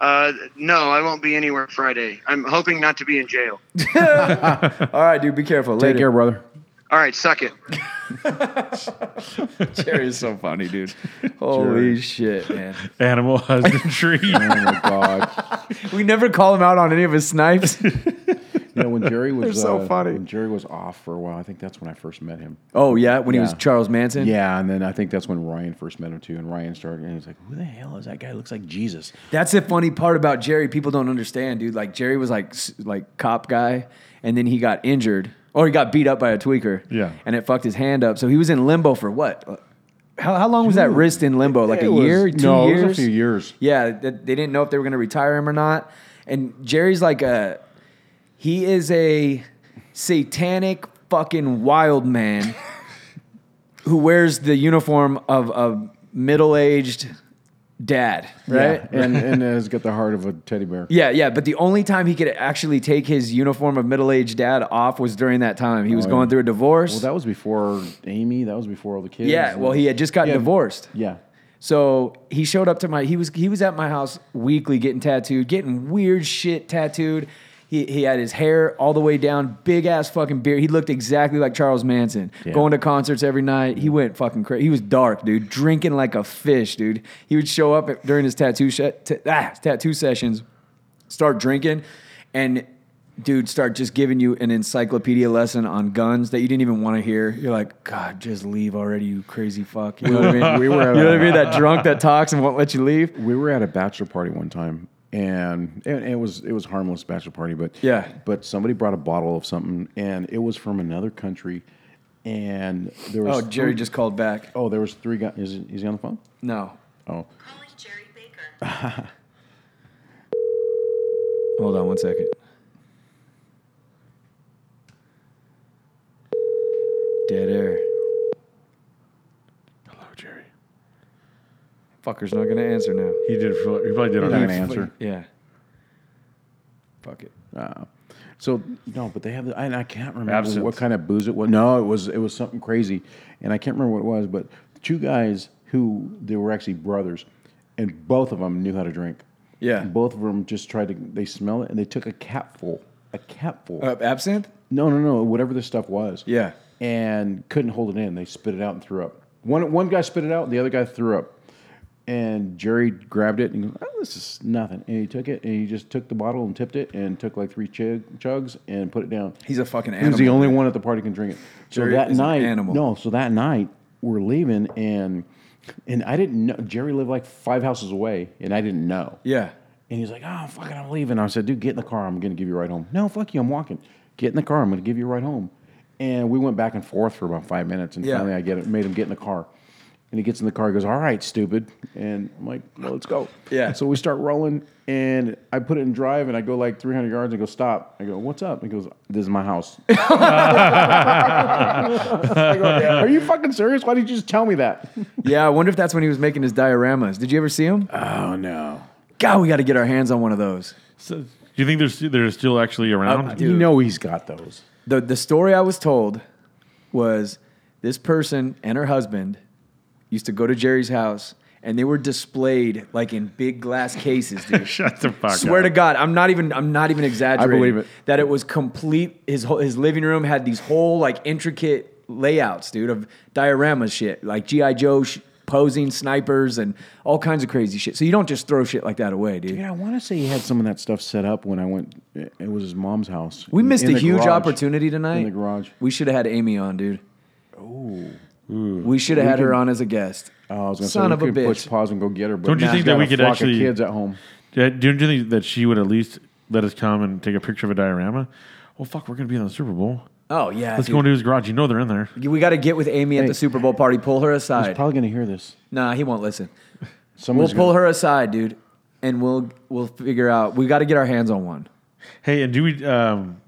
[SPEAKER 7] Uh, no, I won't be anywhere Friday. I'm hoping not to be in jail.
[SPEAKER 4] All right, dude, be careful.
[SPEAKER 5] Take care,
[SPEAKER 4] Later.
[SPEAKER 5] brother.
[SPEAKER 7] All right, suck it.
[SPEAKER 5] Jerry is so funny, dude.
[SPEAKER 4] Holy shit, man.
[SPEAKER 3] Animal husbandry.
[SPEAKER 5] Oh my god!
[SPEAKER 4] We never call him out on any of his snipes.
[SPEAKER 5] Yeah, when Jerry was
[SPEAKER 4] They're so
[SPEAKER 5] uh,
[SPEAKER 4] funny.
[SPEAKER 5] When Jerry was off for a while, I think that's when I first met him.
[SPEAKER 4] oh, yeah, when he was
[SPEAKER 5] Yeah.
[SPEAKER 4] Charles Manson?
[SPEAKER 5] Yeah, and then I think that's when Ryan first met him too. And Ryan started, and he was like, "Who the hell is that guy? Looks like Jesus."
[SPEAKER 4] That's the funny part about Jerry. People don't understand, dude. Like, Jerry was like, s- like cop guy, and then he got injured or he got beat up by a tweaker.
[SPEAKER 3] Yeah.
[SPEAKER 4] And it fucked his hand up. So he was in limbo for what? How, how long was that wrist in limbo? Like a
[SPEAKER 5] It was-
[SPEAKER 4] year? Two
[SPEAKER 5] no,
[SPEAKER 4] years?
[SPEAKER 5] It was a few years.
[SPEAKER 4] Yeah, th- they didn't know if they were going to retire him or not. And Jerry's like a he is a satanic fucking wild man who wears the uniform of a middle-aged dad, right?
[SPEAKER 5] Yeah, and and has got the heart of a teddy bear.
[SPEAKER 4] Yeah, yeah, but the only time he could actually take his uniform of middle-aged dad off was during that time. He was
[SPEAKER 5] Oh,
[SPEAKER 4] going
[SPEAKER 5] yeah.
[SPEAKER 4] through a divorce.
[SPEAKER 5] Well, that was before Amy. That was before all the kids.
[SPEAKER 4] yeah, well, he had just gotten
[SPEAKER 5] Yeah.
[SPEAKER 4] divorced.
[SPEAKER 5] Yeah.
[SPEAKER 4] So he showed up to my he was he was at my house weekly getting tattooed, getting weird shit tattooed. He, he had his hair all the way down, big ass fucking beard. He looked exactly like Charles Manson.
[SPEAKER 5] Yeah.
[SPEAKER 4] Going to concerts every night. He went fucking crazy. He was dark, dude. Drinking like a fish, dude. He would show up at- during his tattoo sh- t- ah, tattoo sessions, start drinking, and dude, start just giving you an encyclopedia lesson on guns that you didn't even want to hear. You're like, God, just leave already, you crazy fuck. You know what I mean?
[SPEAKER 5] We were at
[SPEAKER 4] you know what
[SPEAKER 5] a-
[SPEAKER 4] I mean? That drunk that talks and won't let you leave.
[SPEAKER 5] We were at a bachelor party one time, and, and it was it was harmless bachelor party, but
[SPEAKER 4] Yeah.
[SPEAKER 5] But somebody brought a bottle of something, and it was from another country, and there was
[SPEAKER 4] Oh, Jerry
[SPEAKER 5] three-
[SPEAKER 4] just called back.
[SPEAKER 5] oh there was three guys. Is, he- is he on the phone?
[SPEAKER 4] No.
[SPEAKER 5] Oh,
[SPEAKER 8] Calling Jerry Baker.
[SPEAKER 4] Hold on one second. Dead air.
[SPEAKER 3] Hello, Jerry.
[SPEAKER 4] Fucker's not gonna answer now.
[SPEAKER 3] He did. He probably did.
[SPEAKER 5] not
[SPEAKER 3] on
[SPEAKER 5] gonna
[SPEAKER 3] purpose.
[SPEAKER 5] answer.
[SPEAKER 4] Yeah. Fuck it.
[SPEAKER 5] Uh, so no, but they have. The, and I can't remember
[SPEAKER 3] Absinthe.
[SPEAKER 5] what kind of booze it was. No, it was it was something crazy, and I can't remember what it was. But two guys who they were actually brothers, and both of them knew how to drink.
[SPEAKER 4] Yeah.
[SPEAKER 5] both of them just tried to. They smell it and they took a capful, a capful.
[SPEAKER 4] Uh, absinthe?
[SPEAKER 5] no, no, no, whatever this stuff was.
[SPEAKER 4] Yeah.
[SPEAKER 5] and couldn't hold it in. They spit it out and threw up. One one guy spit it out, the other guy threw up. And Jerry grabbed it and goes, oh, this is nothing. And he took it and he just took the bottle and tipped it and took like three chug, chugs and put it down.
[SPEAKER 4] He's a fucking
[SPEAKER 5] He was the
[SPEAKER 4] animal,
[SPEAKER 5] only
[SPEAKER 4] man.
[SPEAKER 5] one at the party can drink it. So
[SPEAKER 4] Jerry
[SPEAKER 5] that
[SPEAKER 4] is an
[SPEAKER 5] night,
[SPEAKER 4] animal.
[SPEAKER 5] no. So that night we're leaving and and I didn't know Jerry lived like five houses away and I didn't know.
[SPEAKER 4] Yeah.
[SPEAKER 5] And he's like, oh, fucking, I'm leaving. I said, dude, get in the car. I'm going to give you a ride home. No, fuck you. I'm walking. Get in the car. I'm going to give you a ride home. And we went back and forth for about five minutes. And
[SPEAKER 4] Yeah.
[SPEAKER 5] finally, I get it, made him get in the car. And he gets in the car. He goes, all right, stupid. And I'm like, well, let's go.
[SPEAKER 4] Yeah.
[SPEAKER 5] So we start rolling. And I put it in drive. And I go like 300 yards. and go, stop. I go, what's up? He goes, this is my house. I go, are you fucking serious? Why did you just tell me that?
[SPEAKER 4] Yeah, I wonder if that's when he was making his dioramas. Did you ever see him?
[SPEAKER 5] Oh, no.
[SPEAKER 4] God, we gotta get our hands on one of those.
[SPEAKER 3] So, do you think there's they're still actually around?
[SPEAKER 5] You know he's got those.
[SPEAKER 4] the the story I was told was this person and her husband used to go to Jerry's house and they were displayed like in big glass cases, dude.
[SPEAKER 3] Shut the fuck
[SPEAKER 4] Swear
[SPEAKER 3] up.
[SPEAKER 4] to God, I'm not even I'm not even exaggerating.
[SPEAKER 5] believe it.
[SPEAKER 4] That it was complete. His whole, his living room had these whole like intricate layouts, dude, of diorama shit, like GI Joe sh- posing snipers and all kinds of crazy shit. So you don't just throw shit like that away, dude.
[SPEAKER 5] Yeah, I want to say he had some of that stuff set up when I went. It was his mom's house.
[SPEAKER 4] We missed
[SPEAKER 5] In
[SPEAKER 4] a
[SPEAKER 5] the
[SPEAKER 4] huge
[SPEAKER 5] garage.
[SPEAKER 4] opportunity tonight.
[SPEAKER 5] In the garage.
[SPEAKER 4] We should have had Amy on, dude. Oh. We should have had her on as a guest.
[SPEAKER 5] Oh, I was gonna
[SPEAKER 4] Son
[SPEAKER 5] say,
[SPEAKER 4] of a
[SPEAKER 5] we could
[SPEAKER 4] bitch.
[SPEAKER 5] Push pause and go get her. But
[SPEAKER 3] Don't you
[SPEAKER 5] now
[SPEAKER 3] think
[SPEAKER 5] she's
[SPEAKER 3] that
[SPEAKER 5] got
[SPEAKER 3] we
[SPEAKER 5] a
[SPEAKER 3] could
[SPEAKER 5] flock of
[SPEAKER 3] actually-
[SPEAKER 5] kids at home?
[SPEAKER 3] Yeah, don't you think that she would at least let us come and take a picture of a diorama? Well, fuck, we're gonna be on the Super Bowl.
[SPEAKER 4] Oh yeah.
[SPEAKER 3] Let's
[SPEAKER 4] dude.
[SPEAKER 3] go into his garage. You know they're in there.
[SPEAKER 4] we got to get with Amy at
[SPEAKER 5] Hey.
[SPEAKER 4] the Super Bowl party. Pull her
[SPEAKER 5] He's
[SPEAKER 4] aside.
[SPEAKER 5] probably gonna hear this.
[SPEAKER 4] nah, he won't listen. We'll
[SPEAKER 5] Someone's
[SPEAKER 4] pull
[SPEAKER 5] gonna-
[SPEAKER 4] her aside, dude, and we'll we'll figure out. We got to get our hands on one.
[SPEAKER 3] Hey, and do we? Um,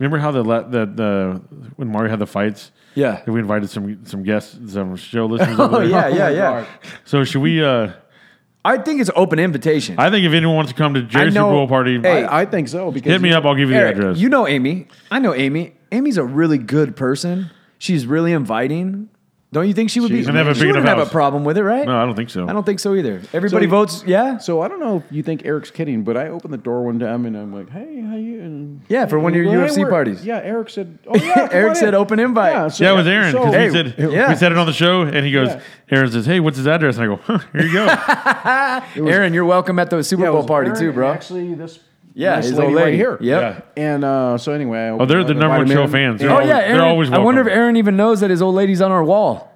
[SPEAKER 3] Remember how the la- the, the when Mario had the fights?
[SPEAKER 4] Yeah.
[SPEAKER 3] that we invited some some guests, some show listeners. over
[SPEAKER 4] Oh
[SPEAKER 3] there?
[SPEAKER 4] yeah, yeah, yeah.
[SPEAKER 3] So should we? uh
[SPEAKER 4] I think it's open invitation.
[SPEAKER 3] I think if anyone wants to come to Jerry's
[SPEAKER 4] know-
[SPEAKER 3] Super Bowl party,
[SPEAKER 4] Hey,
[SPEAKER 5] I think so because
[SPEAKER 3] hit me up. I'll give you
[SPEAKER 4] Eric,
[SPEAKER 3] the address.
[SPEAKER 4] you know Amy. I know Amy. Amy's a really good person. She's really inviting. Don't you think she would
[SPEAKER 5] She's
[SPEAKER 4] be?
[SPEAKER 5] gonna have
[SPEAKER 3] a
[SPEAKER 4] she
[SPEAKER 3] big
[SPEAKER 4] wouldn't
[SPEAKER 3] enough
[SPEAKER 4] have a
[SPEAKER 3] house.
[SPEAKER 4] problem with it, right?
[SPEAKER 3] no, I don't think so.
[SPEAKER 4] I don't think so either. Everybody
[SPEAKER 5] So-
[SPEAKER 4] votes. Yeah,
[SPEAKER 5] So I don't know if you think Eric's kidding, but I opened the door one time and I'm like, "Hey, how you?" And
[SPEAKER 4] Yeah, for one of your UFC
[SPEAKER 5] we're-
[SPEAKER 4] parties.
[SPEAKER 5] Yeah, Eric said. Oh yeah, come
[SPEAKER 4] Eric
[SPEAKER 5] on
[SPEAKER 4] said
[SPEAKER 5] in."
[SPEAKER 4] open invite.
[SPEAKER 5] so-
[SPEAKER 3] yeah, it was Aaron because
[SPEAKER 4] Hey,
[SPEAKER 3] we said
[SPEAKER 4] yeah.
[SPEAKER 3] we said it on the show, and he goes, Aaron says, "Hey, what's his address?" And I go, huh, "Here you go."
[SPEAKER 4] Aaron, you're welcome at the Super
[SPEAKER 5] Yeah, it
[SPEAKER 4] Bowl
[SPEAKER 5] was
[SPEAKER 4] party
[SPEAKER 5] Aaron
[SPEAKER 4] too,
[SPEAKER 5] and
[SPEAKER 4] bro.
[SPEAKER 5] Actually, this
[SPEAKER 4] Yeah,
[SPEAKER 5] this
[SPEAKER 4] his
[SPEAKER 5] lady,
[SPEAKER 4] old
[SPEAKER 5] right
[SPEAKER 4] lady.
[SPEAKER 5] here.
[SPEAKER 4] Yep.
[SPEAKER 5] And uh, so anyway, I
[SPEAKER 3] Oh, they're the
[SPEAKER 5] opened-
[SPEAKER 3] number one
[SPEAKER 5] invited
[SPEAKER 3] show
[SPEAKER 5] him in.
[SPEAKER 3] fans.
[SPEAKER 5] And-
[SPEAKER 4] Oh yeah,
[SPEAKER 3] They're
[SPEAKER 4] Aaron.
[SPEAKER 3] always
[SPEAKER 4] I wonder if
[SPEAKER 3] welcome.
[SPEAKER 4] Aaron even knows that his old lady's on our wall.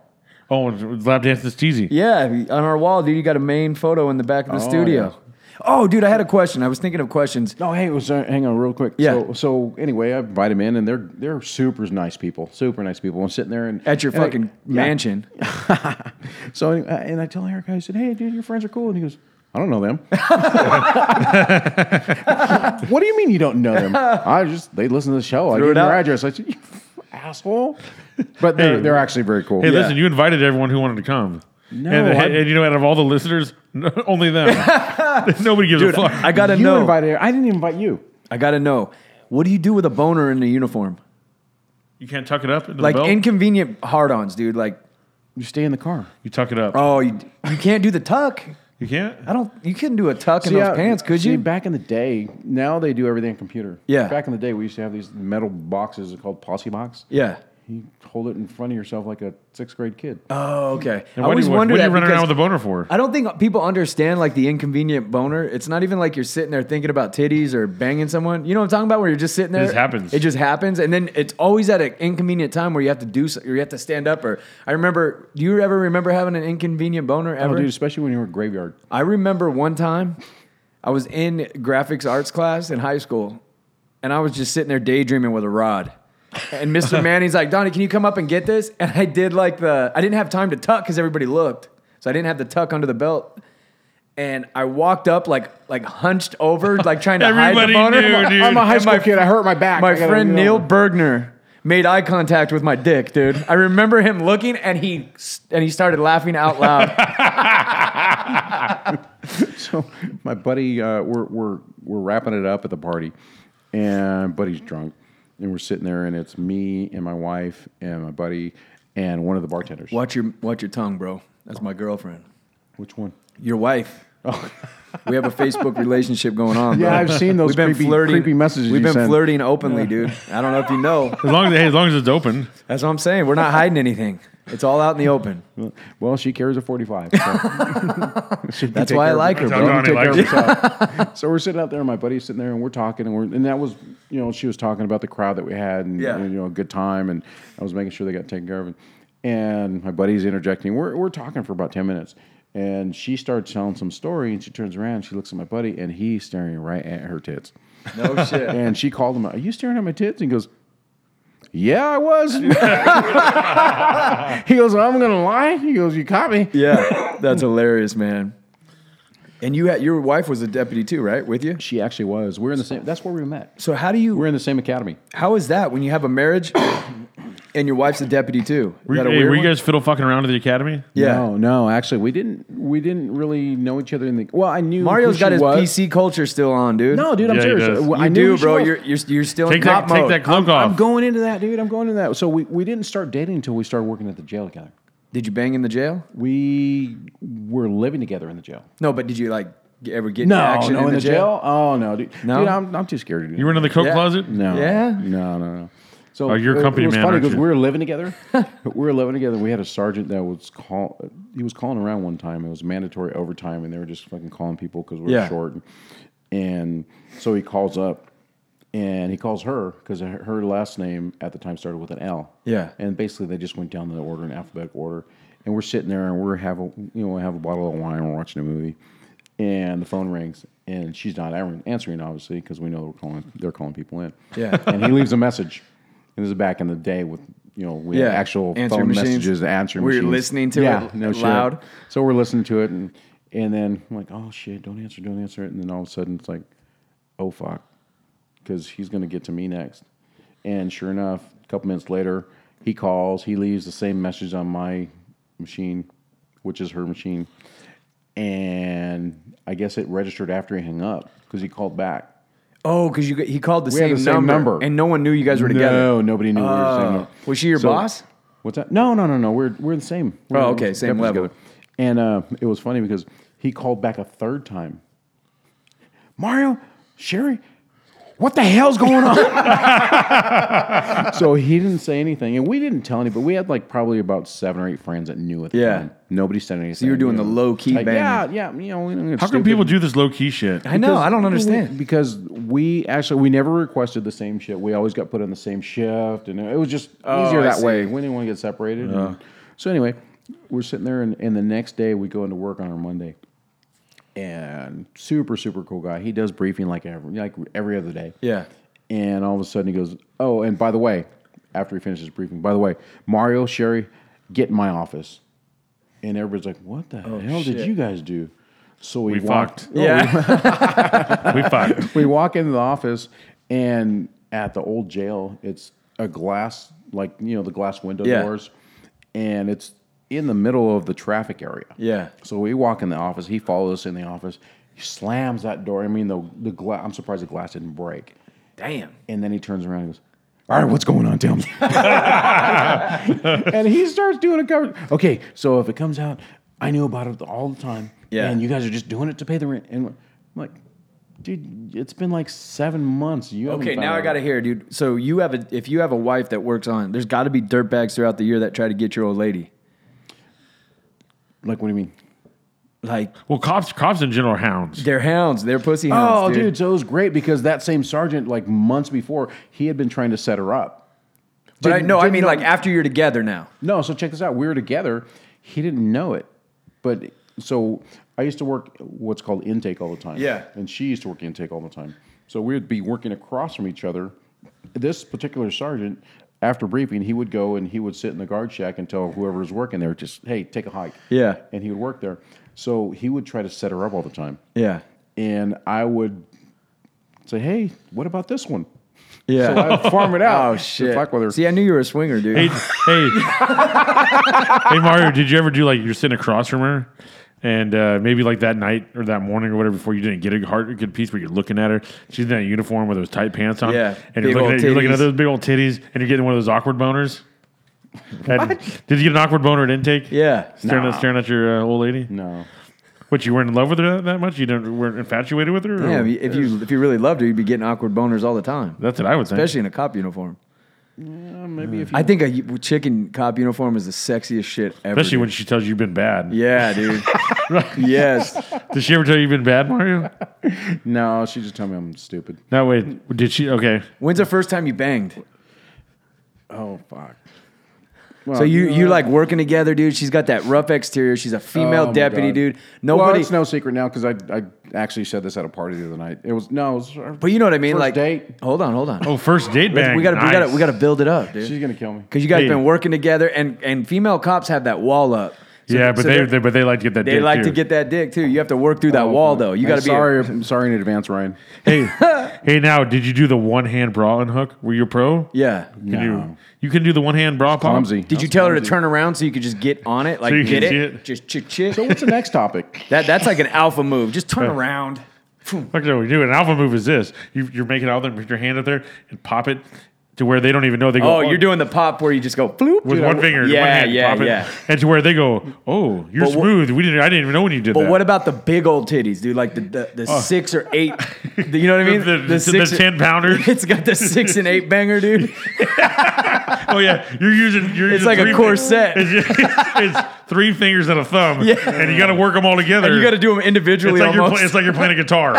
[SPEAKER 3] oh, and lap dance is teasy.
[SPEAKER 4] Yeah, on our wall, dude. You got a main photo in the back of the
[SPEAKER 5] Oh,
[SPEAKER 4] studio. Oh, dude, I had a question. I was thinking of questions.
[SPEAKER 5] No, hey, it was, uh, hang on real quick.
[SPEAKER 4] Yeah.
[SPEAKER 5] So, so anyway, I invite him in, and they're they're super nice people, super nice people. I'm sitting there and
[SPEAKER 4] At your
[SPEAKER 5] and I-
[SPEAKER 4] fucking
[SPEAKER 5] yeah.
[SPEAKER 4] mansion.
[SPEAKER 5] So, anyway, and I tell Eric, I said, "Hey, dude, your friends are cool," and he goes. I don't know them. what do you mean you don't know them? I just they listen to the show. I
[SPEAKER 4] Threw
[SPEAKER 5] gave
[SPEAKER 4] it
[SPEAKER 5] them their
[SPEAKER 4] out.
[SPEAKER 5] address. I said, you asshole. But they're,
[SPEAKER 3] Hey.
[SPEAKER 5] they're actually very cool.
[SPEAKER 3] Hey,
[SPEAKER 5] Yeah.
[SPEAKER 3] listen, you invited everyone who wanted to come.
[SPEAKER 5] No,
[SPEAKER 3] and,
[SPEAKER 5] I-
[SPEAKER 3] and you know, out of all the listeners, only them. Nobody gives
[SPEAKER 4] Dude,
[SPEAKER 3] a fuck.
[SPEAKER 4] I gotta
[SPEAKER 5] you
[SPEAKER 4] know.
[SPEAKER 5] invited. Eric. I didn't invite you.
[SPEAKER 4] I gotta know. What do you do with a boner in a uniform?
[SPEAKER 3] you can't tuck it up into
[SPEAKER 4] Like
[SPEAKER 3] the belt.
[SPEAKER 4] inconvenient hard-ons, dude. Like,
[SPEAKER 5] You stay in the car.
[SPEAKER 3] you tuck it up.
[SPEAKER 4] oh, you, you can't do the tuck.
[SPEAKER 3] you can't.
[SPEAKER 4] I don't. You couldn't do a tuck in those
[SPEAKER 5] I-
[SPEAKER 4] pants, could
[SPEAKER 5] see,
[SPEAKER 4] you?
[SPEAKER 5] Back in the day, now they do everything on computer.
[SPEAKER 4] Yeah.
[SPEAKER 5] Back in the day, we used to have these metal boxes called posse box.
[SPEAKER 4] yeah.
[SPEAKER 5] You hold it in front of yourself like a sixth grade kid.
[SPEAKER 4] Oh, okay. I
[SPEAKER 3] And what do
[SPEAKER 4] always
[SPEAKER 3] you, what,
[SPEAKER 4] wonder
[SPEAKER 3] what are
[SPEAKER 4] that
[SPEAKER 3] you running
[SPEAKER 4] because
[SPEAKER 3] around with a boner for?
[SPEAKER 4] I don't think people understand like the inconvenient boner. It's not even like you're sitting there thinking about titties or banging someone. You know what I'm talking about? Where you're just sitting there.
[SPEAKER 3] just happens.
[SPEAKER 4] It just happens, and then it's always at an inconvenient time where you have to do so, or you have to stand up. Or I remember. Do you ever remember having an inconvenient boner
[SPEAKER 5] Oh,
[SPEAKER 4] ever?
[SPEAKER 5] dude, especially when you were at graveyard.
[SPEAKER 4] I remember one time I was in graphics arts class in high school, and I was just sitting there daydreaming with a rod. And Mr. Manning's like, Donnie, can you come up and get this? And I did like the, I didn't have time to tuck because everybody looked. So I didn't have the tuck under the belt. And I walked up like like hunched over, like trying to hide the
[SPEAKER 3] Everybody
[SPEAKER 4] boner.
[SPEAKER 3] knew, dude.
[SPEAKER 5] I'm a high
[SPEAKER 4] And
[SPEAKER 5] school
[SPEAKER 4] my-
[SPEAKER 5] kid. I hurt my back. I
[SPEAKER 4] My
[SPEAKER 5] gotta
[SPEAKER 4] friend
[SPEAKER 5] get
[SPEAKER 4] Neil
[SPEAKER 5] over it.
[SPEAKER 4] Bergner made eye contact with my dick, dude. I remember him looking and he and he started laughing out loud.
[SPEAKER 5] So my buddy, uh, we're we're we're wrapping it up at the party, and buddy's drunk, and we're sitting there, and it's me and my wife and my buddy and one of the bartenders.
[SPEAKER 4] Watch your watch your tongue, bro. That's my girlfriend.
[SPEAKER 5] Which one?
[SPEAKER 4] Your wife. we have a Facebook relationship going on.
[SPEAKER 5] Oh. Yeah, I've
[SPEAKER 4] bro.
[SPEAKER 5] seen those creepy- creepy messages
[SPEAKER 4] We've
[SPEAKER 5] you
[SPEAKER 4] been
[SPEAKER 5] send.
[SPEAKER 4] flirting openly, dude. I don't know if you know.
[SPEAKER 3] as long as hey, as long as it's open.
[SPEAKER 4] That's what I'm saying. We're not hiding anything. It's all out in the open.
[SPEAKER 5] Well, she carries a 45. So She can
[SPEAKER 4] That's
[SPEAKER 5] take
[SPEAKER 4] why I
[SPEAKER 5] care of-
[SPEAKER 4] like her,
[SPEAKER 3] That's how
[SPEAKER 4] bro.
[SPEAKER 3] Donnie
[SPEAKER 5] take care
[SPEAKER 3] likes
[SPEAKER 5] of
[SPEAKER 3] it.
[SPEAKER 5] herself. so we're sitting out there, and my buddy's sitting there, and we're talking, and we're and that was you know she was talking about the crowd that we had, and,
[SPEAKER 4] Yeah.
[SPEAKER 5] and, you know a good time, and I was making sure they got taken care of, and, and my buddy's interjecting. We're we're talking for about ten minutes, and she starts telling some story, and she turns around, she looks at my buddy, and he's staring right at her tits,
[SPEAKER 4] No shit.
[SPEAKER 5] and she called him, out, "Are you staring at my tits?" And he goes. Yeah, I was. he goes, I'm gonna lie. He goes, you caught me.
[SPEAKER 4] Yeah, that's hilarious, man. And you had your wife was a deputy too, right? With you.
[SPEAKER 5] She actually was. We're in the same. That's where we met.
[SPEAKER 4] So how do you?
[SPEAKER 5] We're in the same academy.
[SPEAKER 4] How is that when you have a marriage and your wife's a deputy too? Is
[SPEAKER 3] Were,
[SPEAKER 4] that a
[SPEAKER 3] hey,
[SPEAKER 4] weird
[SPEAKER 3] were you
[SPEAKER 4] one?
[SPEAKER 3] guys fiddle fucking around at the academy?
[SPEAKER 4] Yeah.
[SPEAKER 5] No, no. Actually, we didn't. We didn't really know each other in the. Well, I knew
[SPEAKER 4] Mario's
[SPEAKER 5] who
[SPEAKER 4] got
[SPEAKER 5] she
[SPEAKER 4] his
[SPEAKER 5] was.
[SPEAKER 4] PC culture still on, dude.
[SPEAKER 5] No, dude, I'm
[SPEAKER 3] Yeah, he
[SPEAKER 5] serious.
[SPEAKER 3] does.
[SPEAKER 5] Well,
[SPEAKER 4] you
[SPEAKER 5] I knew who
[SPEAKER 4] do,
[SPEAKER 5] she
[SPEAKER 4] bro.
[SPEAKER 5] was.
[SPEAKER 4] You're, you're you're still in
[SPEAKER 3] Take that,
[SPEAKER 4] cop
[SPEAKER 3] take
[SPEAKER 4] mode.
[SPEAKER 3] that cloak off.
[SPEAKER 5] I'm going into that, dude. I'm going into that. So we, we didn't start dating until we started working at the jail together.
[SPEAKER 4] Did you bang in the jail?
[SPEAKER 5] We were living together in the jail.
[SPEAKER 4] No, but did you like g- ever get into action
[SPEAKER 5] no,
[SPEAKER 4] in, the jail?
[SPEAKER 5] Oh no, dude.
[SPEAKER 4] No?
[SPEAKER 5] dude, I'm, I'm too scared to do.
[SPEAKER 3] you were in the coat
[SPEAKER 4] Yeah.
[SPEAKER 3] closet.
[SPEAKER 5] No.
[SPEAKER 4] Yeah?
[SPEAKER 5] No, no, no. So
[SPEAKER 3] Oh, you're a
[SPEAKER 5] it-
[SPEAKER 3] company
[SPEAKER 5] it was
[SPEAKER 3] man,
[SPEAKER 5] funny
[SPEAKER 3] aren't
[SPEAKER 5] because
[SPEAKER 3] you?
[SPEAKER 5] we were living together. we were living together. We had a sergeant that was call. He was calling around one time. It was mandatory overtime, and they were just fucking calling people because we were
[SPEAKER 4] Yeah.
[SPEAKER 5] short. And so he calls up, and he calls her because her last name at the time started with an L.
[SPEAKER 4] Yeah.
[SPEAKER 5] And basically, they just went down the order in alphabetical order. And we're sitting there, and we're have a you know have a bottle of wine. We're watching a movie, and the phone rings, and she's not answering obviously because we know we're calling. They're calling people in.
[SPEAKER 4] Yeah.
[SPEAKER 5] and he leaves a message. And this is back in the day with you know we
[SPEAKER 4] Yeah.
[SPEAKER 5] had actual
[SPEAKER 4] Answering
[SPEAKER 5] phone
[SPEAKER 4] machines.
[SPEAKER 5] messages, answering
[SPEAKER 4] Were you
[SPEAKER 5] machines.
[SPEAKER 4] listening to
[SPEAKER 5] yeah,
[SPEAKER 4] it
[SPEAKER 5] no shit.
[SPEAKER 4] loud?
[SPEAKER 5] So we're listening to it, and and then I'm like, oh shit, don't answer, don't answer it, and then all of a sudden it's like, oh fuck, because he's gonna get to me next. And sure enough, a couple minutes later, he calls. He leaves the same message on my machine, which is her machine. And I guess it registered after he hung up because he called back.
[SPEAKER 4] Oh, because you got- he called the,
[SPEAKER 5] We had
[SPEAKER 4] same,
[SPEAKER 5] the same number.
[SPEAKER 4] and no one knew you guys were together.
[SPEAKER 5] No, nobody knew we were the
[SPEAKER 4] Oh.
[SPEAKER 5] same. number.
[SPEAKER 4] Was she your boss?
[SPEAKER 5] What's that? No, no, no, no. We're we're the same. We're
[SPEAKER 4] Oh, okay, same
[SPEAKER 5] definitely
[SPEAKER 4] level.
[SPEAKER 5] And uh, it was funny because he called back a third time. Mario, Sherry, what the hell's going on? so he didn't say anything, and we didn't tell anybody. We had like probably about seven or eight friends that knew at the
[SPEAKER 4] Yeah.
[SPEAKER 5] time. Nobody said anything. So
[SPEAKER 4] you were doing the low-key
[SPEAKER 5] like,
[SPEAKER 4] banging.
[SPEAKER 5] Yeah, yeah. You know, we don't-
[SPEAKER 3] How
[SPEAKER 5] stupid.
[SPEAKER 3] come people do this low key shit?
[SPEAKER 4] I know. I don't
[SPEAKER 5] Because-
[SPEAKER 4] understand.
[SPEAKER 5] because we actually we never requested the same shit. We always got put on the same shift, and it was just
[SPEAKER 4] Oh,
[SPEAKER 5] easier
[SPEAKER 4] I
[SPEAKER 5] that
[SPEAKER 4] see.
[SPEAKER 5] way. We didn't want to get separated. and- so anyway, we're sitting there, and, and the next day we go into work on our Monday, and super super cool guy. He does briefing like every like every other day.
[SPEAKER 4] Yeah.
[SPEAKER 5] And all of a sudden he goes, "Oh, and by the way," after he finishes briefing, by the way, Mario Sherry, get in my office. And everybody's like, "What the hell did
[SPEAKER 4] Oh, shit.
[SPEAKER 5] you guys do?" So we,
[SPEAKER 3] We
[SPEAKER 5] walked.
[SPEAKER 3] fucked.
[SPEAKER 4] Oh, Yeah.
[SPEAKER 3] We fucked.
[SPEAKER 5] We walk into the office, and at the old jail, it's a glass, like you know, the glass window
[SPEAKER 4] Yeah.
[SPEAKER 5] doors, and it's in the middle of the traffic area.
[SPEAKER 4] Yeah.
[SPEAKER 5] So we walk in the office. He follows us in the office. He slams that door. I mean, the the glass. I'm surprised the glass didn't break.
[SPEAKER 4] Damn.
[SPEAKER 5] And then he turns around and goes, All right, what's going on? Tell me. and he starts doing a cover. Okay, so if it comes out, I knew about it all the time.
[SPEAKER 4] Yeah.
[SPEAKER 5] And you guys are just doing it to pay the rent. And I'm like, dude, it's been like seven months. You haven't
[SPEAKER 4] Okay,
[SPEAKER 5] found
[SPEAKER 4] now I
[SPEAKER 5] out."
[SPEAKER 4] gotta hear, dude. So you have a if you have a wife that works on, there's got to be dirtbags throughout the year that try to get your old lady.
[SPEAKER 5] Like, what do you mean?
[SPEAKER 4] Like
[SPEAKER 3] Well, cops, cops in general are hounds.
[SPEAKER 4] they're hounds, they're pussy hounds.
[SPEAKER 5] Oh, dude. so it was great because that same sergeant, like months before, he had been trying to set her up.
[SPEAKER 4] But I,
[SPEAKER 5] Didn't-
[SPEAKER 4] no, I
[SPEAKER 5] didn't
[SPEAKER 4] mean
[SPEAKER 5] know-
[SPEAKER 4] like after you're together now.
[SPEAKER 5] No, so check this out. We were together. He didn't know it, but so I used to work what's called intake all the time.
[SPEAKER 4] Yeah.
[SPEAKER 5] and she used to work intake all the time. So we would be working across from each other. This particular sergeant, after briefing, he would go and he would sit in the guard shack and tell whoever was working there, just hey, take a hike.
[SPEAKER 4] Yeah.
[SPEAKER 5] and he would work there. So he would try to set her up all the time,
[SPEAKER 4] Yeah.
[SPEAKER 5] and I would say, hey, what about this one?
[SPEAKER 4] Yeah.
[SPEAKER 5] So I would farm it out.
[SPEAKER 4] oh
[SPEAKER 5] to
[SPEAKER 4] shit.
[SPEAKER 5] Fuck with her.
[SPEAKER 4] See, I knew you were a swinger, dude.
[SPEAKER 3] Hey, hey, hey, Mario, did you ever do like you're sitting across from her? And uh, maybe like that night or that morning or whatever before you didn't get a hard a good piece, but you're looking at her. She's in that uniform with those tight pants on.
[SPEAKER 4] Yeah,
[SPEAKER 3] and you're
[SPEAKER 4] big
[SPEAKER 3] looking,
[SPEAKER 4] old
[SPEAKER 3] at, you're looking at
[SPEAKER 4] titties.
[SPEAKER 3] those big old titties, and you're getting one of those awkward boners. Had- did you get an awkward boner at intake?
[SPEAKER 4] Yeah.
[SPEAKER 3] staring at staring at your uh, old lady.
[SPEAKER 5] no.
[SPEAKER 3] What you weren't in love with her that, that much? You didn't weren't infatuated with her? or-
[SPEAKER 4] Damn, if you if you really loved her, you'd be getting awkward boners all the time,
[SPEAKER 3] that's what I would
[SPEAKER 4] especially in a cop uniform.
[SPEAKER 5] Maybe if you
[SPEAKER 4] I think a chicken cop uniform is the sexiest shit ever.
[SPEAKER 3] think. Especially when
[SPEAKER 4] dude.
[SPEAKER 3] she tells you you've been bad.
[SPEAKER 4] yeah, dude. yes.
[SPEAKER 3] Did she ever tell you you've been bad, Mario?
[SPEAKER 5] no, she just told me I'm stupid.
[SPEAKER 3] No, wait. Did she? Okay.
[SPEAKER 4] When's the first time you banged?
[SPEAKER 5] Oh fuck.
[SPEAKER 4] So you you like working together, dude. She's got that rough exterior. She's a female
[SPEAKER 5] Oh, my
[SPEAKER 4] deputy,
[SPEAKER 5] God.
[SPEAKER 4] dude.
[SPEAKER 5] Well,
[SPEAKER 4] Nobody.
[SPEAKER 5] it's no secret now because I I actually said this at a party the other night. It was no, it was our
[SPEAKER 4] but you know what I mean.
[SPEAKER 5] first
[SPEAKER 4] like,
[SPEAKER 5] date.
[SPEAKER 4] hold on, hold on.
[SPEAKER 3] Oh, first date bang.
[SPEAKER 4] we gotta we gotta
[SPEAKER 3] Nice.
[SPEAKER 4] we gotta build it up, dude.
[SPEAKER 5] She's gonna kill me.
[SPEAKER 4] Because you guys
[SPEAKER 3] Hey.
[SPEAKER 4] been working together, and and female cops have that wall up. So-
[SPEAKER 3] yeah, but
[SPEAKER 4] so
[SPEAKER 3] they,
[SPEAKER 4] they're-
[SPEAKER 3] they but they like to get that.
[SPEAKER 4] they
[SPEAKER 3] dick,
[SPEAKER 4] like
[SPEAKER 3] too.
[SPEAKER 4] to get that dick too. You have to work through that
[SPEAKER 5] Oh,
[SPEAKER 4] wall
[SPEAKER 5] fuck.
[SPEAKER 4] though. You
[SPEAKER 5] I'm
[SPEAKER 4] got to be
[SPEAKER 5] sorry. I'm sorry in advance, Ryan.
[SPEAKER 3] Hey, hey, now did you do the one hand bra and hook? Were you a pro?
[SPEAKER 4] yeah.
[SPEAKER 3] Can you
[SPEAKER 5] No.
[SPEAKER 3] you can do the one hand bra pop?
[SPEAKER 5] Clumsy.
[SPEAKER 4] Did you
[SPEAKER 5] That's
[SPEAKER 4] tell her to
[SPEAKER 5] clumsy.
[SPEAKER 4] turn around so you could just get on it, like
[SPEAKER 3] you can
[SPEAKER 4] get it?
[SPEAKER 3] see it?
[SPEAKER 4] just chick chick.
[SPEAKER 5] So what's the next topic?
[SPEAKER 4] that that's like an alpha move. Just turn around.
[SPEAKER 3] Fuck no, we do. An alpha move is this: you, you're making out there, put your hand up there and pop it to where they don't even know. They go,
[SPEAKER 4] Oh, you're doing the pop where you just go floop
[SPEAKER 3] with
[SPEAKER 4] dude,
[SPEAKER 3] one
[SPEAKER 4] I-
[SPEAKER 3] finger,
[SPEAKER 4] Yeah,
[SPEAKER 3] one hand,
[SPEAKER 4] yeah,
[SPEAKER 3] pop it,
[SPEAKER 4] yeah.
[SPEAKER 3] and to where they go, oh, you're
[SPEAKER 4] But wha-
[SPEAKER 3] smooth. we didn't. I didn't even know when you did
[SPEAKER 4] But
[SPEAKER 3] that. Oh.
[SPEAKER 4] what about the big old titties, dude? Like the the, the six or eight. the- you know what I mean?
[SPEAKER 3] The- the- the 10 pounders.
[SPEAKER 4] It's got the six and eight banger, dude.
[SPEAKER 3] Oh yeah, you're using. You're
[SPEAKER 4] It's
[SPEAKER 3] using
[SPEAKER 4] like a
[SPEAKER 3] three
[SPEAKER 4] corset.
[SPEAKER 3] It's, just- it's three fingers and a thumb,
[SPEAKER 4] Yeah.
[SPEAKER 3] and you got to work them all together.
[SPEAKER 4] And you got to do them
[SPEAKER 3] It's
[SPEAKER 4] individually
[SPEAKER 3] like, you're
[SPEAKER 4] almost.
[SPEAKER 3] play, it's like you're playing a guitar.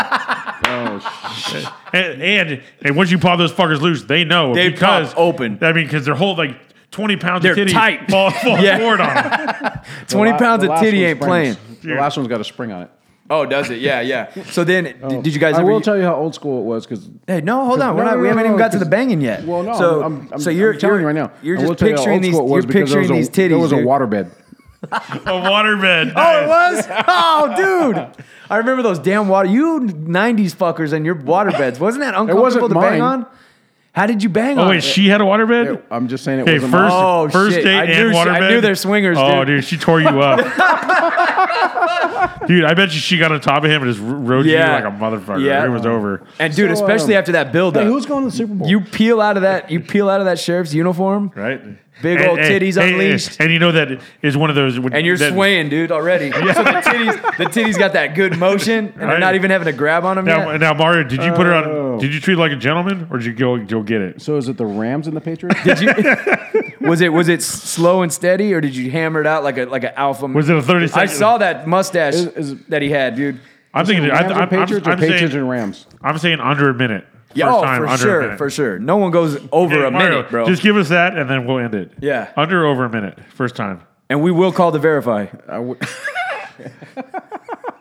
[SPEAKER 5] Oh, shit.
[SPEAKER 3] And, and and once you pop those fuckers loose, they know
[SPEAKER 4] They
[SPEAKER 3] because
[SPEAKER 4] pop open.
[SPEAKER 3] I mean, because their whole like twenty pounds
[SPEAKER 4] They're
[SPEAKER 3] of titty
[SPEAKER 4] tight.
[SPEAKER 3] fall, fall
[SPEAKER 4] Yeah.
[SPEAKER 3] forward on them.
[SPEAKER 4] Twenty
[SPEAKER 5] La-
[SPEAKER 4] pounds
[SPEAKER 5] the
[SPEAKER 4] of
[SPEAKER 5] last
[SPEAKER 4] titty
[SPEAKER 5] one
[SPEAKER 4] ain't playing.
[SPEAKER 5] springs. The last one's got a spring on it.
[SPEAKER 4] Oh, does it? Yeah, yeah. So then, d- did you guys?
[SPEAKER 5] Oh. I
[SPEAKER 4] ever,
[SPEAKER 5] will tell you how old school it was because
[SPEAKER 4] Hey, no, hold on. We're
[SPEAKER 5] No,
[SPEAKER 4] not,
[SPEAKER 5] no,
[SPEAKER 4] we
[SPEAKER 5] no,
[SPEAKER 4] haven't
[SPEAKER 5] no,
[SPEAKER 4] even got to the
[SPEAKER 5] 'cause-
[SPEAKER 4] banging yet.
[SPEAKER 5] well, no,
[SPEAKER 4] so,
[SPEAKER 5] I'm, I'm,
[SPEAKER 4] so you're
[SPEAKER 5] I'm telling you right now.
[SPEAKER 4] You're
[SPEAKER 5] I will
[SPEAKER 4] just
[SPEAKER 5] tell you how
[SPEAKER 4] picturing
[SPEAKER 5] old
[SPEAKER 4] these.
[SPEAKER 5] school it
[SPEAKER 4] You're
[SPEAKER 5] was because there
[SPEAKER 4] picturing
[SPEAKER 5] was
[SPEAKER 4] these
[SPEAKER 5] a-
[SPEAKER 4] titties.
[SPEAKER 5] There was a
[SPEAKER 4] dude.
[SPEAKER 5] waterbed.
[SPEAKER 3] A waterbed.
[SPEAKER 4] Oh,
[SPEAKER 3] Nice.
[SPEAKER 4] it was. Oh, dude. I remember those damn water. You '90s fuckers and your waterbeds. Wasn't that uncomfortable
[SPEAKER 5] wasn't
[SPEAKER 4] to bang
[SPEAKER 5] mine.
[SPEAKER 4] on? How did you bang
[SPEAKER 3] Oh
[SPEAKER 4] on
[SPEAKER 3] wait,
[SPEAKER 4] it?
[SPEAKER 3] she had a waterbed.
[SPEAKER 5] I'm just saying it
[SPEAKER 3] Okay,
[SPEAKER 5] wasn't
[SPEAKER 3] first
[SPEAKER 5] my-
[SPEAKER 4] Oh,
[SPEAKER 3] first
[SPEAKER 4] shit.
[SPEAKER 3] date
[SPEAKER 4] I
[SPEAKER 3] and
[SPEAKER 4] knew she- I
[SPEAKER 3] waterbed.
[SPEAKER 4] knew they're swingers,
[SPEAKER 3] Oh,
[SPEAKER 4] dude.
[SPEAKER 3] dude, she tore you up. dude, I bet you she got on top of him and just r- rode
[SPEAKER 4] Yeah.
[SPEAKER 3] you like a motherfucker.
[SPEAKER 4] Yeah.
[SPEAKER 3] It was over.
[SPEAKER 4] And dude,
[SPEAKER 5] So,
[SPEAKER 4] especially
[SPEAKER 5] um,
[SPEAKER 4] after that build
[SPEAKER 5] Hey,
[SPEAKER 4] up.
[SPEAKER 5] who's going to the Super Bowl?
[SPEAKER 4] you peel out of that you peel out of that sheriff's uniform
[SPEAKER 3] Right?
[SPEAKER 4] Big
[SPEAKER 3] And-
[SPEAKER 4] old
[SPEAKER 3] and-
[SPEAKER 4] titties
[SPEAKER 3] and-
[SPEAKER 4] unleashed.
[SPEAKER 3] And you know that is one of those. when-
[SPEAKER 4] and you're
[SPEAKER 3] that,
[SPEAKER 4] swaying, dude, already. So the titties the titties got that good motion and they're
[SPEAKER 3] Right.
[SPEAKER 4] not even having to grab on them
[SPEAKER 3] Now,
[SPEAKER 4] yet.
[SPEAKER 3] now, Mario, did you put her on?
[SPEAKER 5] Oh.
[SPEAKER 3] Did you treat her like a gentleman, or did you go go get it?
[SPEAKER 5] so is it the Rams and the Patriots?
[SPEAKER 4] Did you, was it was it s- slow and steady or did you hammer it out like a like an alpha
[SPEAKER 3] Was it a thirty
[SPEAKER 4] I
[SPEAKER 3] second?
[SPEAKER 4] saw that mustache
[SPEAKER 5] Is- is-
[SPEAKER 4] that he had, dude.
[SPEAKER 3] I'm thinking. I,
[SPEAKER 5] Rams
[SPEAKER 3] I'm,
[SPEAKER 5] and Patriots
[SPEAKER 3] I'm,
[SPEAKER 5] or
[SPEAKER 3] I'm
[SPEAKER 5] Patriots
[SPEAKER 3] saying,
[SPEAKER 5] and Rams?
[SPEAKER 3] I'm saying under a minute.
[SPEAKER 4] Yeah,
[SPEAKER 3] First
[SPEAKER 4] oh,
[SPEAKER 3] time,
[SPEAKER 4] for
[SPEAKER 3] under a
[SPEAKER 4] sure,
[SPEAKER 3] minute.
[SPEAKER 4] for sure. No one goes over
[SPEAKER 3] Hey,
[SPEAKER 4] a
[SPEAKER 3] Mario,
[SPEAKER 4] minute, bro.
[SPEAKER 3] Just give us that, and then we'll end it.
[SPEAKER 4] Yeah.
[SPEAKER 3] under over a minute. First time.
[SPEAKER 4] and we will call to verify.
[SPEAKER 5] I w-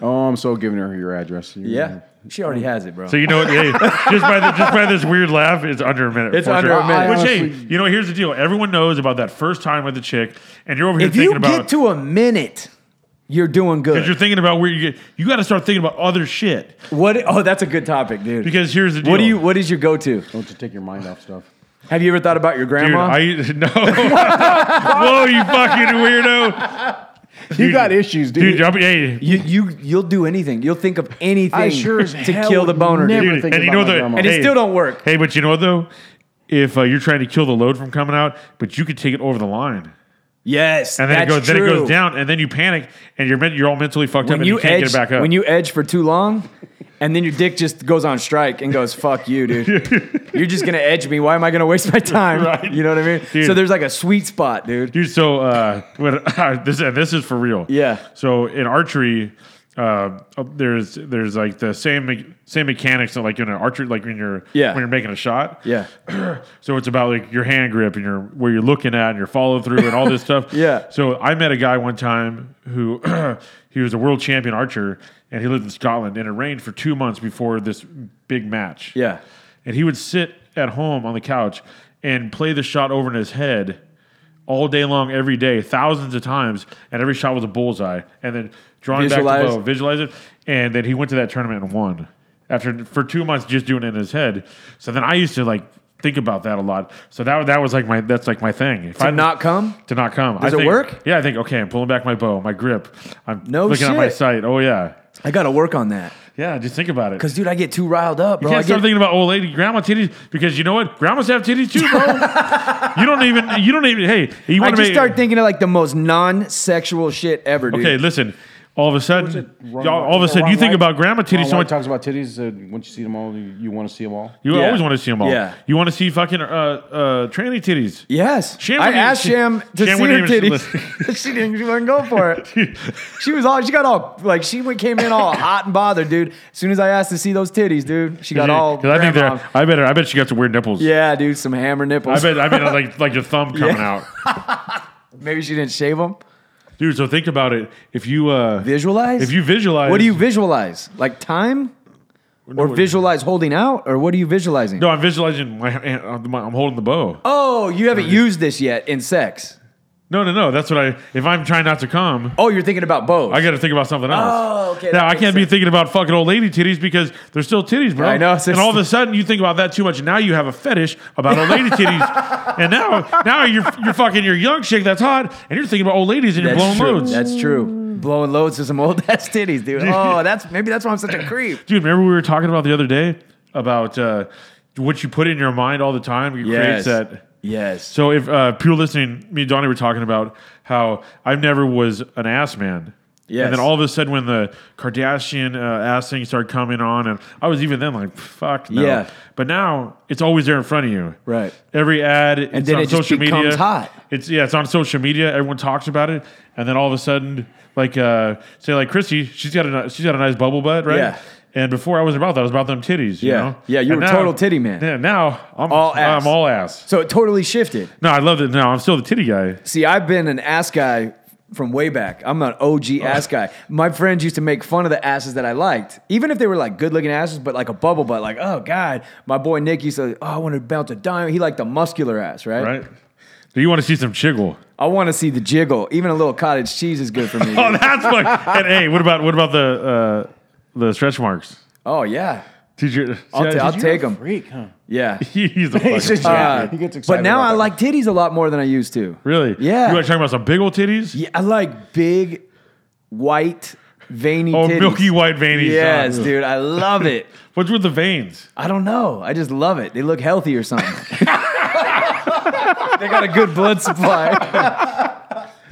[SPEAKER 5] oh, I'm so giving her your address. You're-
[SPEAKER 4] Yeah, she already has it, bro.
[SPEAKER 3] So you know what? Hey, just by the, just by this weird laugh, it's under a minute.
[SPEAKER 4] It's
[SPEAKER 3] for
[SPEAKER 4] under
[SPEAKER 3] sure.
[SPEAKER 4] a minute.
[SPEAKER 3] Which hey,
[SPEAKER 5] Honestly-
[SPEAKER 3] you know, here's the deal. Everyone knows about that first time with the chick, and you're over here
[SPEAKER 4] if
[SPEAKER 3] thinking
[SPEAKER 4] you
[SPEAKER 3] about
[SPEAKER 4] get to a minute, you're doing
[SPEAKER 3] because
[SPEAKER 4] good.
[SPEAKER 3] you're thinking about where you get. You got to start thinking about other shit.
[SPEAKER 4] what? Oh, that's a good topic, dude.
[SPEAKER 3] Because here's the deal.
[SPEAKER 4] what do you? What is your go-to?
[SPEAKER 5] Don't just take your mind off stuff.
[SPEAKER 4] Have you ever thought about your
[SPEAKER 3] Dude,
[SPEAKER 4] grandma?
[SPEAKER 3] I no. Whoa, you fucking weirdo,
[SPEAKER 5] You got issues, dude.
[SPEAKER 3] dude! I'll be- hey,
[SPEAKER 4] you you you'll do anything. You'll think of anything
[SPEAKER 5] I sure as
[SPEAKER 4] to
[SPEAKER 5] hell
[SPEAKER 4] kill the
[SPEAKER 5] would
[SPEAKER 4] boner,
[SPEAKER 5] never-
[SPEAKER 4] dude.
[SPEAKER 3] dude,
[SPEAKER 5] thinking
[SPEAKER 3] and you
[SPEAKER 5] about
[SPEAKER 3] know
[SPEAKER 5] my
[SPEAKER 3] the,
[SPEAKER 5] grandma.
[SPEAKER 4] And it
[SPEAKER 3] hey,
[SPEAKER 4] still don't work.
[SPEAKER 3] Hey, but you know what though? If uh, you're trying to kill the load from coming out, but you could take it over the line,
[SPEAKER 4] Yes,
[SPEAKER 3] and then it
[SPEAKER 4] that's
[SPEAKER 3] goes, then it
[SPEAKER 4] true.
[SPEAKER 3] goes down, and then you panic, and you're men- you're all mentally fucked up,
[SPEAKER 4] When
[SPEAKER 3] and
[SPEAKER 4] you,
[SPEAKER 3] you can't
[SPEAKER 4] edge,
[SPEAKER 3] get it back up.
[SPEAKER 4] when you edge for too long, and then your dick just goes on strike and goes, "Fuck you, dude. You're just gonna edge me. Why am I gonna waste my time?
[SPEAKER 3] Right.
[SPEAKER 4] You know what I mean?
[SPEAKER 3] Dude.
[SPEAKER 4] So there's like a sweet spot, dude.
[SPEAKER 3] Dude, so uh, when, this and this is for real.
[SPEAKER 4] Yeah.
[SPEAKER 3] So in archery, uh, there's there's like the same me- same mechanics that like in an archery, like when you're
[SPEAKER 4] Yeah.
[SPEAKER 3] when you're making a shot.
[SPEAKER 4] Yeah.
[SPEAKER 3] so it's about like your hand grip and your where you're looking at and your follow through and all this stuff.
[SPEAKER 4] Yeah.
[SPEAKER 3] So I met a guy one time who he was a world champion archer and he lived in Scotland and it rained for two months before this big match
[SPEAKER 4] Yeah.
[SPEAKER 3] and he would sit at home on the couch and play the shot over in his head all day long, every day, thousands of times, and every shot was a bullseye. And then drawing back
[SPEAKER 4] Visualize.
[SPEAKER 3] the bow, visualize it, and then he went to that tournament and won after for two months just doing it in his head. So then I used to like think about that a lot. So that that was like my that's like my thing. If I
[SPEAKER 4] To not come.
[SPEAKER 3] to not come,
[SPEAKER 4] Does
[SPEAKER 3] I
[SPEAKER 4] it
[SPEAKER 3] think-
[SPEAKER 4] work?
[SPEAKER 3] Yeah, I think okay. I'm pulling back my bow, my grip. I'm
[SPEAKER 4] No
[SPEAKER 3] looking at my
[SPEAKER 4] shit.
[SPEAKER 3] sight. Oh yeah,
[SPEAKER 4] I gotta work on that.
[SPEAKER 3] yeah. Just think about it.
[SPEAKER 4] Cause dude, I get too riled up, bro.
[SPEAKER 3] You
[SPEAKER 4] I
[SPEAKER 3] can't start
[SPEAKER 4] get,
[SPEAKER 3] thinking about old lady grandma titties because you know what? Grandmas have titties too, bro. you don't even. You don't even. Hey, you
[SPEAKER 4] I
[SPEAKER 3] want to
[SPEAKER 4] just
[SPEAKER 3] make?
[SPEAKER 4] start thinking of like the most non-sexual shit ever, dude.
[SPEAKER 3] okay, listen. All of a sudden,
[SPEAKER 5] Ron
[SPEAKER 3] y'all, all of a
[SPEAKER 5] White-
[SPEAKER 3] sudden,
[SPEAKER 5] Ron
[SPEAKER 3] you think
[SPEAKER 5] White-
[SPEAKER 3] about grandma
[SPEAKER 5] Ron
[SPEAKER 3] titties so
[SPEAKER 5] White
[SPEAKER 3] much.
[SPEAKER 5] talks about titties. Uh, once you see them all, you, you want to see them all.
[SPEAKER 3] You
[SPEAKER 4] Yeah.
[SPEAKER 3] always want to see them all.
[SPEAKER 4] Yeah.
[SPEAKER 3] You want to see fucking uh, uh, tranny titties.
[SPEAKER 4] Yes.
[SPEAKER 3] Sham
[SPEAKER 4] I
[SPEAKER 3] wouldn't
[SPEAKER 4] asked
[SPEAKER 3] even-
[SPEAKER 4] Sham
[SPEAKER 3] Sham
[SPEAKER 4] to see her
[SPEAKER 3] wouldn't even
[SPEAKER 4] titties. she didn't she wouldn't go for it. she was all she got all like she went- came in all hot and bothered, dude. As soon as I asked to see those titties, dude, she got all
[SPEAKER 3] I think
[SPEAKER 4] grandma.
[SPEAKER 3] they're. I bet. I bet she got some weird nipples.
[SPEAKER 4] Yeah, dude, some hammer nipples.
[SPEAKER 3] I bet. I bet like like your thumb coming
[SPEAKER 4] Yeah.
[SPEAKER 3] out,
[SPEAKER 4] Maybe she didn't shave them.
[SPEAKER 3] dude. So think about it. If you uh,
[SPEAKER 4] Visualize?
[SPEAKER 3] if you visualize,
[SPEAKER 4] What do you visualize? Like time? Or visualize holding out? Or what are you visualizing?
[SPEAKER 3] No, I'm visualizing my, my. I'm holding the bow.
[SPEAKER 4] Oh, you haven't used this yet in sex.
[SPEAKER 3] No, no, no. That's what I. If I'm trying not to come,
[SPEAKER 4] Oh, you're thinking about both.
[SPEAKER 3] I got to think about something else.
[SPEAKER 4] Oh, okay,
[SPEAKER 3] Now
[SPEAKER 4] that
[SPEAKER 3] I
[SPEAKER 4] makes
[SPEAKER 3] can't be thinking about fucking old lady titties because they're still titties, bro.
[SPEAKER 4] I know, it's
[SPEAKER 3] And
[SPEAKER 4] just-
[SPEAKER 3] all of a sudden, you think about that too much, and now you have a fetish about old lady titties, and now now you're you're fucking your young chick that's hot, and you're thinking about old ladies and you're blowing
[SPEAKER 4] true.
[SPEAKER 3] loads.
[SPEAKER 4] That's true. Blowing loads to some old ass titties, dude. Oh, that's maybe that's why I'm such a creep.
[SPEAKER 3] Dude, remember we were talking about the other day about uh, what you put in your mind all the time it creates that.
[SPEAKER 4] Yes.
[SPEAKER 3] So if uh, people listening, me and Donnie were talking about how I never was an ass man.
[SPEAKER 4] Yes.
[SPEAKER 3] And then all of a sudden, when the Kardashian uh, ass thing started coming on, and I was even then like, "Fuck no!"
[SPEAKER 4] Yeah.
[SPEAKER 3] But now it's always there in front of you.
[SPEAKER 4] Right.
[SPEAKER 3] Every ad, and it's
[SPEAKER 4] then
[SPEAKER 3] on
[SPEAKER 4] it just
[SPEAKER 3] social media.
[SPEAKER 4] becomes hot.
[SPEAKER 3] It's yeah, it's on social media. Everyone talks about it, and then all of a sudden, like uh, say like Chrissy, she's got a ni- she's got a nice bubble butt, right?
[SPEAKER 4] Yeah.
[SPEAKER 3] And before I wasn't about that, I was about them titties. You
[SPEAKER 4] Yeah.
[SPEAKER 3] know?
[SPEAKER 4] Yeah, you
[SPEAKER 3] And
[SPEAKER 4] were
[SPEAKER 3] now-
[SPEAKER 4] total titty man.
[SPEAKER 3] Yeah. Now I'm
[SPEAKER 4] All ass.
[SPEAKER 3] I'm all ass.
[SPEAKER 4] So it totally shifted.
[SPEAKER 3] No, I love it. No, I'm still the titty guy.
[SPEAKER 4] See, I've been an ass guy from way back. I'm an OG ass guy. My friends used to make fun of the asses that I liked, even if they were like good looking asses, but like a bubble butt. Like, oh god, my boy Nick used to. Oh, I want to bounce a dime. He liked the muscular ass, right?
[SPEAKER 3] Right? Do you want to see some chiggle?
[SPEAKER 4] I want to see the jiggle. Even a little cottage cheese is good for me.
[SPEAKER 3] Oh,
[SPEAKER 4] dude.
[SPEAKER 3] that's what. and hey, what about what about the uh, the stretch marks?
[SPEAKER 4] oh yeah.
[SPEAKER 3] Teacher,
[SPEAKER 4] I'll, ta- I'll take them.
[SPEAKER 5] Freak, huh?
[SPEAKER 4] Yeah.
[SPEAKER 3] He's a
[SPEAKER 5] He's a
[SPEAKER 3] fucking-
[SPEAKER 5] jack.
[SPEAKER 4] Uh,
[SPEAKER 5] he gets excited.
[SPEAKER 4] but now
[SPEAKER 5] about
[SPEAKER 4] I
[SPEAKER 5] that.
[SPEAKER 4] like titties a lot more than I used to.
[SPEAKER 3] really?
[SPEAKER 4] Yeah.
[SPEAKER 3] You like talking about some big old titties?
[SPEAKER 4] Yeah, I like big, white, veiny.
[SPEAKER 3] Oh,
[SPEAKER 4] titties.
[SPEAKER 3] milky white veinies.
[SPEAKER 4] Yes,
[SPEAKER 3] Oh.
[SPEAKER 4] dude, I love it.
[SPEAKER 3] What's with the veins?
[SPEAKER 4] I don't know. I just love it. They look healthy or something. they got a good blood supply.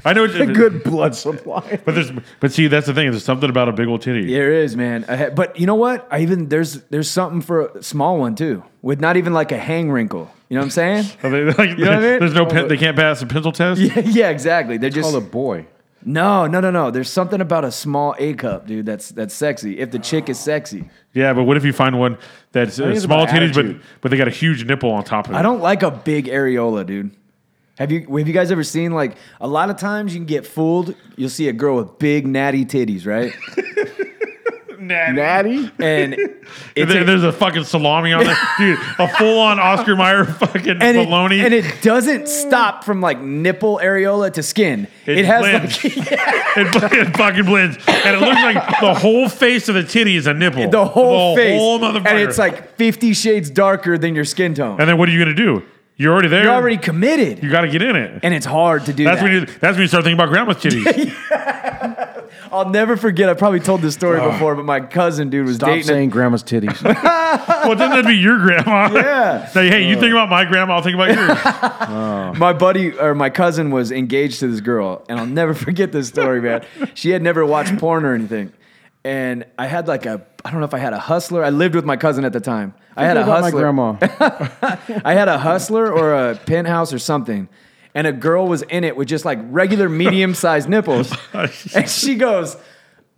[SPEAKER 3] I know it's
[SPEAKER 5] a good blood supply.
[SPEAKER 3] but there's but see that's the thing. There's something about a big old titty.
[SPEAKER 4] there is, man. I ha- but you know what? I even there's there's something for a small one too, with not even like a hang wrinkle. You know what I'm saying?
[SPEAKER 3] Are they, like,
[SPEAKER 4] know what I mean? Oh,
[SPEAKER 3] There's no pen, they can't pass the pencil test.
[SPEAKER 4] yeah, yeah, exactly. They're just
[SPEAKER 5] Call a boy.
[SPEAKER 4] no, no, no, no. There's something about a small A cup, dude. That's that's sexy. If the chick is sexy,
[SPEAKER 3] Yeah, but what if you find one that's uh,
[SPEAKER 5] it's
[SPEAKER 3] small
[SPEAKER 5] about
[SPEAKER 3] titties, but
[SPEAKER 5] attitude.
[SPEAKER 3] but they got a huge nipple on top of it?
[SPEAKER 4] I don't like a big areola, dude. Have you have you guys ever seen like a lot of times you can get fooled? You'll see a girl with big natty titties, right?
[SPEAKER 5] Natty?
[SPEAKER 4] And it's
[SPEAKER 3] There-
[SPEAKER 4] a-
[SPEAKER 3] there's a fucking salami on there, dude. A full on Oscar Mayer fucking
[SPEAKER 4] and it,
[SPEAKER 3] bologna.
[SPEAKER 4] and it doesn't stop from like nipple areola to skin. It,
[SPEAKER 3] It
[SPEAKER 4] has
[SPEAKER 3] blends.
[SPEAKER 4] like
[SPEAKER 3] it, fu- it fucking blends, and it looks like the whole face of the titty is a nipple.
[SPEAKER 4] the whole face,
[SPEAKER 3] whole motherfucker.
[SPEAKER 4] and it's like fifty shades darker than your skin tone.
[SPEAKER 3] And then what are you gonna do? You're already there.
[SPEAKER 4] You're already committed,
[SPEAKER 3] You got to get in it.
[SPEAKER 4] and it's hard to do
[SPEAKER 3] that's
[SPEAKER 4] that.
[SPEAKER 3] when you. That's when you start thinking about grandma's titties.
[SPEAKER 4] I'll never forget. I probably told this story before, but my cousin dude was
[SPEAKER 5] Stop
[SPEAKER 4] dating. a-
[SPEAKER 5] saying grandma's titties.
[SPEAKER 3] well, doesn't that be your grandma?
[SPEAKER 4] Yeah.
[SPEAKER 3] Say, hey, you think about my grandma, I'll think about yours.
[SPEAKER 4] my buddy or my cousin was engaged to this girl, and I'll never forget this story, man. She had never watched porn or anything. And I had like a, I don't know if I had a hustler. I lived with my cousin at the time. I had a
[SPEAKER 5] About my
[SPEAKER 4] hustler.
[SPEAKER 5] grandma.
[SPEAKER 4] I had a hustler or a penthouse or something. And a girl was in it with just like regular medium sized nipples.
[SPEAKER 3] Oh,
[SPEAKER 4] And she goes,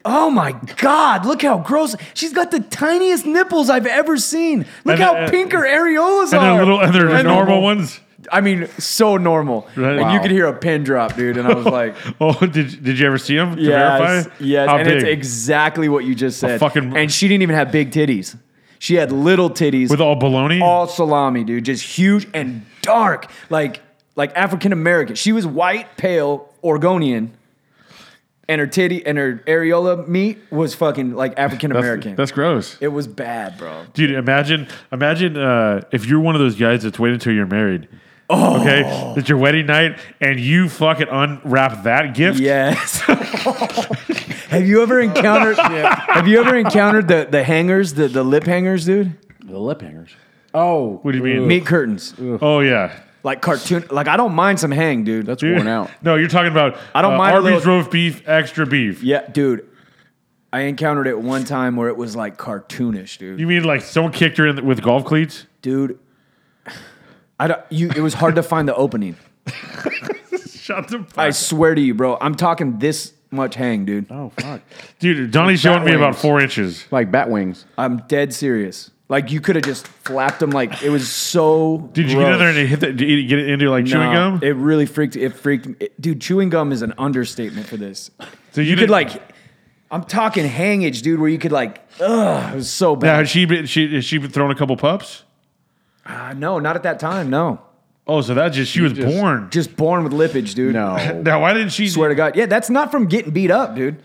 [SPEAKER 4] Oh my God, look how gross. She's got the tiniest nipples I've ever seen. Look
[SPEAKER 3] And
[SPEAKER 4] how
[SPEAKER 3] then-
[SPEAKER 4] pink her areolas
[SPEAKER 3] and
[SPEAKER 4] are.
[SPEAKER 3] they're little, and they're
[SPEAKER 4] And-
[SPEAKER 3] normal ones.
[SPEAKER 4] I mean, so normal.
[SPEAKER 3] Right.
[SPEAKER 4] And
[SPEAKER 3] Wow.
[SPEAKER 4] you could hear a pin drop, dude. And I was like,
[SPEAKER 3] Oh, did did you ever see them? To
[SPEAKER 4] yes,
[SPEAKER 3] verify?
[SPEAKER 4] yes.
[SPEAKER 3] How
[SPEAKER 4] and it's
[SPEAKER 3] big?
[SPEAKER 4] exactly what you just said.
[SPEAKER 3] fucking-
[SPEAKER 4] and she didn't even have big titties. She had little titties.
[SPEAKER 3] with all bologna.
[SPEAKER 4] all salami, dude. Just huge and dark. Like, like African American. She was white, pale, Oregonian. And her titty and her areola meat was fucking like African
[SPEAKER 3] that's,
[SPEAKER 4] American.
[SPEAKER 3] That's gross.
[SPEAKER 4] It was bad, bro.
[SPEAKER 3] Dude, imagine imagine uh, if you're one of those guys that's waiting until you're married. Oh. Okay, it's your wedding night, and you fucking unwrap that gift.
[SPEAKER 4] Yes. have you ever encountered? Have you ever encountered the the hangers, the, the lip hangers, dude?
[SPEAKER 5] the lip hangers. Oh,
[SPEAKER 3] What do you mean?
[SPEAKER 4] Meat curtains,
[SPEAKER 3] Oh yeah,
[SPEAKER 4] like cartoon. Like I don't mind some hang, dude.
[SPEAKER 5] that's
[SPEAKER 3] Dude.
[SPEAKER 5] worn out.
[SPEAKER 3] No, you're talking about uh,
[SPEAKER 4] I don't mind a
[SPEAKER 3] Arby's
[SPEAKER 4] little-
[SPEAKER 3] roast beef, extra beef.
[SPEAKER 4] yeah, dude. I encountered it one time where it was like cartoonish, dude.
[SPEAKER 3] You mean like someone kicked her in the, with golf cleats?
[SPEAKER 4] dude, I don't. You. It was hard to find the opening.
[SPEAKER 3] Shut the fuck.
[SPEAKER 4] I swear to you, bro. I'm talking this much hang, dude.
[SPEAKER 5] Oh fuck!
[SPEAKER 3] Dude, Donnie's showing me about
[SPEAKER 5] wings.
[SPEAKER 3] four inches.
[SPEAKER 5] Like bat wings.
[SPEAKER 4] I'm dead serious. Like you could have just flapped them. Like it was so.
[SPEAKER 3] Did you get in there and it hit that? Did you get it into like chewing
[SPEAKER 4] No,
[SPEAKER 3] gum?
[SPEAKER 4] Uh, It really freaked. It freaked me. it- dude, chewing gum is an understatement for this.
[SPEAKER 3] so
[SPEAKER 4] You could
[SPEAKER 3] didn't-
[SPEAKER 4] like, I'm talking hangage, dude, where you could like, ugh, it was so
[SPEAKER 3] Now,
[SPEAKER 4] bad.
[SPEAKER 3] has she been, she has she been throwing a couple pups?
[SPEAKER 4] Uh, no, not at that time. No,
[SPEAKER 3] Oh, so that just she was
[SPEAKER 5] just-
[SPEAKER 3] born.
[SPEAKER 4] just born with lippage, dude.
[SPEAKER 5] No.
[SPEAKER 3] Now, why didn't she?
[SPEAKER 4] swear to God, yeah, that's not from getting beat up, dude.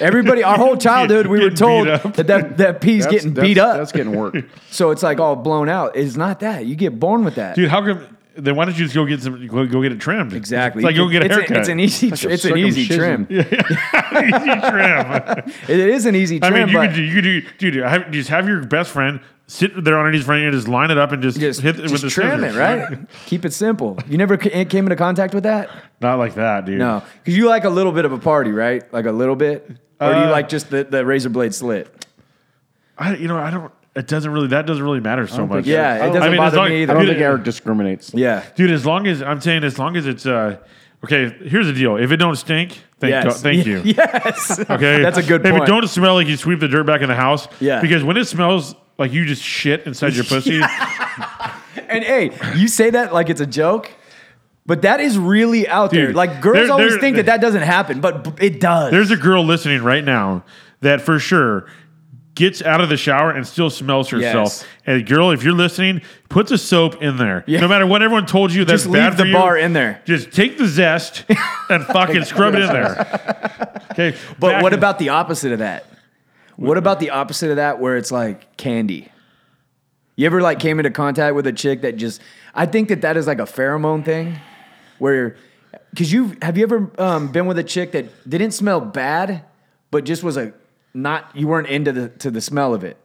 [SPEAKER 4] Everybody, our whole childhood, we were
[SPEAKER 3] Getting
[SPEAKER 4] told
[SPEAKER 3] beat up.
[SPEAKER 4] that that, that pee's
[SPEAKER 5] That's-
[SPEAKER 4] getting
[SPEAKER 5] that's-
[SPEAKER 4] beat up,
[SPEAKER 5] That's getting work.
[SPEAKER 4] so it's like all blown out. It's not that you get born with that.
[SPEAKER 3] dude, how come? Then why don't you just go get some? Go, go get it trimmed.
[SPEAKER 4] Exactly.
[SPEAKER 3] It's like
[SPEAKER 4] You
[SPEAKER 3] go get a
[SPEAKER 4] it's
[SPEAKER 3] haircut.
[SPEAKER 4] it's an easy.
[SPEAKER 5] a
[SPEAKER 4] it's an easy
[SPEAKER 5] circumcision.
[SPEAKER 4] trim.
[SPEAKER 3] easy trim.
[SPEAKER 4] It is an easy
[SPEAKER 3] I
[SPEAKER 4] trim.
[SPEAKER 3] mean, you
[SPEAKER 4] but
[SPEAKER 3] could do, you could do, dude. I Have, just have your best friend sit there on his friend and just line it up and just,
[SPEAKER 4] just,
[SPEAKER 3] hit it
[SPEAKER 4] just
[SPEAKER 3] with the
[SPEAKER 4] trim
[SPEAKER 3] scissors.
[SPEAKER 4] it, right? Keep it simple. You never ca- came into contact with that?
[SPEAKER 3] Not like that, dude.
[SPEAKER 4] No, because you like a little bit of a party, right? Like a little bit, or do you
[SPEAKER 3] Uh,
[SPEAKER 4] like just the, the razor blade slit?
[SPEAKER 3] I, you know, I don't. It doesn't really. That doesn't really matter so much.
[SPEAKER 5] think- Yeah,
[SPEAKER 4] Yeah,
[SPEAKER 5] I
[SPEAKER 4] it
[SPEAKER 5] don't-
[SPEAKER 4] doesn't
[SPEAKER 3] I mean, as
[SPEAKER 4] bother
[SPEAKER 3] long-
[SPEAKER 4] me
[SPEAKER 5] I
[SPEAKER 4] either.
[SPEAKER 5] don't
[SPEAKER 3] Dude,
[SPEAKER 5] think Eric discriminates.
[SPEAKER 4] yeah,
[SPEAKER 3] dude. As long as I'm saying, as long as it's uh, okay. Here's the deal. If it don't stink, thank,
[SPEAKER 4] Yes.
[SPEAKER 3] God- thank you.
[SPEAKER 4] Yes.
[SPEAKER 3] Okay,
[SPEAKER 4] That's a good
[SPEAKER 3] If
[SPEAKER 4] point.
[SPEAKER 3] it don't smell like you sweep the dirt back in the house,
[SPEAKER 4] Yeah.
[SPEAKER 3] Because when it smells like you just shit inside your pussy,
[SPEAKER 4] and hey, you say that like it's a joke, but that is really out there.
[SPEAKER 3] Dude,
[SPEAKER 4] Like girls
[SPEAKER 3] there-
[SPEAKER 4] always
[SPEAKER 3] there-
[SPEAKER 4] think that that doesn't happen, but b- it does.
[SPEAKER 3] there's a girl listening right now that for sure gets out of the shower and still smells herself.
[SPEAKER 4] Yes.
[SPEAKER 3] And girl, if you're listening, put the soap in there.
[SPEAKER 4] Yeah.
[SPEAKER 3] No matter what everyone told you, that's
[SPEAKER 4] just
[SPEAKER 3] bad
[SPEAKER 4] leave the
[SPEAKER 3] for you,
[SPEAKER 4] bar in there.
[SPEAKER 3] Just take the zest and fucking scrub it in there. Okay,
[SPEAKER 4] But
[SPEAKER 3] about?
[SPEAKER 4] what about the opposite of that? What about the opposite of that where it's like candy? You ever like came into contact with a chick that just? I think that that is like a pheromone thing, where, cause you have you ever um, been with a chick that didn't smell bad, but just was a not you weren't into the to the smell of it.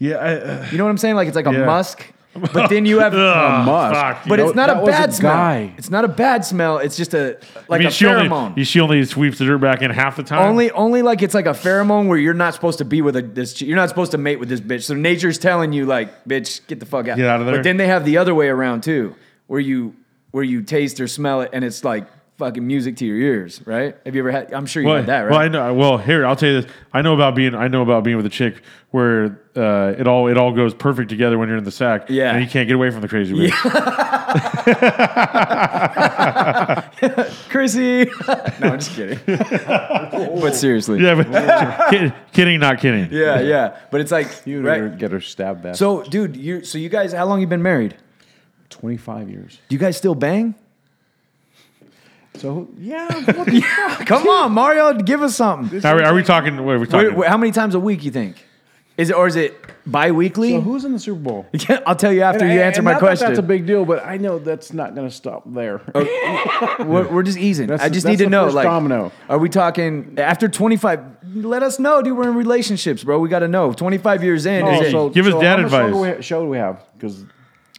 [SPEAKER 3] Yeah, I, uh,
[SPEAKER 4] You know what I'm saying? Like it's like a
[SPEAKER 3] Yeah.
[SPEAKER 4] musk, but then you have.
[SPEAKER 3] Ugh,
[SPEAKER 5] must.
[SPEAKER 3] fuck,
[SPEAKER 4] But
[SPEAKER 3] you
[SPEAKER 4] it's not
[SPEAKER 5] that
[SPEAKER 4] a
[SPEAKER 5] was a
[SPEAKER 4] bad smell.
[SPEAKER 5] guy.
[SPEAKER 4] It's not a bad smell. It's just a
[SPEAKER 3] I
[SPEAKER 4] like
[SPEAKER 3] mean,
[SPEAKER 4] a
[SPEAKER 3] she
[SPEAKER 4] pheromone.
[SPEAKER 3] only she only sweeps the dirt back in half the time.
[SPEAKER 4] Only, only like it's like a pheromone where you're not supposed to be with a, this. chi- You're not supposed to mate with this bitch. So nature's telling you, like, bitch, get the fuck out.
[SPEAKER 3] Get out of there.
[SPEAKER 4] But then they have the other way around too, where you where you taste or smell it, and it's like fucking music to your ears, right? Have you ever had? I'm sure you
[SPEAKER 3] well,
[SPEAKER 4] had that, right?
[SPEAKER 3] well, I know. Well, here I'll tell you this. I know about being. I know about being with a chick where uh, it all it all goes perfect together when you're in the sack.
[SPEAKER 4] Yeah.
[SPEAKER 3] and you can't get away from the crazy bitch.
[SPEAKER 4] Chrissy. no, I'm just kidding. but seriously,
[SPEAKER 3] Yeah, but kid, kidding, not kidding.
[SPEAKER 4] yeah, yeah. But it's like,
[SPEAKER 5] You
[SPEAKER 4] right?
[SPEAKER 5] better get her stabbed back.
[SPEAKER 4] So, dude, you so you guys, how long you been married?
[SPEAKER 5] 25 years.
[SPEAKER 4] Do you guys still bang?
[SPEAKER 5] So yeah,
[SPEAKER 4] Come on, Mario, give us something.
[SPEAKER 3] Are, we- are we talking? What are we talking?
[SPEAKER 4] Wait, wait, how many times a week you think? Is it or is it bi-weekly?
[SPEAKER 5] so who's in the Super Bowl?
[SPEAKER 4] Yeah, I'll tell you after
[SPEAKER 5] And-
[SPEAKER 4] you
[SPEAKER 5] and
[SPEAKER 4] answer my
[SPEAKER 5] not that
[SPEAKER 4] question.
[SPEAKER 5] That's a big deal, but I know that's not going to stop there. Oh,
[SPEAKER 4] we're, we're just easing.
[SPEAKER 5] That's-
[SPEAKER 4] I just
[SPEAKER 5] that's
[SPEAKER 4] need to
[SPEAKER 5] the
[SPEAKER 4] know,
[SPEAKER 5] first
[SPEAKER 4] like,
[SPEAKER 5] domino.
[SPEAKER 4] are we talking after 25? Let us know, dude. We're in relationships, bro. We got to know. 25 years in,
[SPEAKER 5] Oh,
[SPEAKER 4] is
[SPEAKER 3] hey,
[SPEAKER 4] it,
[SPEAKER 5] so-
[SPEAKER 3] give us
[SPEAKER 5] so
[SPEAKER 3] dad
[SPEAKER 5] how much longer
[SPEAKER 3] advice.
[SPEAKER 5] we ha- Show do we have because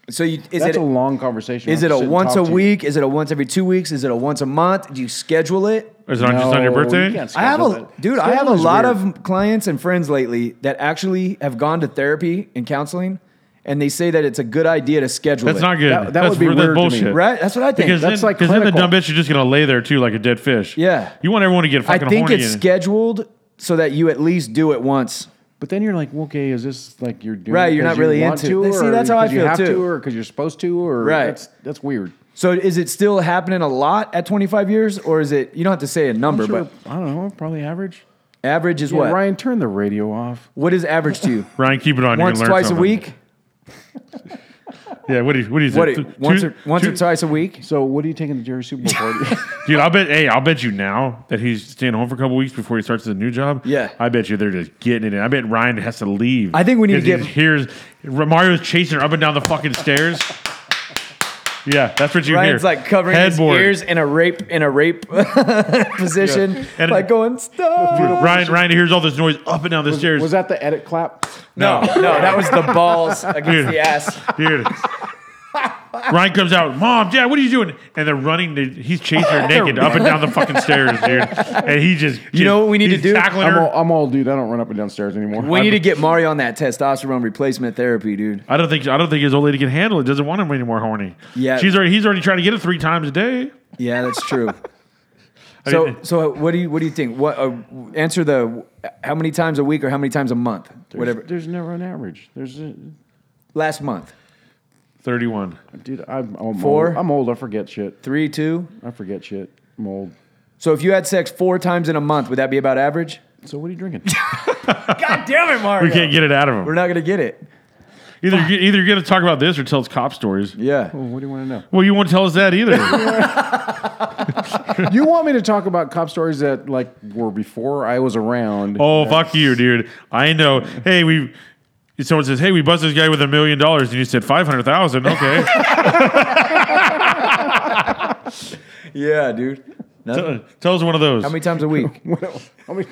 [SPEAKER 4] so you, is
[SPEAKER 5] that's
[SPEAKER 4] it
[SPEAKER 5] a long conversation.
[SPEAKER 4] is
[SPEAKER 5] I'm
[SPEAKER 4] it a
[SPEAKER 5] sitting
[SPEAKER 4] once a
[SPEAKER 5] talking to you.
[SPEAKER 4] week? Is it a once every two weeks? Is it a once a month? Do you schedule it?
[SPEAKER 3] Is it on just on your
[SPEAKER 5] No, you
[SPEAKER 3] birthday?
[SPEAKER 5] can't
[SPEAKER 4] I have
[SPEAKER 5] schedule
[SPEAKER 4] a
[SPEAKER 5] that.
[SPEAKER 4] dude. I have a
[SPEAKER 5] Schedule is
[SPEAKER 4] lot
[SPEAKER 5] weird.
[SPEAKER 4] of clients and friends lately that actually have gone to therapy and counseling, and they say that it's a good idea to schedule.
[SPEAKER 3] That's
[SPEAKER 4] it.
[SPEAKER 3] not good.
[SPEAKER 5] That- that
[SPEAKER 3] that's
[SPEAKER 5] would be
[SPEAKER 3] that's
[SPEAKER 5] weird to me.
[SPEAKER 3] bullshit.
[SPEAKER 4] right. That's what I think.
[SPEAKER 3] Because
[SPEAKER 5] That's
[SPEAKER 3] then,
[SPEAKER 5] like
[SPEAKER 3] 'cause then the dumb
[SPEAKER 5] clinical.
[SPEAKER 3] bitch is just gonna lay there too, like a dead fish.
[SPEAKER 4] Yeah.
[SPEAKER 3] You want everyone to get
[SPEAKER 4] I
[SPEAKER 3] fucking
[SPEAKER 4] think
[SPEAKER 3] horny.
[SPEAKER 4] it's
[SPEAKER 3] and-
[SPEAKER 4] scheduled so that you at least do it once.
[SPEAKER 5] But then you're like, okay, is this like you're doing
[SPEAKER 4] Right,
[SPEAKER 5] it
[SPEAKER 4] you're
[SPEAKER 5] 'cause
[SPEAKER 4] not really
[SPEAKER 5] you want
[SPEAKER 4] into it.
[SPEAKER 5] to,
[SPEAKER 4] See,
[SPEAKER 5] or
[SPEAKER 4] that's how I
[SPEAKER 5] 'cause you
[SPEAKER 4] feel,
[SPEAKER 5] have
[SPEAKER 4] too.
[SPEAKER 5] to, or because you're supposed to, or
[SPEAKER 4] Right.
[SPEAKER 5] That's that's weird.
[SPEAKER 4] So is it still happening a lot at 25 years, or is it? You don't have to say a number,
[SPEAKER 5] I'm sure-
[SPEAKER 4] but
[SPEAKER 5] I don't know, probably average.
[SPEAKER 4] average is
[SPEAKER 5] Yeah,
[SPEAKER 4] what?
[SPEAKER 5] Ryan, turn the radio off.
[SPEAKER 4] What is average to you?
[SPEAKER 3] Ryan, keep it on. You're
[SPEAKER 4] Once,
[SPEAKER 3] gonna learn
[SPEAKER 4] twice a
[SPEAKER 3] something.
[SPEAKER 4] week.
[SPEAKER 3] Yeah. What do you? What do you?
[SPEAKER 4] What?
[SPEAKER 3] think?
[SPEAKER 4] it-
[SPEAKER 3] Th-
[SPEAKER 4] once
[SPEAKER 3] two-
[SPEAKER 4] or once
[SPEAKER 3] two-
[SPEAKER 4] or twice a week.
[SPEAKER 5] So what are you taking to Jerry's Super Bowl party?
[SPEAKER 3] Dude, I'll bet. Hey, I'll bet you now that he's staying home for a couple weeks before he starts his new job.
[SPEAKER 4] Yeah.
[SPEAKER 3] I bet you they're just getting it in. I bet Ryan has to leave.
[SPEAKER 4] I think we need to
[SPEAKER 3] 'Cause he's-
[SPEAKER 4] get-
[SPEAKER 3] here's Mario's chasing her up and down the fucking stairs. Yeah, that's what you
[SPEAKER 4] Ryan's
[SPEAKER 3] hear.
[SPEAKER 4] like covering
[SPEAKER 3] Headboard.
[SPEAKER 4] his ears in a rape in a rape position,
[SPEAKER 3] And-
[SPEAKER 4] like going stop.
[SPEAKER 3] Ryan, Ryan hears all this noise up and down the stairs.
[SPEAKER 5] Was that the edit clap?
[SPEAKER 4] No, no, that was the balls against
[SPEAKER 3] Dude.
[SPEAKER 4] the ass.
[SPEAKER 3] Dude. Ryan comes out, Mom, Dad, what are you doing? And they're running. they- He's chasing her naked up and down the fucking stairs, dude. And he just,
[SPEAKER 4] You know what we need to
[SPEAKER 3] he's
[SPEAKER 4] do?
[SPEAKER 3] Tackling
[SPEAKER 5] I'm
[SPEAKER 3] her.
[SPEAKER 5] all, I'm all, dude. I don't run up and down stairs anymore.
[SPEAKER 4] We need to get Mario on that testosterone replacement therapy, dude.
[SPEAKER 3] I don't think I don't think his old lady can handle it. Doesn't want him anymore horny.
[SPEAKER 4] Yeah.
[SPEAKER 3] she's already he's already trying to get it three times a day.
[SPEAKER 4] Yeah, that's true.
[SPEAKER 3] I
[SPEAKER 4] So,
[SPEAKER 3] mean,
[SPEAKER 4] so what do you what do you think? What uh, answer the how many times a week or how many times a month? Whatever.
[SPEAKER 5] There's, there's never an average. There's a,
[SPEAKER 4] Last month,
[SPEAKER 3] thirty-one.
[SPEAKER 5] dude. I'm, I'm
[SPEAKER 4] Four?
[SPEAKER 5] Old. I'm old. I forget shit.
[SPEAKER 4] three, two.
[SPEAKER 5] I forget shit. I'm old.
[SPEAKER 4] So if you had sex four times in a month, would that be about average?
[SPEAKER 5] So what are you drinking?
[SPEAKER 4] God damn it, Mario!
[SPEAKER 3] We can't get it out of him.
[SPEAKER 4] We're not gonna get it.
[SPEAKER 3] Either you- either you're gonna talk about this or tell us cop stories.
[SPEAKER 4] Yeah.
[SPEAKER 5] what do you want to know?
[SPEAKER 3] Well, you won't tell us that either.
[SPEAKER 5] You want me to talk about cop stories that like were before I was around?
[SPEAKER 3] oh fuck you, dude. I know. Hey, we. Someone says, "Hey, we bust this guy with a million dollars," and you said five hundred thousand. Okay.
[SPEAKER 4] Yeah, dude. Nothing.
[SPEAKER 3] Tell us one of those.
[SPEAKER 4] How many times a week?
[SPEAKER 5] I mean,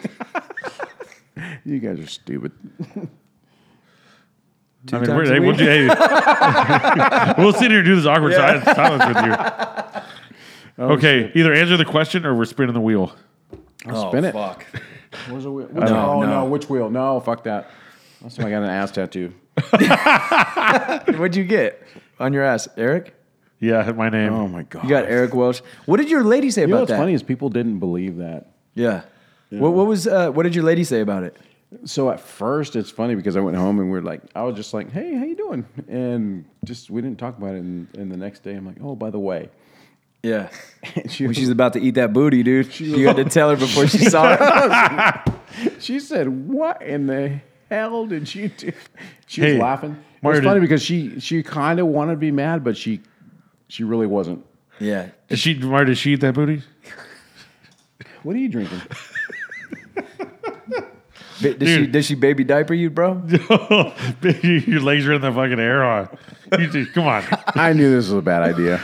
[SPEAKER 5] you guys are stupid.
[SPEAKER 4] Two
[SPEAKER 3] I mean, we're,
[SPEAKER 4] times a
[SPEAKER 3] hey, we'll,
[SPEAKER 4] week?
[SPEAKER 3] do- hey, we'll sit here and do this awkward si- silence with you.
[SPEAKER 4] Oh,
[SPEAKER 3] okay, either answer the question or we're spinning the wheel.
[SPEAKER 5] Spin
[SPEAKER 4] oh
[SPEAKER 5] it.
[SPEAKER 4] fuck!
[SPEAKER 5] Where's the wheel? No, no,
[SPEAKER 4] no.
[SPEAKER 5] Which wheel? No, fuck that. That's when I got an ass tattoo.
[SPEAKER 4] What'd you get on your ass, Eric?
[SPEAKER 3] Yeah, my name.
[SPEAKER 5] Oh my god.
[SPEAKER 4] You got Eric Welsh. What did your lady say
[SPEAKER 5] You know
[SPEAKER 4] about
[SPEAKER 5] what's
[SPEAKER 4] that?
[SPEAKER 5] funny is people didn't believe that.
[SPEAKER 4] Yeah. What, what was uh, what did your lady say about it?
[SPEAKER 5] So at first, it's funny because I went home and we are like, I was just like, hey, how you doing? And just we didn't talk about it. And, and the next day, I'm like, oh, by the way,
[SPEAKER 4] Yeah.
[SPEAKER 5] And she,
[SPEAKER 4] When she's about to eat that booty, dude. You had to tell her before she saw it.
[SPEAKER 5] she said, what in the hell did you do? She
[SPEAKER 3] Hey,
[SPEAKER 5] was laughing. It was
[SPEAKER 3] Martin.
[SPEAKER 5] funny because she she kind of wanted to be mad, but she she really wasn't.
[SPEAKER 4] Yeah.
[SPEAKER 3] Did she, Mar, did she eat that booty?
[SPEAKER 5] What are you drinking?
[SPEAKER 4] Ba- Did she,
[SPEAKER 3] Dude.
[SPEAKER 4] did she baby diaper you, bro?
[SPEAKER 3] Your legs are in the fucking air on. You just, come on.
[SPEAKER 5] I knew this was a bad idea.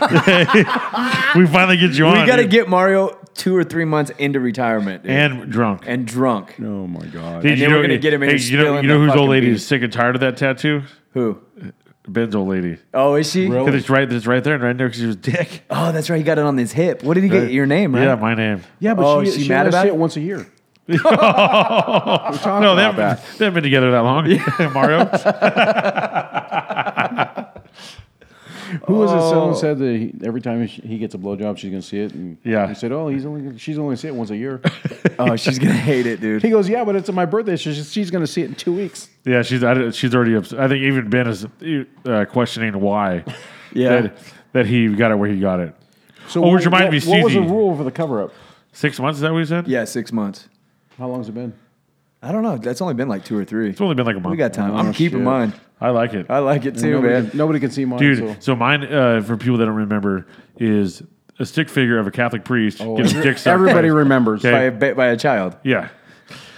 [SPEAKER 3] We finally get you on.
[SPEAKER 4] We got to
[SPEAKER 3] dude.
[SPEAKER 4] get Mario two or three months into retirement dude.
[SPEAKER 3] and drunk.
[SPEAKER 4] and drunk.
[SPEAKER 5] oh my god.
[SPEAKER 3] Did
[SPEAKER 4] and then we're gonna get him in
[SPEAKER 3] hey,
[SPEAKER 4] here
[SPEAKER 3] you know,
[SPEAKER 4] spilling
[SPEAKER 3] you know
[SPEAKER 4] the
[SPEAKER 3] whose old
[SPEAKER 4] fucking
[SPEAKER 3] lady
[SPEAKER 4] beans.
[SPEAKER 3] is sick and tired of that tattoo?
[SPEAKER 4] Who?
[SPEAKER 3] Ben's old lady.
[SPEAKER 4] Oh, is she?
[SPEAKER 3] Because it's right, it's right there, and right there, because she was dick.
[SPEAKER 4] Oh, that's right. He got it on his hip. What did he get? Your name, right?
[SPEAKER 3] Yeah, my name.
[SPEAKER 5] yeah, but
[SPEAKER 4] Oh,
[SPEAKER 5] she,
[SPEAKER 4] is she
[SPEAKER 5] she,
[SPEAKER 4] mad
[SPEAKER 5] mad
[SPEAKER 4] about
[SPEAKER 5] about
[SPEAKER 4] it?
[SPEAKER 5] it once a year. We're talking
[SPEAKER 3] No, they
[SPEAKER 5] about
[SPEAKER 3] haven't,
[SPEAKER 5] that.
[SPEAKER 3] they haven't been together that long, Mario.
[SPEAKER 5] Who was it? Someone said that he, every time he he gets a blowjob, she's gonna see it. And
[SPEAKER 3] Yeah.
[SPEAKER 5] He said, "Oh, he's only she's only see it once a year."
[SPEAKER 4] Oh, she's gonna hate it, dude.
[SPEAKER 5] he goes, "Yeah, but it's my birthday. So she's, she's gonna see it in two weeks."
[SPEAKER 3] Yeah, she's I, don't- she's already upset. I think even Ben is uh, questioning why
[SPEAKER 4] Yeah.
[SPEAKER 3] that, that he got it where he got it.
[SPEAKER 5] So
[SPEAKER 3] Oh,
[SPEAKER 5] what-
[SPEAKER 3] which reminds
[SPEAKER 5] what,
[SPEAKER 3] me,
[SPEAKER 5] what was the
[SPEAKER 3] Suzy.
[SPEAKER 5] rule for the cover up?
[SPEAKER 3] Six months, is that what you said?
[SPEAKER 4] Yeah, six months.
[SPEAKER 5] How long's it been?
[SPEAKER 4] I don't know. That's only been like two or three.
[SPEAKER 3] It's only been like a month.
[SPEAKER 4] We got time. I'm
[SPEAKER 5] Oh,
[SPEAKER 4] keeping
[SPEAKER 5] shit.
[SPEAKER 4] mine.
[SPEAKER 3] I like it.
[SPEAKER 4] I like it too,
[SPEAKER 5] nobody,
[SPEAKER 4] man.
[SPEAKER 5] can, nobody can see mine.
[SPEAKER 3] Dude,
[SPEAKER 5] so-
[SPEAKER 3] so, mine, uh, for people that don't remember, is a stick figure of a Catholic priest
[SPEAKER 4] Oh,
[SPEAKER 3] getting his dick sucked.
[SPEAKER 5] everybody
[SPEAKER 3] by-
[SPEAKER 5] remembers.
[SPEAKER 3] Okay.
[SPEAKER 4] By, a ba- by a child.
[SPEAKER 3] Yeah.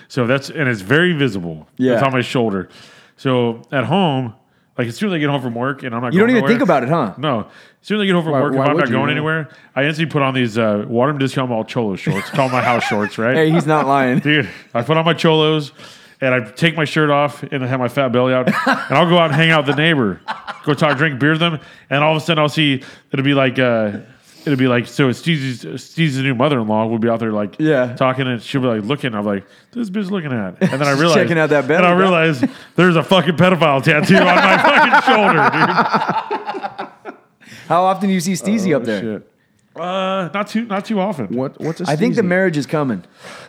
[SPEAKER 3] So that's and it's very visible.
[SPEAKER 4] Yeah.
[SPEAKER 3] It's on my shoulder. So at home, like as soon as I get home from work and I'm not
[SPEAKER 4] You don't
[SPEAKER 3] going
[SPEAKER 4] even think
[SPEAKER 3] nowhere-
[SPEAKER 4] about it, huh?
[SPEAKER 3] No. As soon as I get home from
[SPEAKER 5] Why-
[SPEAKER 3] work,
[SPEAKER 5] why
[SPEAKER 3] if I'm
[SPEAKER 5] would
[SPEAKER 3] not
[SPEAKER 5] you,
[SPEAKER 3] going
[SPEAKER 5] huh?
[SPEAKER 3] anywhere, I instantly put on these uh Waterman Discount Mall Cholo shorts. Call my house shorts, right?
[SPEAKER 4] Hey, he's not lying.
[SPEAKER 3] Dude, I put on my cholos and I take my shirt off and I have my fat belly out and I'll go out and hang out with the neighbor, go talk, drink beer with them, and all of a sudden I'll see it'll be like uh it'll be like so Steve's Steve's new mother in law will be out there like
[SPEAKER 4] Yeah.
[SPEAKER 3] talking and she'll be like looking. I'm like, this bitch looking at, and then I realize
[SPEAKER 4] checking out that belly,
[SPEAKER 3] and I
[SPEAKER 4] bro.
[SPEAKER 3] realize there's a fucking pedophile tattoo on my fucking shoulder, dude.
[SPEAKER 4] How often do you see Steezy up there?
[SPEAKER 5] Oh, Shit.
[SPEAKER 3] Uh, not too not too often.
[SPEAKER 5] What? What's a
[SPEAKER 4] I think the
[SPEAKER 5] steezy?
[SPEAKER 4] marriage is coming.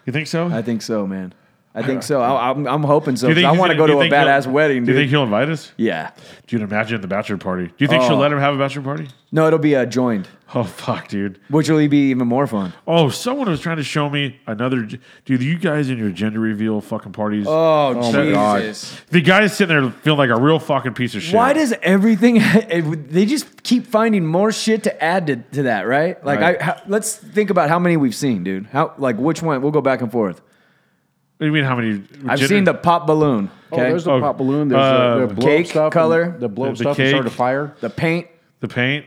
[SPEAKER 3] You think so?
[SPEAKER 4] I think so, man. I think so. I, I'm, I'm hoping so.
[SPEAKER 3] Do you
[SPEAKER 4] 'cause
[SPEAKER 3] think
[SPEAKER 4] I
[SPEAKER 3] he's
[SPEAKER 4] want to
[SPEAKER 3] gonna-
[SPEAKER 4] go
[SPEAKER 3] do
[SPEAKER 4] to
[SPEAKER 3] you
[SPEAKER 4] a
[SPEAKER 3] think he'll-
[SPEAKER 4] badass wedding,
[SPEAKER 3] Do you think
[SPEAKER 4] dude.
[SPEAKER 3] he'll invite us?
[SPEAKER 4] Yeah.
[SPEAKER 3] Dude, imagine the bachelor party. Do you think she'll
[SPEAKER 4] Oh.
[SPEAKER 3] let him have a bachelor party?
[SPEAKER 4] No, it'll be uh, joined,
[SPEAKER 3] Oh fuck, dude.
[SPEAKER 4] which will be even more fun.
[SPEAKER 3] Oh, someone was trying to show me another. g- Dude, you guys in your gender reveal fucking parties.
[SPEAKER 4] Oh,
[SPEAKER 5] my God.
[SPEAKER 3] the guy's sitting there feeling like a real fucking piece of shit.
[SPEAKER 4] Why does everything? it- They just keep finding more shit to add to, to that, right? Like,
[SPEAKER 3] Right.
[SPEAKER 4] I how, let's think about how many we've seen, dude. How like which one? We'll go back and forth.
[SPEAKER 3] What do you mean how many?
[SPEAKER 4] I've
[SPEAKER 3] gender-
[SPEAKER 4] seen the pop balloon.
[SPEAKER 5] Oh,
[SPEAKER 4] Okay,
[SPEAKER 5] there's the
[SPEAKER 3] Oh,
[SPEAKER 5] pop balloon. There's
[SPEAKER 3] uh,
[SPEAKER 5] the, the blow
[SPEAKER 4] Cake
[SPEAKER 5] stuff. and
[SPEAKER 4] color.
[SPEAKER 5] The blow
[SPEAKER 3] The- the
[SPEAKER 5] stuff. and start a
[SPEAKER 3] cake.
[SPEAKER 5] fire.
[SPEAKER 4] the paint.
[SPEAKER 3] the paint.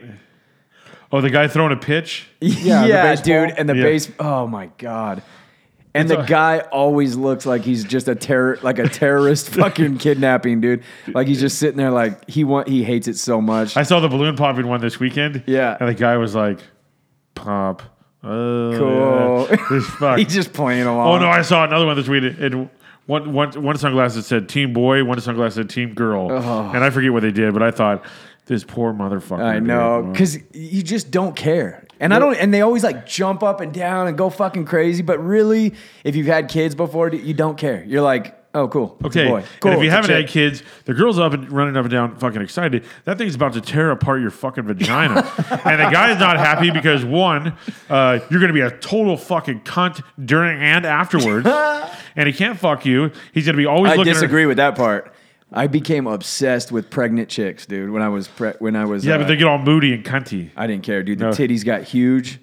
[SPEAKER 3] Oh, the guy throwing a pitch.
[SPEAKER 4] Yeah,
[SPEAKER 5] the baseball.
[SPEAKER 4] dude, and the
[SPEAKER 3] Yeah.
[SPEAKER 4] base. Oh my god. And the
[SPEAKER 3] a-
[SPEAKER 4] guy always looks like he's just a terror, like a terrorist fucking kidnapping, dude. Like he's just sitting there, like he want, he hates it so much.
[SPEAKER 3] I saw the balloon popping one this weekend.
[SPEAKER 4] Yeah.
[SPEAKER 3] and the guy was like, "Pop." Oh,
[SPEAKER 4] Cool.
[SPEAKER 3] yeah. This fuck.
[SPEAKER 4] he's just playing
[SPEAKER 3] Oh
[SPEAKER 4] along.
[SPEAKER 3] no, I saw another one this week. And one, one, one sunglass that said "Team Boy," one sunglass said "Team Girl," and I forget what they did, but I thought this poor motherfucker.
[SPEAKER 4] Oh. I
[SPEAKER 3] dude.
[SPEAKER 4] know, because you just don't care, and I don't. And they always like jump up and down and go fucking crazy. But really, if you've had kids before, d- you don't care. You're like, oh, cool. It's a
[SPEAKER 3] Okay.
[SPEAKER 4] boy.
[SPEAKER 3] and if you
[SPEAKER 4] it's a
[SPEAKER 3] haven't
[SPEAKER 4] chick.
[SPEAKER 3] had kids, the girl's up and running up and down, fucking excited. That thing's about to tear apart your fucking vagina. and the guy's not happy because one, uh, you're going to be a total fucking cunt during and afterwards, and he can't fuck you. He's going to be always
[SPEAKER 4] I
[SPEAKER 3] looking. at-
[SPEAKER 4] disagree with that part. I became obsessed with pregnant chicks, dude. When I was pre- when I was
[SPEAKER 3] yeah,
[SPEAKER 4] uh,
[SPEAKER 3] but they get all moody and cunty,
[SPEAKER 4] I didn't care, dude. The
[SPEAKER 3] No.
[SPEAKER 4] titties got huge,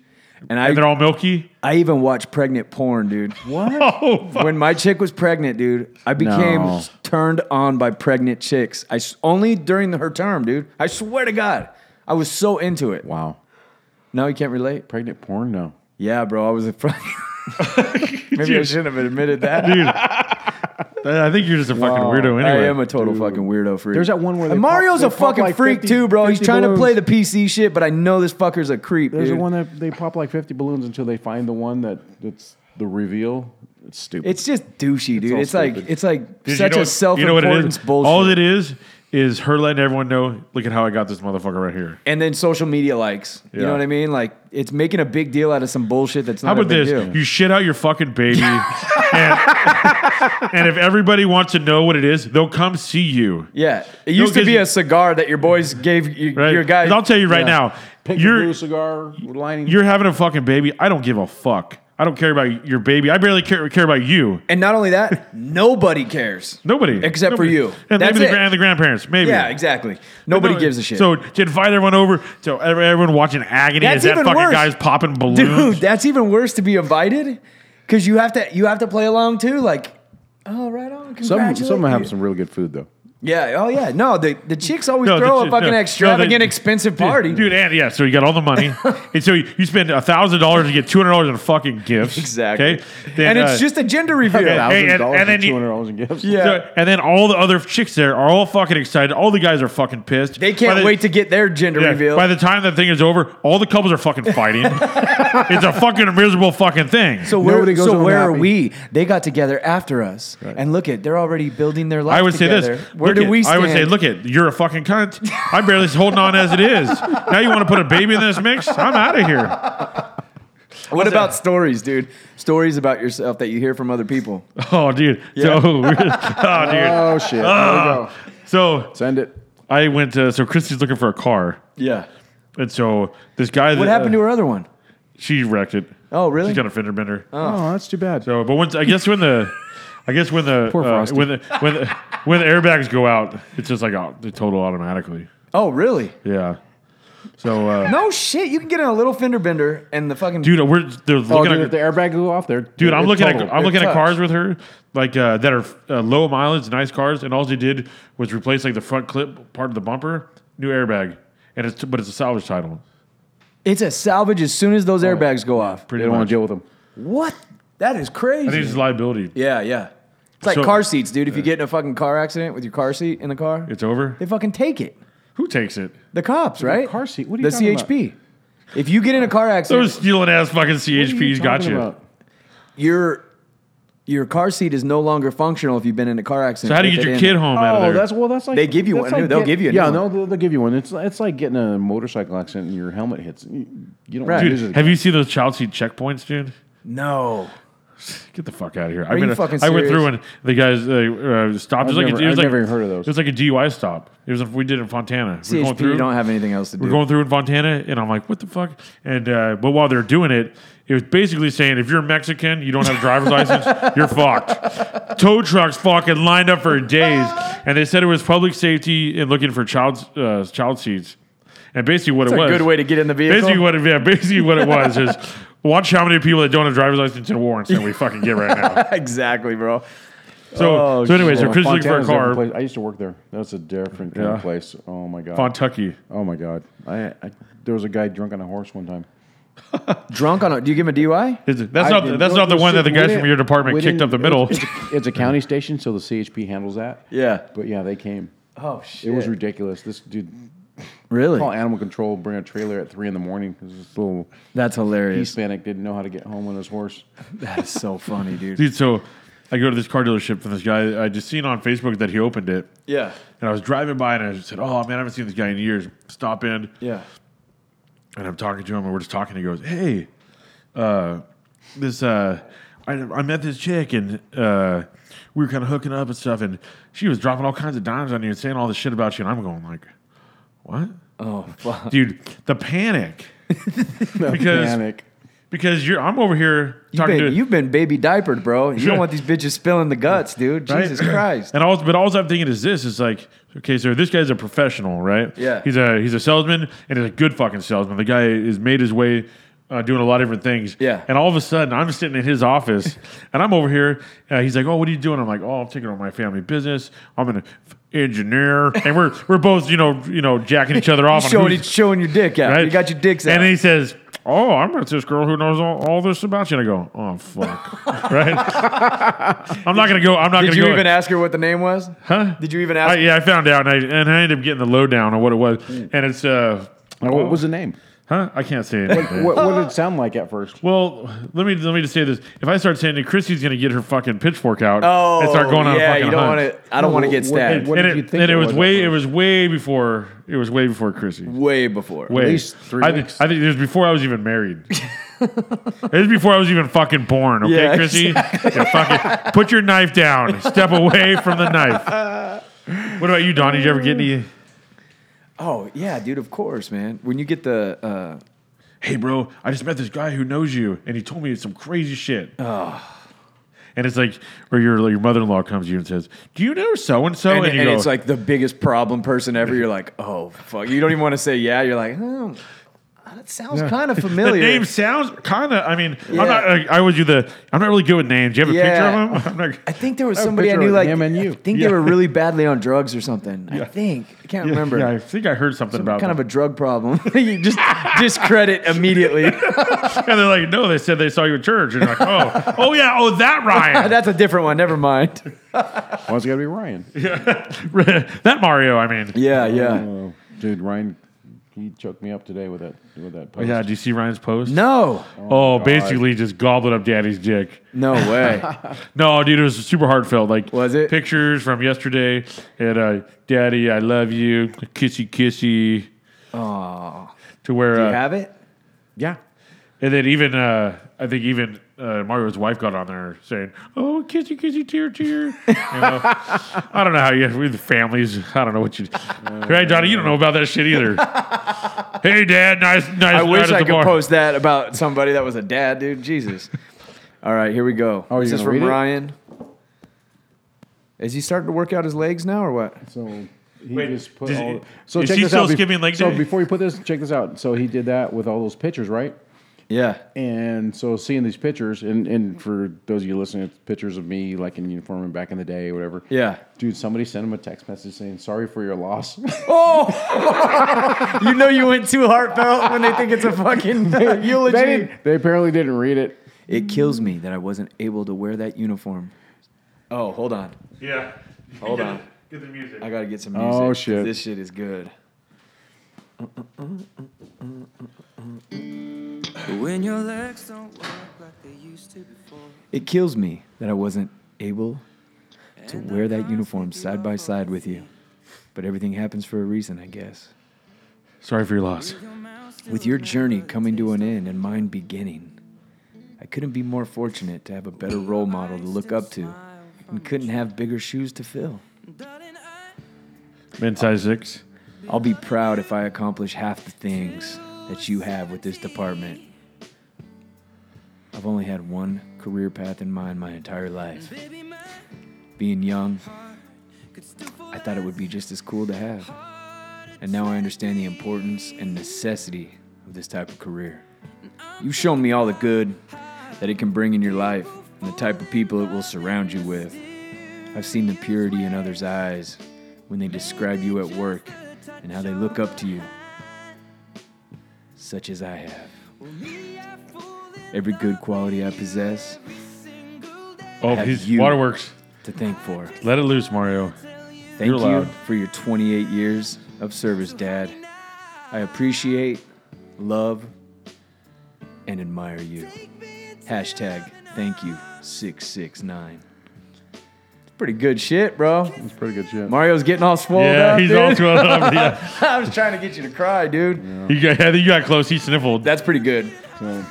[SPEAKER 4] and I
[SPEAKER 3] and they're all milky.
[SPEAKER 4] I even watched pregnant porn, dude. What?
[SPEAKER 3] Oh, fuck.
[SPEAKER 4] when my chick was pregnant, dude, I became
[SPEAKER 5] No.
[SPEAKER 4] turned on by pregnant chicks. I s- only during her term, dude. I swear to God, I was so into it.
[SPEAKER 5] Wow.
[SPEAKER 4] No, you can't relate.
[SPEAKER 5] Pregnant porn? No.
[SPEAKER 4] Yeah, bro, I was a front. Maybe I shouldn't have admitted that.
[SPEAKER 3] I think you're just a fucking weirdo. Anyway,
[SPEAKER 4] I am a total fucking weirdo freak.
[SPEAKER 5] There's that one where they
[SPEAKER 4] And Mario's
[SPEAKER 5] pop- they
[SPEAKER 4] a fucking
[SPEAKER 5] pop like
[SPEAKER 4] freak
[SPEAKER 5] 50
[SPEAKER 4] too, bro. He's
[SPEAKER 5] 50
[SPEAKER 4] trying to
[SPEAKER 5] balloons.
[SPEAKER 4] play the PC shit, but I know this fucker's a creep.
[SPEAKER 5] There's
[SPEAKER 4] dude.
[SPEAKER 5] the one that they pop like 50 balloons until they find the one that that's the reveal. It's stupid.
[SPEAKER 4] It's just douchey, dude.
[SPEAKER 5] all
[SPEAKER 4] It's, like
[SPEAKER 5] stupid.
[SPEAKER 4] it's like
[SPEAKER 3] Dude, you
[SPEAKER 4] such
[SPEAKER 3] know
[SPEAKER 4] a
[SPEAKER 3] what-
[SPEAKER 4] self
[SPEAKER 3] you know what it
[SPEAKER 4] importance
[SPEAKER 3] is?
[SPEAKER 4] bullshit.
[SPEAKER 3] All it is is her letting everyone know. Look at how I got this motherfucker right here.
[SPEAKER 4] and then social media likes. You know
[SPEAKER 3] Yeah.
[SPEAKER 4] what I mean? Like it's making a big deal out of some bullshit that's not
[SPEAKER 3] How
[SPEAKER 4] a
[SPEAKER 3] about
[SPEAKER 4] big
[SPEAKER 3] this?
[SPEAKER 4] deal.
[SPEAKER 3] You shit out your fucking baby, and, and if everybody wants to know what it is, they'll come see you.
[SPEAKER 4] yeah, it
[SPEAKER 3] No,
[SPEAKER 4] used to
[SPEAKER 3] 'cause
[SPEAKER 4] be
[SPEAKER 3] you-
[SPEAKER 4] a cigar that your boys gave you,
[SPEAKER 3] Right?
[SPEAKER 4] your guys.
[SPEAKER 3] I'll tell you right now,
[SPEAKER 5] Pink and
[SPEAKER 3] you're
[SPEAKER 5] blue cigar lining.
[SPEAKER 3] you're having a fucking baby. I don't give a fuck. I don't care about your baby. I barely care, care about you.
[SPEAKER 4] and not only that, nobody cares.
[SPEAKER 3] Nobody
[SPEAKER 4] Except for
[SPEAKER 3] Nobody.
[SPEAKER 4] you.
[SPEAKER 3] and
[SPEAKER 4] That's
[SPEAKER 3] maybe the,
[SPEAKER 4] it.
[SPEAKER 3] gra- and the grandparents. Maybe
[SPEAKER 4] Yeah, exactly. Nobody
[SPEAKER 3] No,
[SPEAKER 4] gives a shit.
[SPEAKER 3] So to invite everyone over, so every- everyone watching agony
[SPEAKER 4] That's
[SPEAKER 3] is that
[SPEAKER 4] even
[SPEAKER 3] fucking
[SPEAKER 4] worse.
[SPEAKER 3] guy's popping balloons.
[SPEAKER 4] dude, that's even worse to be invited because you have to you have to play along too. Like, Oh, right on.
[SPEAKER 5] Some some of them have
[SPEAKER 4] Congratulations.
[SPEAKER 5] some really good food though.
[SPEAKER 4] Yeah. Oh, yeah. No, the, the chicks always
[SPEAKER 3] No,
[SPEAKER 4] throw
[SPEAKER 3] the
[SPEAKER 4] a
[SPEAKER 3] chi-
[SPEAKER 4] fucking
[SPEAKER 3] no, no, they-
[SPEAKER 4] extravagant, expensive
[SPEAKER 3] Dude-
[SPEAKER 4] party.
[SPEAKER 3] dude, And yeah, so you got all the money, and so you, you spend a thousand dollars to get two hundred dollars in fucking gifts.
[SPEAKER 4] Exactly.
[SPEAKER 3] Okay,
[SPEAKER 4] and
[SPEAKER 3] uh,
[SPEAKER 4] it's just a gender reveal.
[SPEAKER 3] Okay.
[SPEAKER 5] Thousand
[SPEAKER 3] and-
[SPEAKER 5] dollars and
[SPEAKER 3] and then you-
[SPEAKER 5] two hundred dollars in gifts.
[SPEAKER 4] Yeah.
[SPEAKER 3] so- and then all the other chicks there are all fucking excited. All the guys are fucking pissed.
[SPEAKER 4] They
[SPEAKER 3] By
[SPEAKER 4] can't
[SPEAKER 3] the-
[SPEAKER 4] wait to get their gender
[SPEAKER 3] yeah,
[SPEAKER 4] reveal.
[SPEAKER 3] By the time that thing is over, all the couples are fucking fighting. it's a fucking miserable fucking thing.
[SPEAKER 4] so where,
[SPEAKER 5] Nobody goes
[SPEAKER 4] so
[SPEAKER 5] home
[SPEAKER 4] where are
[SPEAKER 5] happy.
[SPEAKER 4] we? They got together after us, and look at they're already building their life.
[SPEAKER 3] I would say
[SPEAKER 4] together.
[SPEAKER 3] this.
[SPEAKER 4] Where
[SPEAKER 3] look
[SPEAKER 4] do
[SPEAKER 3] it,
[SPEAKER 4] we? Stand?
[SPEAKER 3] I would say, look at you're a fucking cunt. I'm barely holding on as it is. Now you want to put a baby in this mix? I'm out of here.
[SPEAKER 4] What about stories, dude? Stories about yourself that you hear from other people.
[SPEAKER 3] Oh, dude. So, oh, dude.
[SPEAKER 5] Oh shit. There we go.
[SPEAKER 3] Ah. So
[SPEAKER 5] Send it.
[SPEAKER 3] I went to so Christy's looking for a car,
[SPEAKER 4] Yeah.
[SPEAKER 3] and so this guy. uh,
[SPEAKER 4] What happened to her other one?
[SPEAKER 3] She wrecked it.
[SPEAKER 4] Oh, really?
[SPEAKER 3] She's got a fender bender.
[SPEAKER 5] Oh, that's too bad.
[SPEAKER 3] So, but once I guess when the, I guess when the
[SPEAKER 4] Poor
[SPEAKER 3] uh,
[SPEAKER 4] Frosty.
[SPEAKER 3] when the when the, when the airbags go out, it's just like oh, the total automatically.
[SPEAKER 4] Oh, really?
[SPEAKER 3] Yeah. So, uh,
[SPEAKER 4] No shit. You can get in a little fender bender and the fucking
[SPEAKER 3] dude, we're they're looking
[SPEAKER 5] oh, dude,
[SPEAKER 3] at
[SPEAKER 5] if the airbag go off there.
[SPEAKER 3] Dude, I'm looking at I'm looking
[SPEAKER 4] They're
[SPEAKER 3] at cars with her, like uh, that are uh, low mileage, nice cars, and all she did was replace like the front clip part of the bumper, new airbag, and it's but it's a salvage title.
[SPEAKER 4] It's a salvage as soon as those
[SPEAKER 3] Oh.
[SPEAKER 4] airbags go off.
[SPEAKER 5] They
[SPEAKER 3] Pretty
[SPEAKER 5] don't want
[SPEAKER 3] much.
[SPEAKER 5] to deal with them.
[SPEAKER 4] What? That is
[SPEAKER 3] I think
[SPEAKER 4] crazy.
[SPEAKER 3] it's liability.
[SPEAKER 4] yeah, yeah. It's like
[SPEAKER 3] So-
[SPEAKER 4] car seats, dude. If you get in a fucking car accident with your car seat in the car,
[SPEAKER 3] It's over.
[SPEAKER 4] they fucking take it.
[SPEAKER 3] Who takes it?
[SPEAKER 4] The cops, right?
[SPEAKER 5] car seat? What are
[SPEAKER 4] the
[SPEAKER 5] you talking about?
[SPEAKER 4] CHP. If you get in a car accident,
[SPEAKER 3] Those stealing ass fucking
[SPEAKER 5] What are you
[SPEAKER 3] CHPs got
[SPEAKER 5] talking
[SPEAKER 3] you.
[SPEAKER 5] about?
[SPEAKER 4] your your car seat is no longer functional if you've been in a car accident.
[SPEAKER 3] So how do you
[SPEAKER 4] If
[SPEAKER 3] get your
[SPEAKER 4] they
[SPEAKER 3] kid
[SPEAKER 4] didn't-
[SPEAKER 3] home out of
[SPEAKER 5] Oh,
[SPEAKER 3] there?
[SPEAKER 5] that's well. That's like
[SPEAKER 4] They give you
[SPEAKER 5] that's
[SPEAKER 4] one, dude. They'll give you a new
[SPEAKER 5] Yeah,
[SPEAKER 4] one.
[SPEAKER 5] no, they'll, they'll give you one. It's it's like getting a motorcycle accident and your helmet hits. You, you don't
[SPEAKER 4] Right.
[SPEAKER 5] want to
[SPEAKER 3] dude,
[SPEAKER 5] use it.
[SPEAKER 3] have you seen those child seat checkpoints, dude?
[SPEAKER 4] No.
[SPEAKER 3] Get the fuck out of here! I
[SPEAKER 4] you
[SPEAKER 3] mean,
[SPEAKER 4] fucking
[SPEAKER 3] I went
[SPEAKER 4] serious?
[SPEAKER 3] through and the guys uh, uh, stopped. It
[SPEAKER 5] I've
[SPEAKER 3] was like
[SPEAKER 5] never-
[SPEAKER 3] a, it was
[SPEAKER 5] I've
[SPEAKER 3] like,
[SPEAKER 5] never even heard of those.
[SPEAKER 3] It was like a DUI stop. It was we did it in Fontana. We're going
[SPEAKER 4] CHP,
[SPEAKER 3] through.
[SPEAKER 4] you don't have anything else to do.
[SPEAKER 3] We're going through in Fontana, and I'm like, what the fuck? And uh, but while they're doing it, it was basically saying if you're Mexican, you don't have a driver's license, you're fucked. Tow trucks fucking lined up for days, and they said it was public safety and looking for child uh, child seats. And basically, what it
[SPEAKER 4] a
[SPEAKER 3] was
[SPEAKER 4] good way to get in the vehicle.
[SPEAKER 3] Basically, what it, yeah, basically what it was is watch how many people that don't have driver's license and warrants that we fucking get right now.
[SPEAKER 4] exactly, bro.
[SPEAKER 3] So
[SPEAKER 4] Oh,
[SPEAKER 3] so anyway, so
[SPEAKER 5] Yeah,
[SPEAKER 3] Chris looking for a
[SPEAKER 5] Fontana's different
[SPEAKER 3] car,
[SPEAKER 5] place. I used to work there. That's a different kind
[SPEAKER 3] Yeah.
[SPEAKER 5] of place. Oh my god.
[SPEAKER 3] Fontucky.
[SPEAKER 5] oh my god. I, I there was a guy drunk on a horse one time.
[SPEAKER 4] Drunk on a. Do you give him a DUI?
[SPEAKER 3] Is it- That's
[SPEAKER 5] I
[SPEAKER 3] not
[SPEAKER 5] didn't-
[SPEAKER 3] that's
[SPEAKER 5] no,
[SPEAKER 3] not the
[SPEAKER 5] we
[SPEAKER 3] one that the
[SPEAKER 5] didn't-
[SPEAKER 3] guys
[SPEAKER 5] we
[SPEAKER 3] from your
[SPEAKER 5] didn't-
[SPEAKER 3] department
[SPEAKER 5] we
[SPEAKER 3] kicked
[SPEAKER 5] didn't-
[SPEAKER 3] up the middle.
[SPEAKER 5] It's, it's a, it's a county station, so the CHP handles that.
[SPEAKER 4] Yeah.
[SPEAKER 5] But yeah, they came.
[SPEAKER 4] Oh shit.
[SPEAKER 5] It was ridiculous. This dude
[SPEAKER 4] really.
[SPEAKER 5] call animal control, bring a trailer at three in the morning because this little
[SPEAKER 4] That's hilarious.
[SPEAKER 5] Hispanic didn't know how to get home on his horse.
[SPEAKER 4] That is so funny, dude.
[SPEAKER 3] Dude, so I go to this car dealership and this guy I just seen on Facebook that he opened it.
[SPEAKER 4] Yeah.
[SPEAKER 3] And I was driving by and I said, Oh man, I haven't seen this guy in years. Stop in.
[SPEAKER 4] Yeah.
[SPEAKER 3] And I'm talking to him and we're just talking. He goes, Hey, uh, this uh I, I met this chick and uh we were kind of hooking up and stuff and she was dropping all kinds of dimes on you and saying all this shit about you and I'm going like, What?
[SPEAKER 4] Oh fuck.
[SPEAKER 3] Dude, the panic. because
[SPEAKER 5] Panic.
[SPEAKER 3] because you're I'm over here
[SPEAKER 4] You've
[SPEAKER 3] talking
[SPEAKER 4] been,
[SPEAKER 3] to
[SPEAKER 4] you've been baby diapered, bro. You don't want these bitches spilling the guts, dude.
[SPEAKER 3] right?
[SPEAKER 4] Jesus Christ.
[SPEAKER 3] And all, but all I'm thinking is this: is like, okay, so this guy's a professional, right?
[SPEAKER 4] Yeah.
[SPEAKER 3] He's a he's a salesman, and he's a good fucking salesman. The guy has made his way. Uh, doing a lot of different things,
[SPEAKER 4] Yeah.
[SPEAKER 3] And all of a sudden, I'm sitting in his office, and I'm over here. Uh, he's like, "Oh, what are you doing?" I'm like, "Oh, I'm taking over my family business. I'm an engineer," and we're we're both, you know, you know, jacking each other off. on
[SPEAKER 4] Showing,
[SPEAKER 3] who's-
[SPEAKER 4] showing your dick out.
[SPEAKER 3] right?
[SPEAKER 4] You got your dicks out.
[SPEAKER 3] And he says, "Oh, I'm with this girl who knows all, all this about you." And I go, "Oh fuck!" right? I'm not gonna go. I'm not
[SPEAKER 4] Did
[SPEAKER 3] gonna
[SPEAKER 4] you
[SPEAKER 3] go.
[SPEAKER 4] even ask her what the name was?
[SPEAKER 3] Huh?
[SPEAKER 4] Did you even
[SPEAKER 3] I,
[SPEAKER 4] ask?
[SPEAKER 3] yeah, I found out, and I and I ended up getting the lowdown on what it was,
[SPEAKER 5] Hmm.
[SPEAKER 3] and it's uh,
[SPEAKER 5] Now, what was the name?
[SPEAKER 3] huh? I can't say anything.
[SPEAKER 5] What, what did it sound like at first?
[SPEAKER 3] Well, let me let me just say this: if I start saying it, Chrissy's gonna get her fucking pitchfork out
[SPEAKER 4] oh,
[SPEAKER 3] and start going on
[SPEAKER 4] yeah.
[SPEAKER 3] a fucking
[SPEAKER 4] you don't
[SPEAKER 3] hunt.
[SPEAKER 4] want to. I don't want to get
[SPEAKER 5] What-
[SPEAKER 4] stabbed.
[SPEAKER 5] what
[SPEAKER 3] and
[SPEAKER 5] did
[SPEAKER 3] it,
[SPEAKER 5] you think
[SPEAKER 3] and it
[SPEAKER 5] it
[SPEAKER 3] was,
[SPEAKER 5] was at
[SPEAKER 3] way it
[SPEAKER 5] first?
[SPEAKER 3] was way before it was way before Chrissy.
[SPEAKER 4] way before.
[SPEAKER 3] Way.
[SPEAKER 5] least three
[SPEAKER 3] I, thi-
[SPEAKER 5] weeks.
[SPEAKER 3] I think it was before I was even married. it was before I was even fucking born. Okay,
[SPEAKER 4] Yeah,
[SPEAKER 3] Chrissy, Yeah, fucking, put your knife down. Step away from the knife. What about you, Don? Did you ever get any?
[SPEAKER 4] Oh yeah, dude. Of course, man. When you get the uh,
[SPEAKER 3] hey bro, I just met this guy who knows you, and he told me some crazy shit. And it's like, or your your mother in law comes to you and says, "Do you know so and so?"
[SPEAKER 4] and,
[SPEAKER 3] you
[SPEAKER 4] and
[SPEAKER 3] go,
[SPEAKER 4] it's like the biggest problem person ever. You're like, oh fuck. You don't even want to say yeah. You're like, hmm, That sounds kind of familiar.
[SPEAKER 3] The name sounds kind of. I mean,
[SPEAKER 4] Yeah.
[SPEAKER 3] I'm not. I, I would do the. I'm not really good with names. Do you have a
[SPEAKER 4] Yeah.
[SPEAKER 3] picture of him? I'm not,
[SPEAKER 4] I think there was somebody I
[SPEAKER 5] picture
[SPEAKER 4] knew
[SPEAKER 5] of
[SPEAKER 4] like
[SPEAKER 5] him and you.
[SPEAKER 4] I think
[SPEAKER 3] Yeah.
[SPEAKER 4] they were really badly on drugs or something. I think I can't
[SPEAKER 3] Yeah,
[SPEAKER 4] remember.
[SPEAKER 3] Yeah, I think I heard something about
[SPEAKER 4] kind
[SPEAKER 3] kind
[SPEAKER 4] of a drug problem. you just discredit immediately.
[SPEAKER 3] and they're like, no, they said they saw you at church. And you're like, oh, oh yeah, oh that Ryan,
[SPEAKER 4] That's a different one. Never mind.
[SPEAKER 5] Why it's got to be Ryan?
[SPEAKER 3] that Mario. I mean,
[SPEAKER 4] Yeah, yeah.
[SPEAKER 5] Oh, dude, Ryan, he choked me up today with that with that
[SPEAKER 4] Oh,
[SPEAKER 5] post.
[SPEAKER 3] yeah. Do you see Ryan's post?
[SPEAKER 4] No,
[SPEAKER 3] Oh, basically just gobbled up Daddy's dick.
[SPEAKER 4] no way.
[SPEAKER 3] No, dude, it was super heartfelt. Like,
[SPEAKER 4] Was it?
[SPEAKER 3] pictures from yesterday? And uh, Daddy, I love you, kissy kissy.
[SPEAKER 4] Oh,
[SPEAKER 3] To where
[SPEAKER 4] you
[SPEAKER 3] uh,
[SPEAKER 4] have it?
[SPEAKER 5] yeah.
[SPEAKER 3] And then even uh, I think even uh, Mario's wife got on there saying, "Oh, kissy, kissy, tear, tear." You know, I don't know how you with the families. I don't know what you. right, Johnny, you don't know about that shit either. hey, Dad, nice, nice.
[SPEAKER 4] I wish
[SPEAKER 3] night at
[SPEAKER 4] I
[SPEAKER 3] the
[SPEAKER 4] could
[SPEAKER 3] bar.
[SPEAKER 4] post that about somebody that was a dad, dude. Jesus. All right, here we go.
[SPEAKER 5] Oh,
[SPEAKER 4] this
[SPEAKER 5] you're
[SPEAKER 4] is
[SPEAKER 5] gonna
[SPEAKER 4] from
[SPEAKER 5] read it?
[SPEAKER 4] Ryan. Is he starting to work out his legs now or what?
[SPEAKER 5] So he
[SPEAKER 3] Wait,
[SPEAKER 5] just put
[SPEAKER 3] does
[SPEAKER 5] all.
[SPEAKER 3] he-
[SPEAKER 5] so
[SPEAKER 3] is
[SPEAKER 5] check
[SPEAKER 3] he
[SPEAKER 5] this
[SPEAKER 3] still
[SPEAKER 5] out. bef-
[SPEAKER 3] skipping leg
[SPEAKER 5] So
[SPEAKER 3] day?
[SPEAKER 5] before you put this, check this out. So he did that with all those pictures, right?
[SPEAKER 4] Yeah.
[SPEAKER 5] And so seeing these pictures, and, and for those of you listening, it's pictures of me like in uniform and back in the day, or whatever.
[SPEAKER 4] Yeah.
[SPEAKER 5] Dude, somebody sent him a text message saying, "Sorry for your loss."
[SPEAKER 4] You know you went too heartfelt when they think it's a fucking eulogy.
[SPEAKER 5] they, didn't- they apparently didn't read it.
[SPEAKER 4] It kills me that I wasn't able to wear that uniform. Oh, hold on.
[SPEAKER 3] Yeah.
[SPEAKER 4] Hold on.
[SPEAKER 3] Get the music.
[SPEAKER 4] I gotta get some music.
[SPEAKER 5] Oh,
[SPEAKER 4] 'cause
[SPEAKER 5] shit.
[SPEAKER 4] This shit is good.
[SPEAKER 8] When your legs don't work like they used to before.
[SPEAKER 4] It kills me that I wasn't able to wear that uniform side by side with you. But everything happens for a reason, I guess.
[SPEAKER 3] Sorry for your loss.
[SPEAKER 4] With your journey coming to an end and mine beginning, I couldn't be more fortunate to have a better role model to look up to and couldn't have bigger shoes to fill.
[SPEAKER 8] Darling, I
[SPEAKER 3] Men size six.
[SPEAKER 4] I'll be proud if I accomplish half the things that you have with this department. I've only had one career path in mind my entire life.
[SPEAKER 8] baby my
[SPEAKER 4] Being young,
[SPEAKER 8] could still fall
[SPEAKER 4] I thought it would be just as cool to have. And now I understand the importance and necessity of this type of career. You've shown me all the good that it can bring in your life and the type of people it will surround you with. I've seen the purity in others' eyes when they describe you at work and how they look up to you, such as I have. Every good quality I possess
[SPEAKER 3] Oh,
[SPEAKER 4] Have
[SPEAKER 3] he's
[SPEAKER 4] you-
[SPEAKER 3] waterworks.
[SPEAKER 4] to thank for.
[SPEAKER 3] Let it loose, Mario.
[SPEAKER 4] Thank
[SPEAKER 3] You're
[SPEAKER 4] you
[SPEAKER 3] allowed.
[SPEAKER 4] for your 28 years of service, Dad. I appreciate, love, and admire you. Hashtag thank you 669. It's Pretty good shit, bro.
[SPEAKER 5] It's pretty good shit.
[SPEAKER 4] Mario's getting all swollen
[SPEAKER 3] Yeah,
[SPEAKER 4] up,
[SPEAKER 3] he's
[SPEAKER 4] dude.
[SPEAKER 3] all swelled up. Yeah.
[SPEAKER 4] I was trying to get you to cry, dude.
[SPEAKER 3] You got, I think you got close. He sniffled.
[SPEAKER 4] That's pretty good.
[SPEAKER 5] So-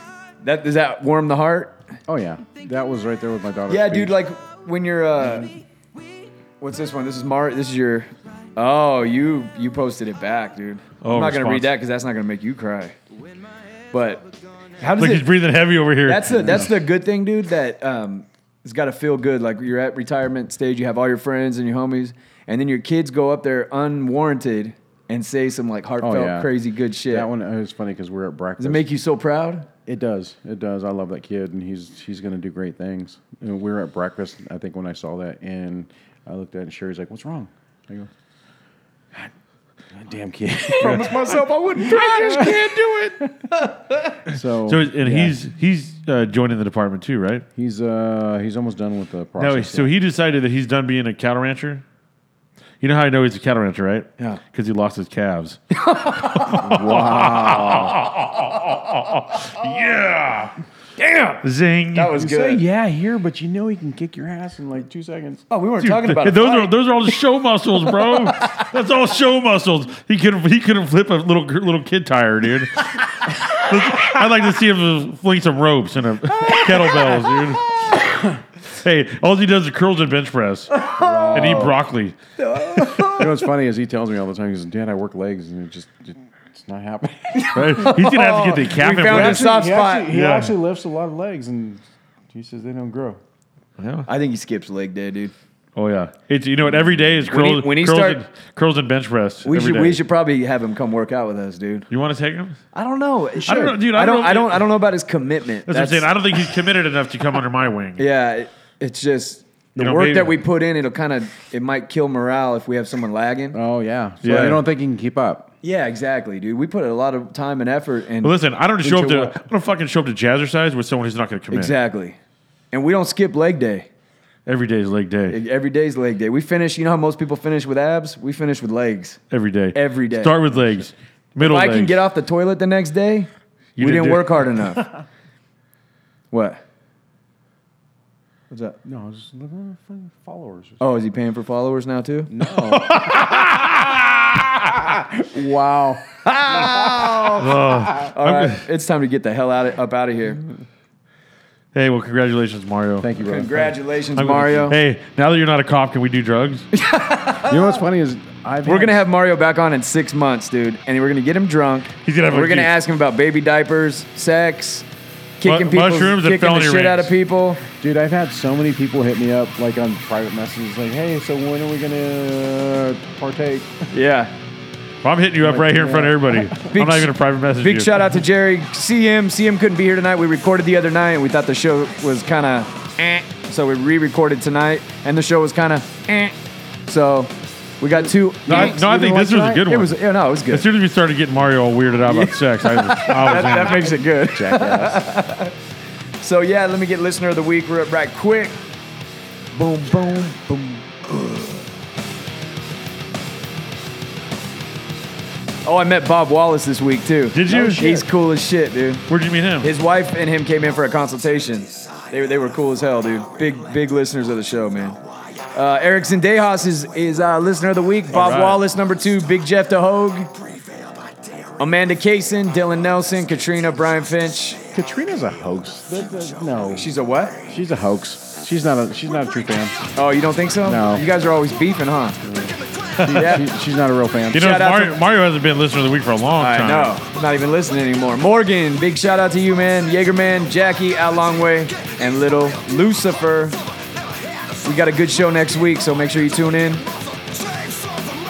[SPEAKER 4] That does that warm the heart?
[SPEAKER 5] oh yeah, that was right there with my daughter.
[SPEAKER 4] Yeah, dude. Like when you're, uh, what's this one? This is Mar. This is your. Oh, you you posted it back, dude.
[SPEAKER 3] Oh,
[SPEAKER 4] I'm not gonna
[SPEAKER 3] response.
[SPEAKER 4] read that because that's not gonna make you cry. But how does
[SPEAKER 3] Look, he's
[SPEAKER 4] it?
[SPEAKER 3] breathing heavy over here.
[SPEAKER 4] That's the that's the good thing, dude. That um, it's got to feel good. Like you're at retirement stage, you have all your friends and your homies, and then your kids go up there unwarranted and say some like heartfelt,
[SPEAKER 5] yeah.
[SPEAKER 4] crazy good shit.
[SPEAKER 5] that one. It was funny because we're at breakfast.
[SPEAKER 4] Does it make you so proud?
[SPEAKER 5] It does. It does. I love that kid, and he's he's gonna do great things. And we were at breakfast, I think, when I saw that, and I looked at it, and Sherry's like, "What's wrong?" I go, "God damn kid."
[SPEAKER 4] Promise myself I wouldn't cry. I just can't do it.
[SPEAKER 5] so,
[SPEAKER 3] So, and
[SPEAKER 5] yeah.
[SPEAKER 3] he's he's uh, joining the department too, right?
[SPEAKER 5] he's uh he's almost done with the process.
[SPEAKER 3] No, so he decided that he's done being a cattle rancher. You know how I know he's a cattle rancher, right?
[SPEAKER 4] Yeah.
[SPEAKER 3] Because he lost his calves. wow. yeah. Damn. Zing.
[SPEAKER 4] That was
[SPEAKER 5] You say
[SPEAKER 4] good.
[SPEAKER 5] yeah here, but you know he can kick your ass in like two seconds.
[SPEAKER 4] Oh, we weren't
[SPEAKER 3] Dude,
[SPEAKER 4] talking about
[SPEAKER 3] th-
[SPEAKER 4] a
[SPEAKER 3] those
[SPEAKER 4] fight.
[SPEAKER 3] are those are all just show muscles, bro. That's all show muscles. He could he could have flipped a little gr- little kid tire, dude. I'd like to see him fling some ropes and a kettlebells, dude. Hey, all he does is curls and bench press and
[SPEAKER 4] Oh.
[SPEAKER 3] eat broccoli.
[SPEAKER 5] You know what's funny is he tells me all the time. He goes, "Dad, I work legs, and it just it, it's not happening."
[SPEAKER 3] Right? He's gonna have to get the calf
[SPEAKER 4] Oh. We found
[SPEAKER 5] He
[SPEAKER 4] Their
[SPEAKER 3] implant.
[SPEAKER 4] his- soft
[SPEAKER 5] he
[SPEAKER 4] spot.
[SPEAKER 5] Actually, he
[SPEAKER 3] Yeah.
[SPEAKER 5] actually lifts a lot of legs, and he says they don't grow.
[SPEAKER 4] I think he skips leg day, dude.
[SPEAKER 3] Oh yeah, it's you know what? Every day is
[SPEAKER 4] We need-
[SPEAKER 3] curls,
[SPEAKER 4] we need to
[SPEAKER 3] curls,
[SPEAKER 4] start-
[SPEAKER 3] and, curls and bench press.
[SPEAKER 4] We
[SPEAKER 3] every
[SPEAKER 4] should
[SPEAKER 3] day.
[SPEAKER 4] we should probably have him come work out with us, dude.
[SPEAKER 3] You want to take him?
[SPEAKER 4] I don't know. Sure.
[SPEAKER 3] know, dude, I
[SPEAKER 4] I
[SPEAKER 3] don't know
[SPEAKER 4] don't.
[SPEAKER 3] if
[SPEAKER 4] I
[SPEAKER 3] you-
[SPEAKER 4] don't. I don't know about his commitment.
[SPEAKER 3] That's, what I'm saying. I don't think he's committed enough to come under my wing.
[SPEAKER 4] yeah, it, it's just the
[SPEAKER 3] know,
[SPEAKER 4] work
[SPEAKER 3] maybe-
[SPEAKER 4] that we put in. It'll kind of. It might kill morale if we have someone lagging.
[SPEAKER 5] Oh yeah. So
[SPEAKER 3] Yeah.
[SPEAKER 5] you don't think he can keep up?
[SPEAKER 4] yeah, exactly, dude. We put a lot of time and effort. And
[SPEAKER 3] But listen, I don't show
[SPEAKER 4] into
[SPEAKER 3] up to
[SPEAKER 4] what-
[SPEAKER 3] I don't fucking show up to jazzercise with someone who's not going to commit.
[SPEAKER 4] exactly, and we don't skip leg day.
[SPEAKER 3] Every day is leg day.
[SPEAKER 4] Every day's leg day. We finish. You know how most people finish with abs. We finish with legs.
[SPEAKER 3] Every day.
[SPEAKER 4] Every day.
[SPEAKER 3] Start with legs. Middle.
[SPEAKER 4] If I
[SPEAKER 3] legs.
[SPEAKER 4] can get off the toilet the next day,
[SPEAKER 3] You
[SPEAKER 4] we
[SPEAKER 3] didn't
[SPEAKER 4] didn't
[SPEAKER 3] do-
[SPEAKER 4] work hard enough. what? What's up?
[SPEAKER 5] No, I was just looking for followers.
[SPEAKER 4] Oh, is he paying for followers now too?
[SPEAKER 5] Wow.
[SPEAKER 4] All right, it's time to get the hell out of, up out of here.
[SPEAKER 3] Hey, well, congratulations, Mario.
[SPEAKER 5] Thank you, bro.
[SPEAKER 4] Congratulations,
[SPEAKER 3] I'm gonna-
[SPEAKER 4] Mario.
[SPEAKER 3] Hey, now that you're not a cop, can we do drugs?
[SPEAKER 5] You know what's funny is I've
[SPEAKER 4] We're
[SPEAKER 5] had-
[SPEAKER 4] gonna have Mario back on in six months, dude, and we're gonna get him drunk.
[SPEAKER 3] He's gonna have a
[SPEAKER 4] we're gonna
[SPEAKER 3] key.
[SPEAKER 4] ask him about baby diapers, sex, kicking
[SPEAKER 3] Mu-
[SPEAKER 4] people,
[SPEAKER 3] mushrooms and
[SPEAKER 4] kicking the
[SPEAKER 3] felony
[SPEAKER 4] shit out
[SPEAKER 3] rings.
[SPEAKER 4] of people.
[SPEAKER 5] dude. I've had so many people hit me up like on private messages, like, "Hey, so when are we gonna uh, partake?"
[SPEAKER 4] Yeah.
[SPEAKER 3] Well, I'm hitting you up right here in front of everybody. I'm not even a private message.
[SPEAKER 4] Big
[SPEAKER 3] you.
[SPEAKER 4] shout out to Jerry. CM. CM couldn't be here tonight. We recorded the other night. We thought the show was kind of eh. So we re recorded tonight, and the show was kind of eh. So we got two.
[SPEAKER 3] No, I, no, I think this was a good one.
[SPEAKER 4] It was, yeah, no, it was good.
[SPEAKER 3] as soon as we started getting Mario all weirded out about sex, I was, I was
[SPEAKER 4] that, that
[SPEAKER 3] in.
[SPEAKER 4] makes it good. so yeah, let me get listener of the week r- right quick. Boom, boom, boom. Oh, I met Bob Wallace this week too.
[SPEAKER 3] Did you?
[SPEAKER 4] He's cool as shit, dude.
[SPEAKER 3] Where'd you meet him?
[SPEAKER 4] His wife and him came in for a consultation. They, they were cool as hell, dude. Big big listeners of the show, man. Uh, Eric Zendejas is is uh, listener of the week. Bob
[SPEAKER 3] right.
[SPEAKER 4] Wallace number two. Big Jeff DeHogue. Amanda Kaysen, Dylan Nelson, Katrina, Brian Finch.
[SPEAKER 5] Katrina's a hoax. That- that- no,
[SPEAKER 4] She's a what?
[SPEAKER 5] she's a hoax. She's not a she's not a true fan.
[SPEAKER 4] Oh, you don't think so?
[SPEAKER 5] No.
[SPEAKER 4] You guys are always beefing, huh?
[SPEAKER 5] She,
[SPEAKER 4] Yeah.
[SPEAKER 5] she's not a real fan.
[SPEAKER 3] you know,
[SPEAKER 4] shout out
[SPEAKER 3] Mario,
[SPEAKER 4] to-
[SPEAKER 3] Mario hasn't been listener of the week for a long
[SPEAKER 4] I
[SPEAKER 3] time.
[SPEAKER 4] know. I'm Not even listening anymore. Morgan, big shout out to you, man. Jaegerman, Jackie, Out Long Way, and little Lucifer. We got a good show next week, so make sure you tune in.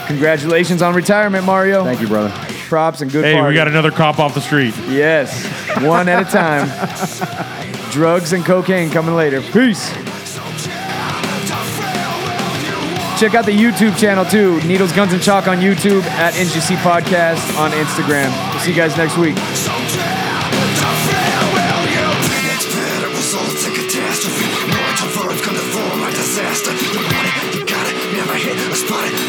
[SPEAKER 4] Congratulations on retirement, Mario.
[SPEAKER 5] Thank you, brother.
[SPEAKER 4] Props and good
[SPEAKER 3] Hey, we
[SPEAKER 4] party.
[SPEAKER 3] got another cop off the street.
[SPEAKER 4] Yes, one at a time. Drugs and cocaine coming later. Peace. Check out the YouTube channel too. Needles, Guns, and Chalk on YouTube at NGC Podcast on Instagram. We'll see you guys next week.
[SPEAKER 9] catastrophe. No time for it, come to form a disaster. You want it, you got it, never hit a spot it.